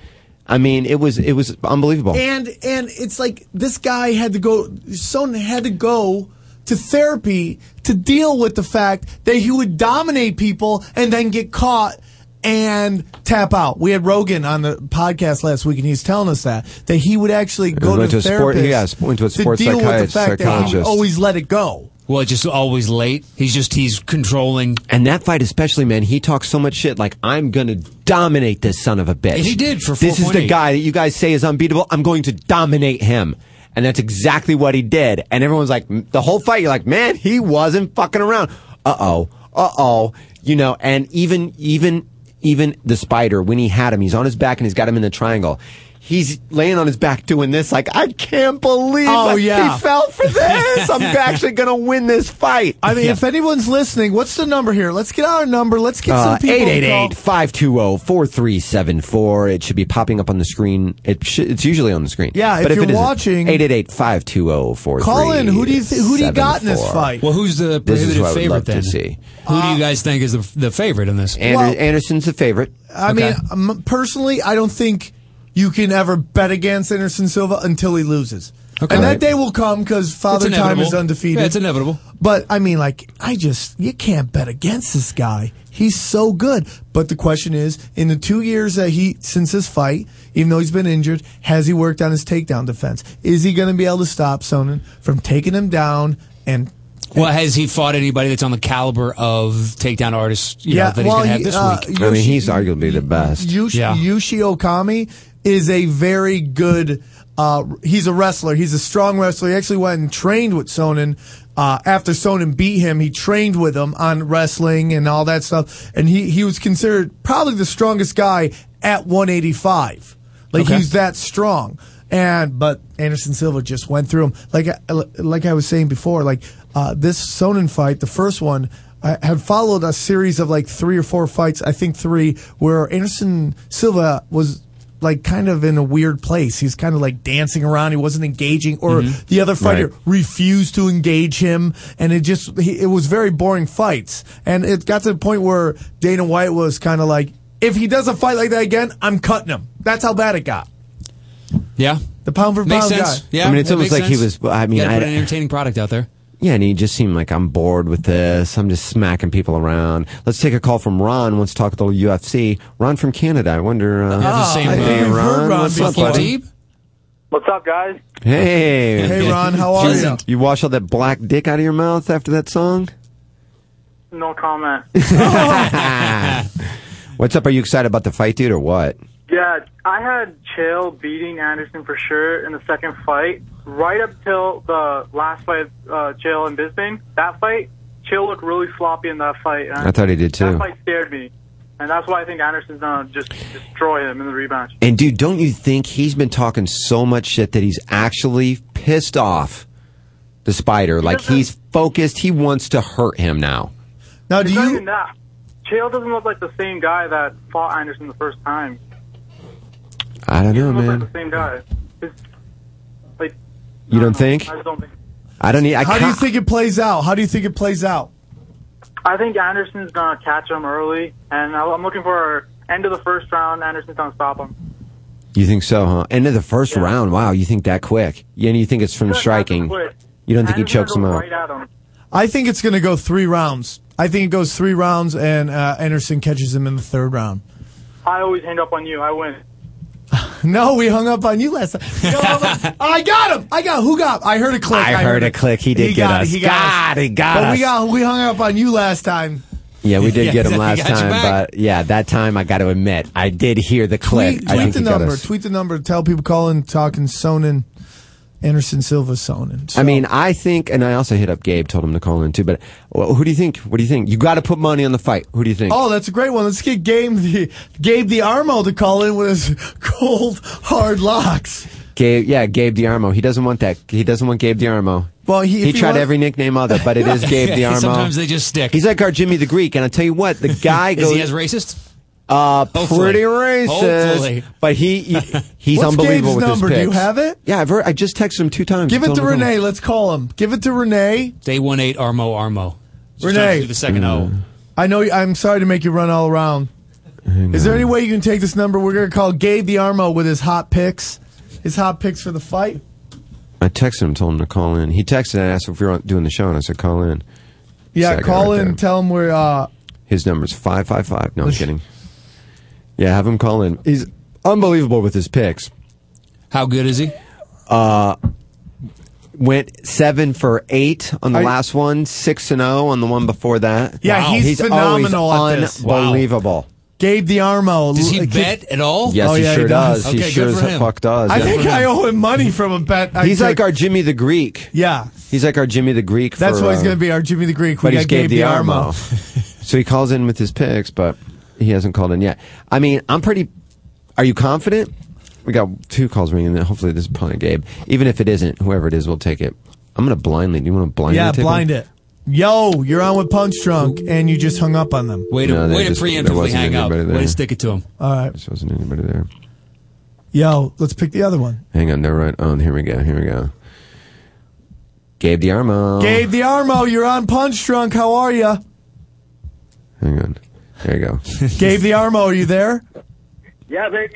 I mean, it was it was unbelievable.
And and it's like this guy had to go. Son had to go to therapy to deal with the fact that he would dominate people and then get caught and tap out. We had Rogan on the podcast last week, and he's telling us that that he would actually go
went
to,
to a sport-
therapist
yeah, sp- went to a sports
deal with
psychiatrist-
the fact that he would
psychologist.
always let it go.
Well, just always late. He's just he's controlling.
And that fight, especially, man, he talks so much shit. Like, I'm going to dominate this son of a bitch.
And he did for
This is the
4.8.
guy that you guys say is unbeatable. I'm going to dominate him. And that's exactly what he did. And everyone's like, the whole fight, you're like, man, he wasn't fucking around. Uh oh. Uh oh. You know, and even, even, even the spider, when he had him, he's on his back and he's got him in the triangle. He's laying on his back doing this, like, I can't believe
Oh,
like,
yeah.
he fell for this. I'm actually going to win this fight.
I mean, if anyone's listening, what's the number here? Let's get our number. Let's get
Uh,
some people. to call.
oh, 888-520-4374. It should be popping up on the screen. It sh- it's usually on the screen.
Yeah, if
but
you're
if it isn't,
watching-
888-520-4374.
Call in. Who do you thi- who do you got in this fight?
Well, who's the
This is
prohibitive
what I would
favorite
love to
then?
see.
Who
Uh,
do you guys think is the, the favorite in this?
Ander- Anderson's the favorite.
I mean, um, personally, I don't think you can ever bet against Anderson Silva until he loses.
Okay.
And
Right.
that day will come because Father
It's
Time
inevitable.
is undefeated.
Yeah, it's inevitable.
But I mean, like, I just you can't bet against this guy. He's so good. But the question is, in the two years that he since his fight, even though he's been injured, has he worked on his takedown defense? Is he going to be able to stop Sonnen from taking him down and
Well, has he fought anybody that's on the caliber of takedown artists? You
Yeah,
know, that he's
well,
going to have
he-
this
uh,
week.
I mean, Yoshi-
He's arguably the best.
Yush-
Yeah.
Yushi Okami is a very good. Uh, he's a wrestler. He's a strong wrestler. He actually went and trained with Sonnen. Uh, after Sonnen beat him, he trained with him on wrestling and all that stuff. And he, he was considered probably the strongest guy at 185. Like
Okay.
he's that strong. And but Anderson Silva just went through him. Like I- like I was saying before, like uh, this Sonnen fight, the first one, I had followed a series of like three or four fights. I think three where Anderson Silva was like kind of in a weird place. He's kind of like dancing around. He wasn't engaging, or
Mhm.
the other fighter
Right.
refused to engage him, and it just he, it was very boring fights. And it got to the point where Dana White was kind of like, if he does a fight like that again, I'm cutting him. That's how bad it got.
Yeah.
The pound for
Makes
pound
sense.
guy.
Yeah.
I mean, it's
that
almost
makes
like he
sense.
was- I mean,
you gotta
I-
put an entertaining product out there.
Yeah, and he just seemed like I'm bored with this. I'm just smacking people around. Let's take a call from Ron. Wants to talk a little UFC. Ron from Canada. I wonder. Uh,
Ah,
the same,
hey,
uh,
Ron, what's up, buddy?
What's up, guys?
Hey,
Hey, Ron, how are
you? You wash all that black dick out of your mouth after that song.
No comment.
Ah. what's up? Are you excited about the fight, dude, or what?
Yeah, I had Chael beating Anderson for sure in the second fight. Right up till the last fight, uh, Chael and Bisping, that fight, Chael looked really sloppy in that fight. And
I thought he did, too.
That fight scared me, and that's why I think Anderson's gonna just destroy him in the rematch.
And dude, don't you think he's been talking so much shit that he's actually pissed off the spider? Like he's focused. He wants to hurt him now.
Now,
do you? Even that, Chael doesn't look like the same guy that fought Anderson the first time.
I don't know,
He looks
man.
like the same guy. It's, like,
You don't think?
I just don't think.
I don't need. I
How do you
can't.
think it plays out? How do you think it plays out?
I think Anderson's gonna catch him early, and I- I'm looking for end of the first round. Anderson's gonna stop him.
You think so, huh? End of the first round. Wow, you think that quick? Yeah, and you think it's from striking? You don't think he chokes him out?
I think it's going to go three rounds. I think it goes three rounds, and uh, Anderson catches him in the third round.
I always hang up on you. I win.
No, we hung up on you last time. You know, I'm like, I got him. I got who got? I heard a click.
I heard a click. He did get
got
us.
It. He got,
God,
us.
he got
but
us.
we got we hung up on you last time.
Yeah, we did
Yeah,
get him
he
last
got you
time,
back.
but yeah, that time I got to admit I did hear the click.
Tweet,
I
tweet
think
the
he got
number.
us.
Tweet the number. Tell people calling, talking, Sonin, Anderson Silva, Sonin.
I mean, I think, and I also hit up Gabe, told him to call in too. But well, who do you think? What do you think? You got to put money on the fight. Who do you think?
Oh, that's a great one. Let's get Gabe the Gabe the Armo to call in with his cold hard locks.
Gabe, yeah, Gabe Diarmo. He doesn't want that. He doesn't want Gabe Diarmo.
Well, he- if he
tried
wants-
every nickname other, but it is Gabe Diarmo.
Sometimes they just stick.
He's like our Jimmy the Greek, and I tell you what, the guy
Is
goes.
he as racist?
Uh,
Hopefully.
pretty racist,
Hopefully.
but he, he- he's
What's
unbelievable
Gabe's
with
number?
his
Do
picks.
you have it?
Yeah, I've heard, I just texted him two times.
Give
I
it
told
to
him call.
Renee. Let's call him. Give it to Renee.
Day one eight Armo Armo. Just
Renee.
trying to do the
Mm.
second O.
I know. I'm sorry to make you run all around. Is there any way you can take this number? We're gonna call Gabe the Armo with his hot picks. His hot picks for the fight.
I texted him, told him to call in. He texted and asked if we were doing the show, and I said call in.
Yeah,
Second
call
right
in.
there.
Tell him we're. Uh,
His number's five five five. No, I'm kidding. Yeah, have him call in. He's unbelievable with his picks.
How good is he?
Uh, went seven for eight on the
Are-
last one, six and zero on the one before that.
Yeah, he's
always
phenomenal at this.
unbelievable.
Gabe the Armo.
Does he
Like,
bet at all?
Yes,
Oh,
he
yeah, he
sure
does.
does. He
Okay,
sure
good
as
for him.
fuck does.
I
Yeah.
think I owe him money from a bet. I
he's
took.
like our Jimmy the Greek.
Yeah,
he's like our Jimmy the Greek.
That's
for,
why he's
uh,
going to be our Jimmy the Greek. We
but he's
got Gabe,
Gabe
the
Diarmo.
Armo.
so he calls in with his picks, but he hasn't called in yet. I mean, I'm pretty. Are you confident? We got two calls ringing. Then hopefully this is probably Gabe. Even if it isn't, whoever it is will take it. I'm gonna blindly. Do you want to blindly?
Yeah,
take one?
blind it. Yo, you're on with Punch Drunk, and you just hung up on them.
Way to,
No, they
way to
just- there
preemptively
wasn't
hang up.
anybody
Way
there.
to stick it to him.
All right.
There wasn't anybody there.
Yo, let's pick the other one.
Hang on, they're right on. Here we go. Here we go. Gabe Diarmo.
Gabe the Armo, you're on Punch Drunk. How are you?
Hang on. There you go.
Gabe the Armo, are you there?
Yeah, baby.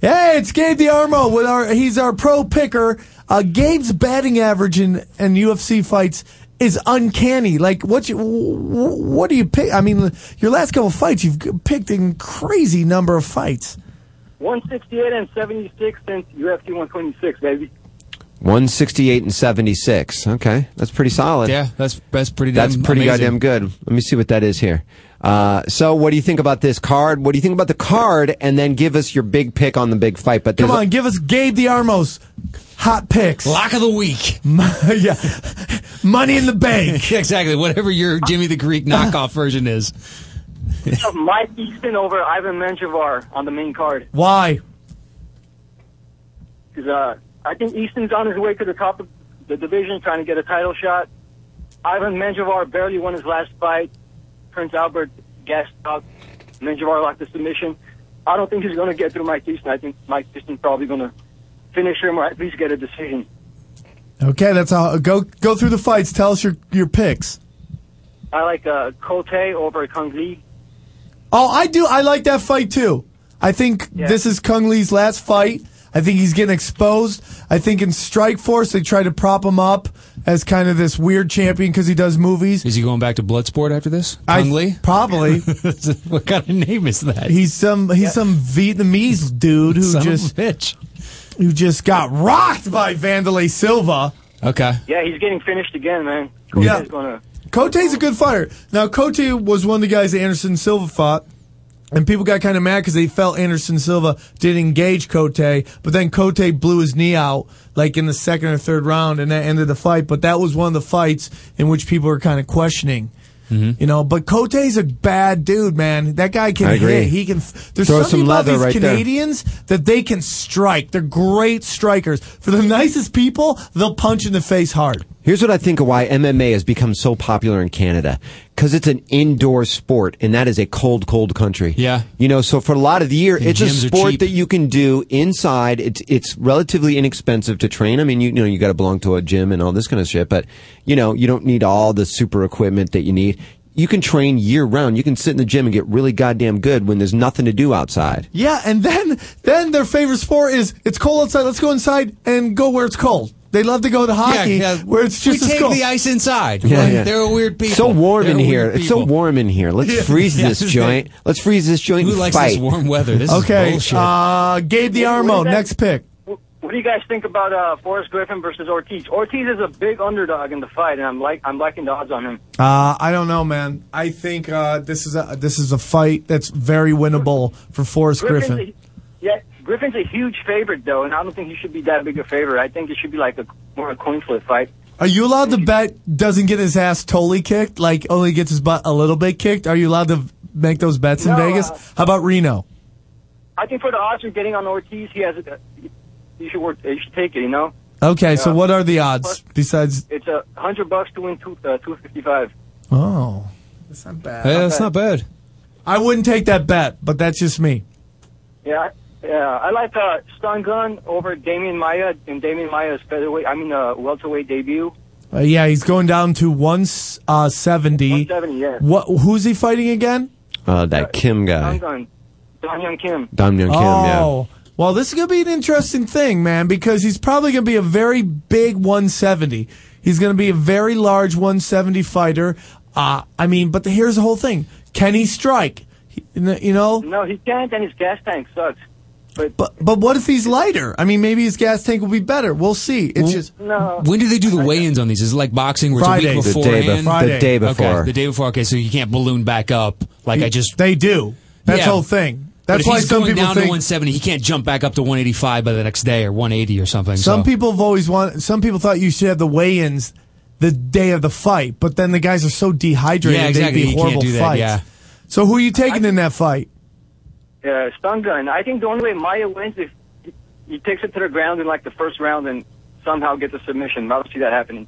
Hey, it's Gabe the Armo with our. He's our pro picker. Uh, Gabe's batting average in, in UFC fights is uncanny. Like what you wh- what do you pick? I mean, your last couple fights, you've g- picked in crazy number of fights.
168 and 76 since UFC 126, baby.
168 and 76. Okay, that's pretty solid.
Yeah, that's that's pretty. Damn
That's pretty goddamn
amazing.
good. Let me see what that is here. Uh, so, what do you think about this card? What do you think about the card? And then give us your big pick on the big fight. But
Come
there's a-
on, give us Gabe the Armo's hot picks.
Lock of the week.
yeah, money in the bank.
exactly. Whatever your Jimmy the Greek knockoff version is.
Mike Easton over Ivan Menjivar on the main card.
Why?
'Cause, uh, I think Easton's on his way to the top of the division, trying to get a title shot. Ivan Menjivar barely won his last fight. Prince Albert gassed out. Menjivar locked the submission. I don't think he's going to get through Mike Easton. I think Mike Easton's probably going to finish him or at least get a decision.
Okay, that's all. Go go through the fights. Tell us your your picks.
I like uh, Cote over Kung Lee.
Oh, I do. I like that fight too. I think
Yeah.
this is Kung Lee's last fight. I think he's getting exposed. I think in Strike Force they tried to prop him up as kind of this weird champion because he does movies.
Is he going back to Bloodsport after this?
I-
Kung Lee?
Probably.
what kind of name is that?
He's some he's some Vietnamese dude who
Son of a
just who just got rocked by Vandalay Silva.
Okay.
Yeah, he's getting finished again, man.
Yeah.
He's gonna-
Cote's a good fighter. Now, Cote was one of the guys that Anderson Silva fought, and people got kind of mad because they felt Anderson Silva did engage Cote, but then Cote blew his knee out like in the second or third round, and that ended the fight. But that was one of the fights in which people were kind of questioning. You know, but Cote's a bad dude, man. That guy can
Mm-hmm. I agree.
hit. He can. There's
Throw
something
some
about
leather
these
right there.
Canadians that they can strike. They're great strikers. For the nicest people, they'll punch in the face hard.
Here's what I think of why MMA has become so popular in Canada. Cause it's an indoor sport and that is a cold, cold country.
Yeah.
You know, so for a lot of the year,
And
it's a
gyms are cheap.
sport that you can do inside. It's, it's relatively inexpensive to train. I mean, you, you know, you gotta belong to a gym and all this kind of shit, but you know, you don't need all the super equipment that you need. You can train year round. You can sit in the gym and get really goddamn good when there's nothing to do outside.
Yeah, and then then their favorite sport is it's cold outside. Let's go inside and go where it's cold. They love to go to hockey
yeah.
where it's just
we
as
take
cold.
the ice inside.
Yeah,
Like,
yeah.
They're weird people.
So warm
They're
in here.
weird
It's so
people.
warm in here. Let's
Yeah.
freeze
Yeah.
this joint. Let's freeze this joint.
Who
and
likes
fight.
this warm weather? This is
okay,
bullshit.
uh, Gabe the
What
Armo,
is that?
next pick.
What do you guys think about uh, Forrest Griffin versus Ortiz? Ortiz is a big underdog in the fight, and I'm like I'm liking the odds on him.
Uh, I don't know, man. I think uh, this is a this is a fight that's very winnable for Forrest Griffin.
Griffin's a, yeah, Griffin's a huge favorite though, and I don't think he should be that big a favorite. I think it should be like a more a coin flip fight.
Are you allowed to bet doesn't get his ass totally kicked, like only gets his butt a little bit kicked? Are you allowed to make those bets in
No,
Vegas?
uh,
How about Reno?
I think for the odds you're getting on Ortiz, he has a, you should work. You should take it. You know,
Okay, so
Yeah.
what are the odds besides?
it's a hundred bucks to win two uh, two fifty five.
Oh, that's not bad.
Yeah, that's not
bad.
I wouldn't take that bet, but that's just me.
Yeah, I- yeah. I like uh, Stun Gun over Damien Maya and Damien Maya's featherweight. I mean, uh, welterweight debut.
Uh, yeah, he's going down to one uh, seventy.
170, yeah.
What? Who's he fighting again?
Uh, that
Stun
Kim guy.
Gun, Don Young Kim.
Dom Young Kim, yeah.
oh, well, this is gonna be an interesting thing, man, because he's probably gonna be a very big one seventy. He's gonna be a very large one seventy fighter. Uh, I mean, but the, here's the whole thing: can he strike? He- you know,
No, he can't, and his gas tank sucks.
but but what if he's lighter? I mean, maybe his gas tank will be better. We'll see. It's just
No.
When do they do the weigh-ins on these? Is it like boxing where
Friday.
it's a
The
week
day
beforehand?
bef- the Friday. day before.
Okay, the day before. Okay, so you can't balloon back up like I just.
They do. That's
Yeah.
the whole thing.
But
That's
if
why
he's
some
going
people
down to
think
170. He can't jump back up to 185 by the next day or 180 or something.
Some
so.
people have always wanted. Some people thought you should have the weigh-ins the day of the fight, but then the guys are so dehydrated,
Yeah, exactly.
they'd be
You can't
horrible
do that,
fights.
yeah.
So who are you taking in that fight?
Yeah, uh, stun gun. I think the only way Maya wins if he takes it to the ground in like the first round and somehow gets a submission. I don't see that happening.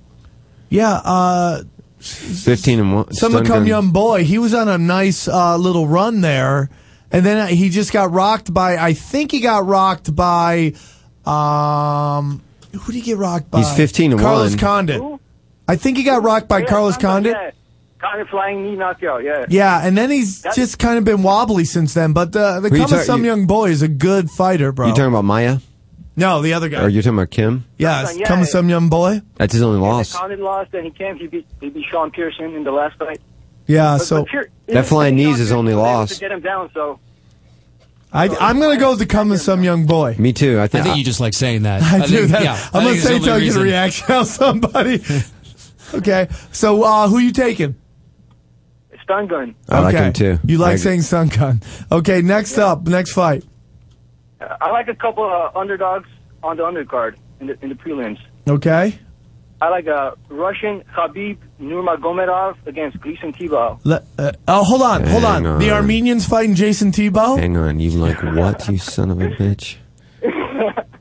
Yeah, uh,
15 and 1.
some
Stun
come
gun.
young boy. He was on a nice uh, little run there, and then he just got rocked by. I think he got rocked by. Um, who did he get rocked by?
He's 15 and
Carlos
one.
Condit. I think he got rocked by
Yeah,
Carlos
Stun Gun,
Condit.
Yeah. Condit flying knee knockout. Yeah.
Yeah, and then he's
That's-
just kind of been wobbly since then. But the the
Who you
Kama
talk-
Some
you-
Young Boy is a good fighter, bro.
You talking about Maya?
no, the other guy.
Or you talking about Kim?
yes,
Yeah.
Kama Some Young Boy.
That's his only
And
loss.
Condit lost, and he came. He beat he beat Sean Pearson in the last fight.
Yeah,
But-
so
but Pear-
That flying knee's his only
Pearson was able
loss.
To get him down, so
I, I'm gonna go with the Kama Some Young Boy.
Me too. I
I
think.
think you just like saying that.
I, do
think-
that.
yeah, I
I'm
think
gonna
it's the
say
only
till I get a
reason.
reaction out of somebody. okay, so uh, who you taking?
stun gun.
I like
okay.
him too.
You
I
like
agree.
saying Sun Gun. Okay, next up, next fight.
Uh, I like a couple uh, underdogs on the undercard in the in the prelims.
Okay,
I like uh, Russian Khabib Nurmagomedov against Gleason Tebow.
Le- uh, oh, hold on, hold on.
Hang
The
on.
Armenians fighting Jason Tebow.
Hang on. You like what, you son of a bitch?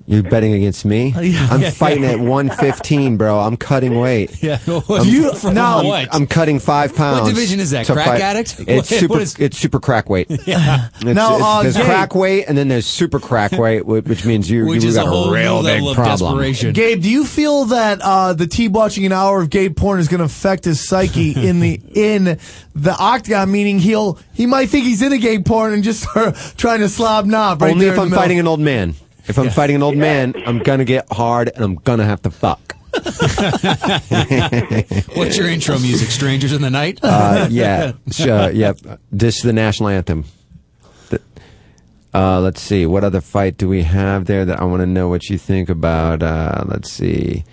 You're betting against me?
Yeah.
I'm
Yeah.
fighting at 115, bro. I'm cutting weight.
Yeah.
I'm,
You-
I'm-
now-
I'm, I'm cutting five pounds.
division is that?
to
Crack addict?
It's
What
super.
is-
It's super crack weight. It's,
Yeah.
Now,
it's-
uh,
there's
Gabe-
crack weight, and then there's super crack weight, whi- which means you
Which
you
is a
got
whole
a
new
real big
level of
problem.
desperation.
Gabe, do you feel that uh, the T watching an hour of Gabe porn is going to affect his psyche in the in the octagon? Meaning he'll he might think he's in a Gabe porn and just start trying to slob knob right
Only
there
if
in the
I'm
middle.
fighting an old man. If I'm fighting an old man, I'm gonna get hard and I'm gonna have to fuck.
What's your intro music? Strangers in the Night?
Uh, yeah, sure, yep. This is the national anthem. The- Uh, let's see. What other fight do we have there that I want to know what you think about? Uh, let's see.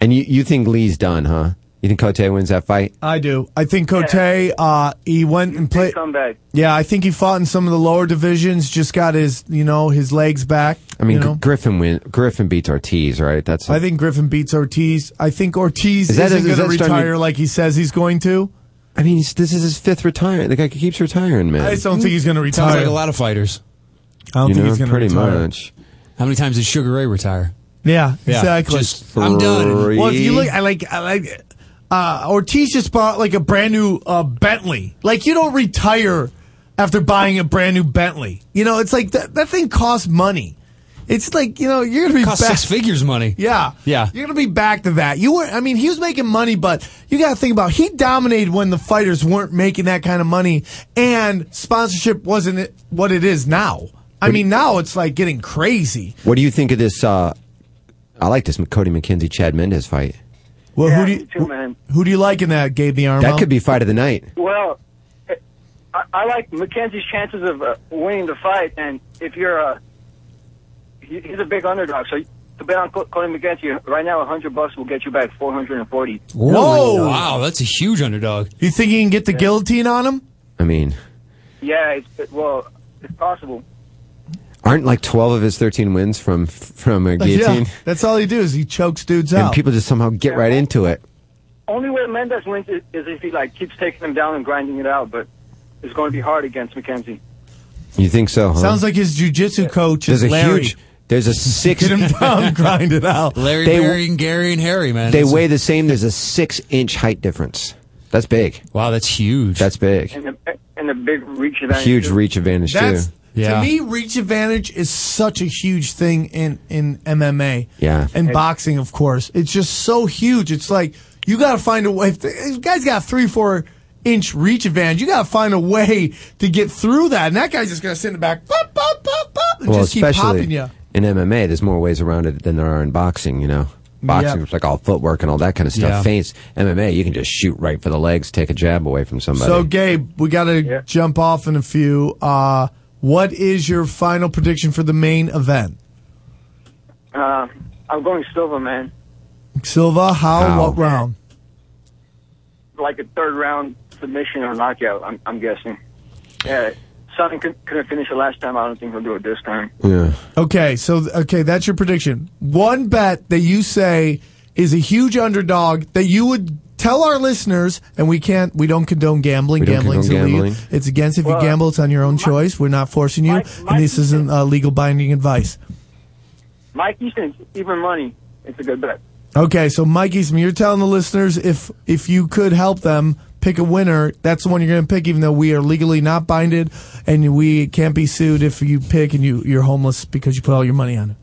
And you, you think Lee's done, huh? You think Cote wins that fight?
I do. I think Cote, uh, he went and played.
Comeback.
Yeah, I think he fought in some of the lower divisions. Just got his, you know, his legs back.
I mean,
you know?
Gr- Griffin win. Griffin beats Ortiz, right? That's
I think Griffin beats Ortiz. I think Ortiz
Is
is
that-
isn't going
is
to
that starting
retire
to-
like he says he's going to.
I mean, he's, this is his fifth retire. The guy keeps retiring, man.
I just don't think he's going to retire.
Sounds like a lot of fighters.
I don't
You
think
know,
he's going to
pretty
retire.
much.
How many times did Sugar Ray retire?
Yeah,
Yeah,
exactly.
just, I'm done.
Well, if you look, I like, I like. Uh, Ortiz just bought like a brand new uh, Bentley. Like you don't retire after buying a brand new Bentley. You know, it's like that, that thing costs money. It's like you know you're gonna be
Cost
back.
six figures money.
Yeah,
Yeah.
You're gonna be back to that. You were. I mean, he was making money, but you got to think about he dominated when the fighters weren't making that kind of money, and sponsorship wasn't it- what it is now. I mean, now it's like getting crazy.
What do you think of this? Uh, I like this Cody McKenzie Chad Mendez fight.
Well, who do you who, do you like in that? Gabe the arm.
That could be fight of the night.
Well, I, I like Mackenzie's chances of uh, winning the fight, and if you're a, he, he's a big underdog, so to bet on Co- Cody McKenzie right now, a hundred bucks will get you back four hundred and forty.
Whoa!
Wow, that's a huge underdog.
You think he can get the guillotine on him?
I mean,
Yeah, it's, it- well, it's possible.
aren't like twelve of his thirteen wins from from a
Yeah,
guillotine,
that's all he do is he chokes dudes
and
out.
people just somehow get right into it.
Only way Mendez wins is, is if he like keeps taking him down and grinding it out, but it's going to be hard against McKenzie.
You think so? Huh?
Sounds like his jujitsu coach
there's
is
a
Larry.
huge. There's a six.
Get him down, grind it out.
Larry,
They-
Barry, and Gary, and Harry, man.
They
That's-
weigh the same. There's a six inch height difference. That's big.
Wow, that's huge.
That's big.
And a, and a big reach advantage.
Huge reach advantage
That's
too.
to me, reach advantage is such a huge thing in in MMA.
Yeah.
and boxing, of course, it's just so huge. It's like you got to find a way. If the if guy's got three, four inch reach advantage, you got to find a way to get through that. And that guy's just gonna sit in the back, pop, pop, pop, pop, and
well,
just keep
especially
popping you.
in MMA, there's more ways around it than there are in boxing. You know, boxing
Yep.
it's like all footwork and all that kind of stuff.
Yeah.
Feints. MMA, you can just shoot right for the legs, take a jab away from somebody.
So, Gabe, we got to jump off in a few. Uh, what is your final prediction for the main event?
Uh, I'm going Silva, man.
Silva, how,
How?
what round?
like a third round submission or knockout. I'm, I'm guessing. Yeah, Sutton couldn't, couldn't finish it last time. I don't think he'll do it this time.
Yeah.
Okay, so okay, that's your prediction. One bet that you say is a huge underdog that you would tell our listeners, and we can't, we don't condone gambling.
We don't
Gambling's
condone
illegal.
gambling.
It's against if you gamble. It's on your own choice. We're not forcing you, and this isn't uh, legal binding advice.
Mike Easton, even money. It's a good bet.
Okay, so Mike Eastman, you're telling the listeners if if you could help them pick a winner, that's the one you're going to pick, even though we are legally not binded and we can't be sued if you pick and you you're homeless because you put all your money on it.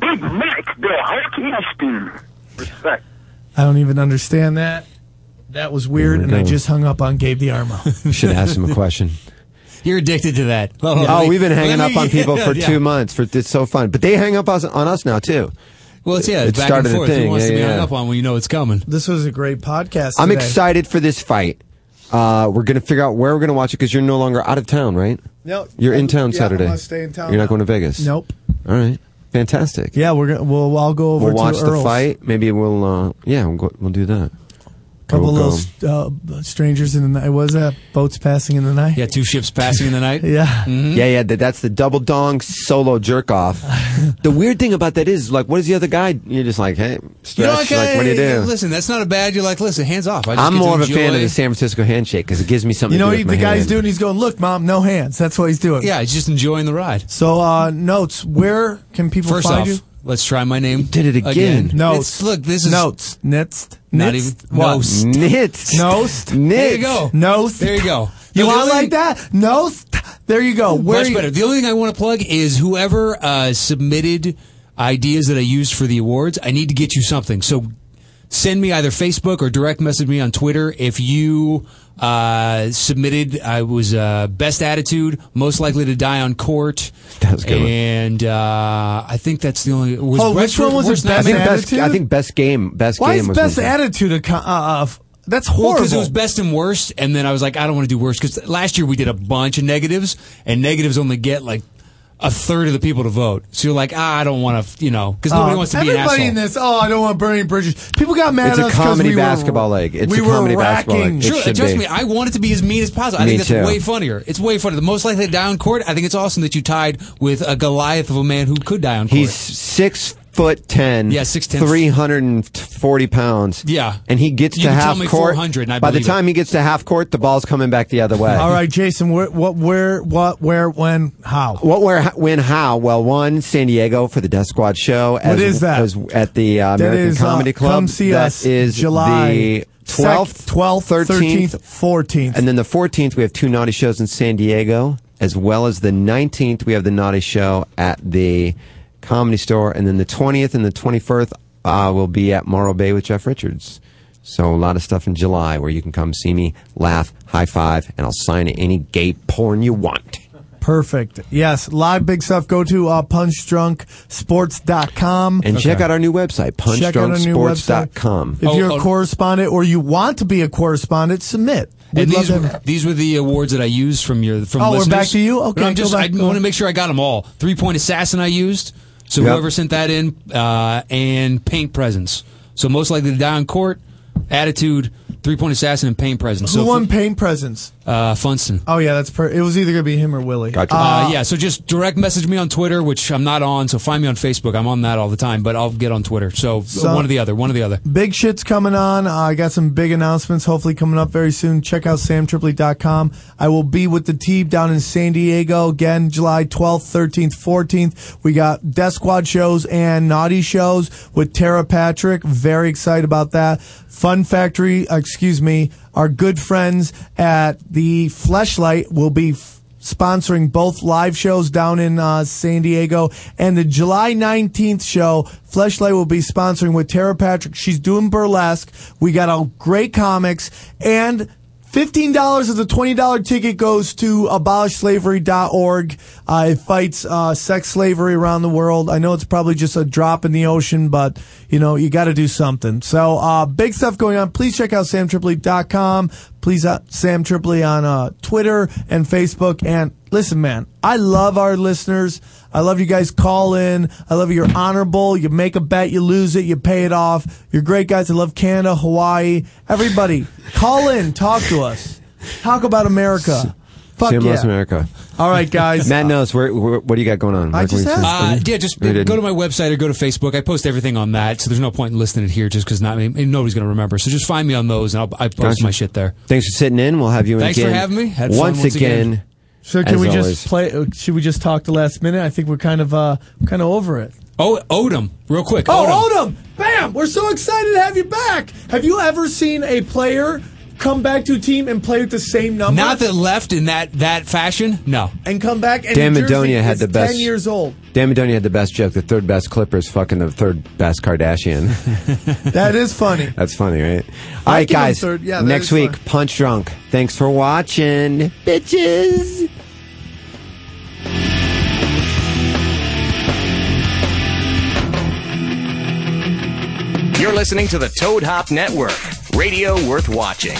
Big Mac, the Hulk Easton. Respect.
I don't even understand that. That was weird, and I just hung up on Gabe the Armo.
Should ask him a question.
You're addicted to that.
Oh, we've been hanging up on people for
Yeah.
two months. For it's so fun, but they hang up us, on us now too.
Well, it's, yeah,
it
it's back
started
and forth.
a thing.
Who wants
yeah,
to be
yeah.
hung up on when you know it's coming?
This was a great podcast.
I'm
today.
excited for this fight. Uh, we're gonna figure out where we're gonna watch it because you're no longer out of town, right?
No,
you're in
I'm-
town
yeah, I'm
Saturday.
gonna stay in town
You're not
now.
going to Vegas.
Nope.
All right, fantastic.
Yeah, we're gonna. We'll I'll go over
we'll
to
watch the
Earl's.
fight. Maybe we'll. Uh, yeah, we'll, go, we'll do that.
Couple
We'll go.
little uh, strangers in the night. Was that boats passing in the night?
Yeah, two ships passing in the night.
Yeah.
Mm-hmm.
Yeah, yeah, that, that's the double dong solo jerk off. the weird thing about that is, like, what is the other guy? You're just like, hey,
You know,
stretch. like, what do you do?
Listen, that's not a bad. You're like, listen, hands off. I just
I'm
get to
more of a fan
enjoy-
of the San Francisco handshake because it gives me something.
You know
to
what
do
he-
with
the
my
guy's
hand.
doing? He's going, look, mom, no hands. That's what he's doing.
Yeah, he's just enjoying the ride.
So, uh, notes. Where can people
First
find
off,
you?
let's try my name.
did it
Notes.
It's- look, this is
notes. Nitst.
Not
Nitst?
even-
What?
Nost.
Nitst.
Nost.
There you go.
Nost.
There you go.
You
No, the
want
only-
like that? Nost. There you go. Where
Much
you-
better. The only thing I want to plug is whoever uh, submitted ideas that I used for the awards. I need to get you something. So send me either Facebook or direct message me on Twitter if you uh, submitted. I was uh, best attitude, most likely to die on court.
That's good.
And uh, I think that's the only. Was
Oh, which
Brexford
one was it,
worst nightmare?
Best
I think best, I think best game. Best
Why
game
is
was
best
one-
attitude? A co- uh, uh, f- that's
Well,
horrible.
because it was best and worst, and then I was like, I don't want to do worst because last year we did a bunch of negatives, and negatives only get like a third of the people to vote. So you're like, ah, I don't want to, you know, because nobody
Oh,
wants to be an
everybody
asshole.
in this. Oh, I don't want burning bridges. People got mad
It's
at
a
us 'cause
comedy
we
basketball
were,
league. It's
we
a comedy
were
basketball league.
racking.
It
Sure,
should
trust
be.
me, I want it to be as mean as possible. I
Me
think
too.
that's way funnier. It's way funnier. The most likely to die on court. I think it's awesome that you tied with a Goliath of a man who could die on court.
He's six foot ten.
Yeah, 6'10".
Three hundred and forty pounds.
Yeah.
and he gets
You
to
can
half
tell me
court.
400 and I
by the
believe it.
time he gets to half court, the ball's coming back the other way.
All right, Jason. Where, what? Where? What? Where? When? How?
What, where, how- when, how? Well, one, San Diego for the Death Squad show. As,
is that?
as- at the uh,
That
American
is, uh,
Comedy Club.
Come see
That
us.
is
July
the 12th,
12th, 13th, 14th.
And then the 14th, we have two naughty shows in San Diego, as well as the 19th, we have the naughty show at the comedy store. And then the 20th and the 21st uh, will be at Morro Bay with Jeff Richards. So a lot of stuff in July where you can come see me, laugh, high five, and I'll sign any gay porn you want.
Perfect. Yes, a lot of big stuff. Go to uh, punchdrunksports.com.
And check out our new website,
Check out our new
punchdrunksports.com.
Oh,
If you're a correspondent or you want to be a correspondent, submit. We'd
And
love
these,
to have-
these were the awards that I used from your from
Oh, we're
listeners.
back to you?
No,
Okay,
I'm
go
just
back,
I
go
want to
on.
make sure I got them all. Three point assassin I used. So
Yep.
whoever sent that in, uh, and paint presents. So most likely to die on court. Attitude, three point assassin, and paint presents.
Who
so
won pain presents?
Uh, Funston.
Oh yeah, that's per- it was either gonna be him or Willie.
Gotcha.
Ah.
Uh, yeah, so just direct message me on Twitter, which I'm not on. So find me on Facebook. I'm on that all the time, but I'll get on Twitter. So,
So-
one or the other, one or the other.
Big shit's coming on. Uh, I got some big announcements hopefully coming up very soon. Check out samtripley.com. I will be with the team down in San Diego again, July 12th, 13th, 14th. We got Death Squad shows and Naughty shows with Tara Patrick. Very excited about that. Fun Factory, uh, excuse me, our good friends at the Fleshlight will be f- sponsoring both live shows down in uh, San Diego and the July 19th show. Fleshlight will be sponsoring with Tara Patrick. She's doing burlesque. We got all great comics and $15 of the $20 ticket goes to abolishslavery.org. Uh, it fights uh, sex slavery around the world. I know it's probably just a drop in the ocean, but you know, you got to do something. So, uh, big stuff going on. Please check out samtripley.com. Please, uh, Sam Tripoli on uh, Twitter and Facebook. And listen, man, I love our listeners. I love you guys call in. I love you're honorable. You make a bet, you lose it, you pay it off. You're great guys. I love Canada, Hawaii. Everybody, call in, talk to us. Talk about America. Fuck
Sam
yeah.
Oh, loves America.
All right, guys.
Matt knows. Where, where, what do you got going on?
I
Where can
just
we
asked.
see
Uh,
this?
yeah, just
We didn't.
go to my website or go to Facebook. I post everything on that, so there's no point in listing it here just because not and nobody's going to remember. So just find me on those, and I'll, I post
Gotcha.
my shit there.
Thanks for sitting in. We'll have you in
Thanks for
again.
having me. Had fun
once,
once
again.
again.
So can
as
we
always.
just play? uh, Should we just talk the last minute? I think we're kind of uh, kind of over it.
Oh, Odom, real quick.
Oh, Odom! Bam! We're so excited to have you back. Have you ever seen a player come back to a team and play with the same number?
Not that left in that that fashion. No.
and come back. And
Dan
the jersey
Madonia had
is
the best.
Ten years old.
Dan Madonia had the best joke. The third best Clippers fucking the third best Kardashian.
That is funny.
That's funny, right? All right,
give him
guys.
third. Yeah, that
next
is
week,
fun.
Punch Drunk. Thanks for watching. Bitches.
You're listening to the Toad Hop Network, radio worth watching.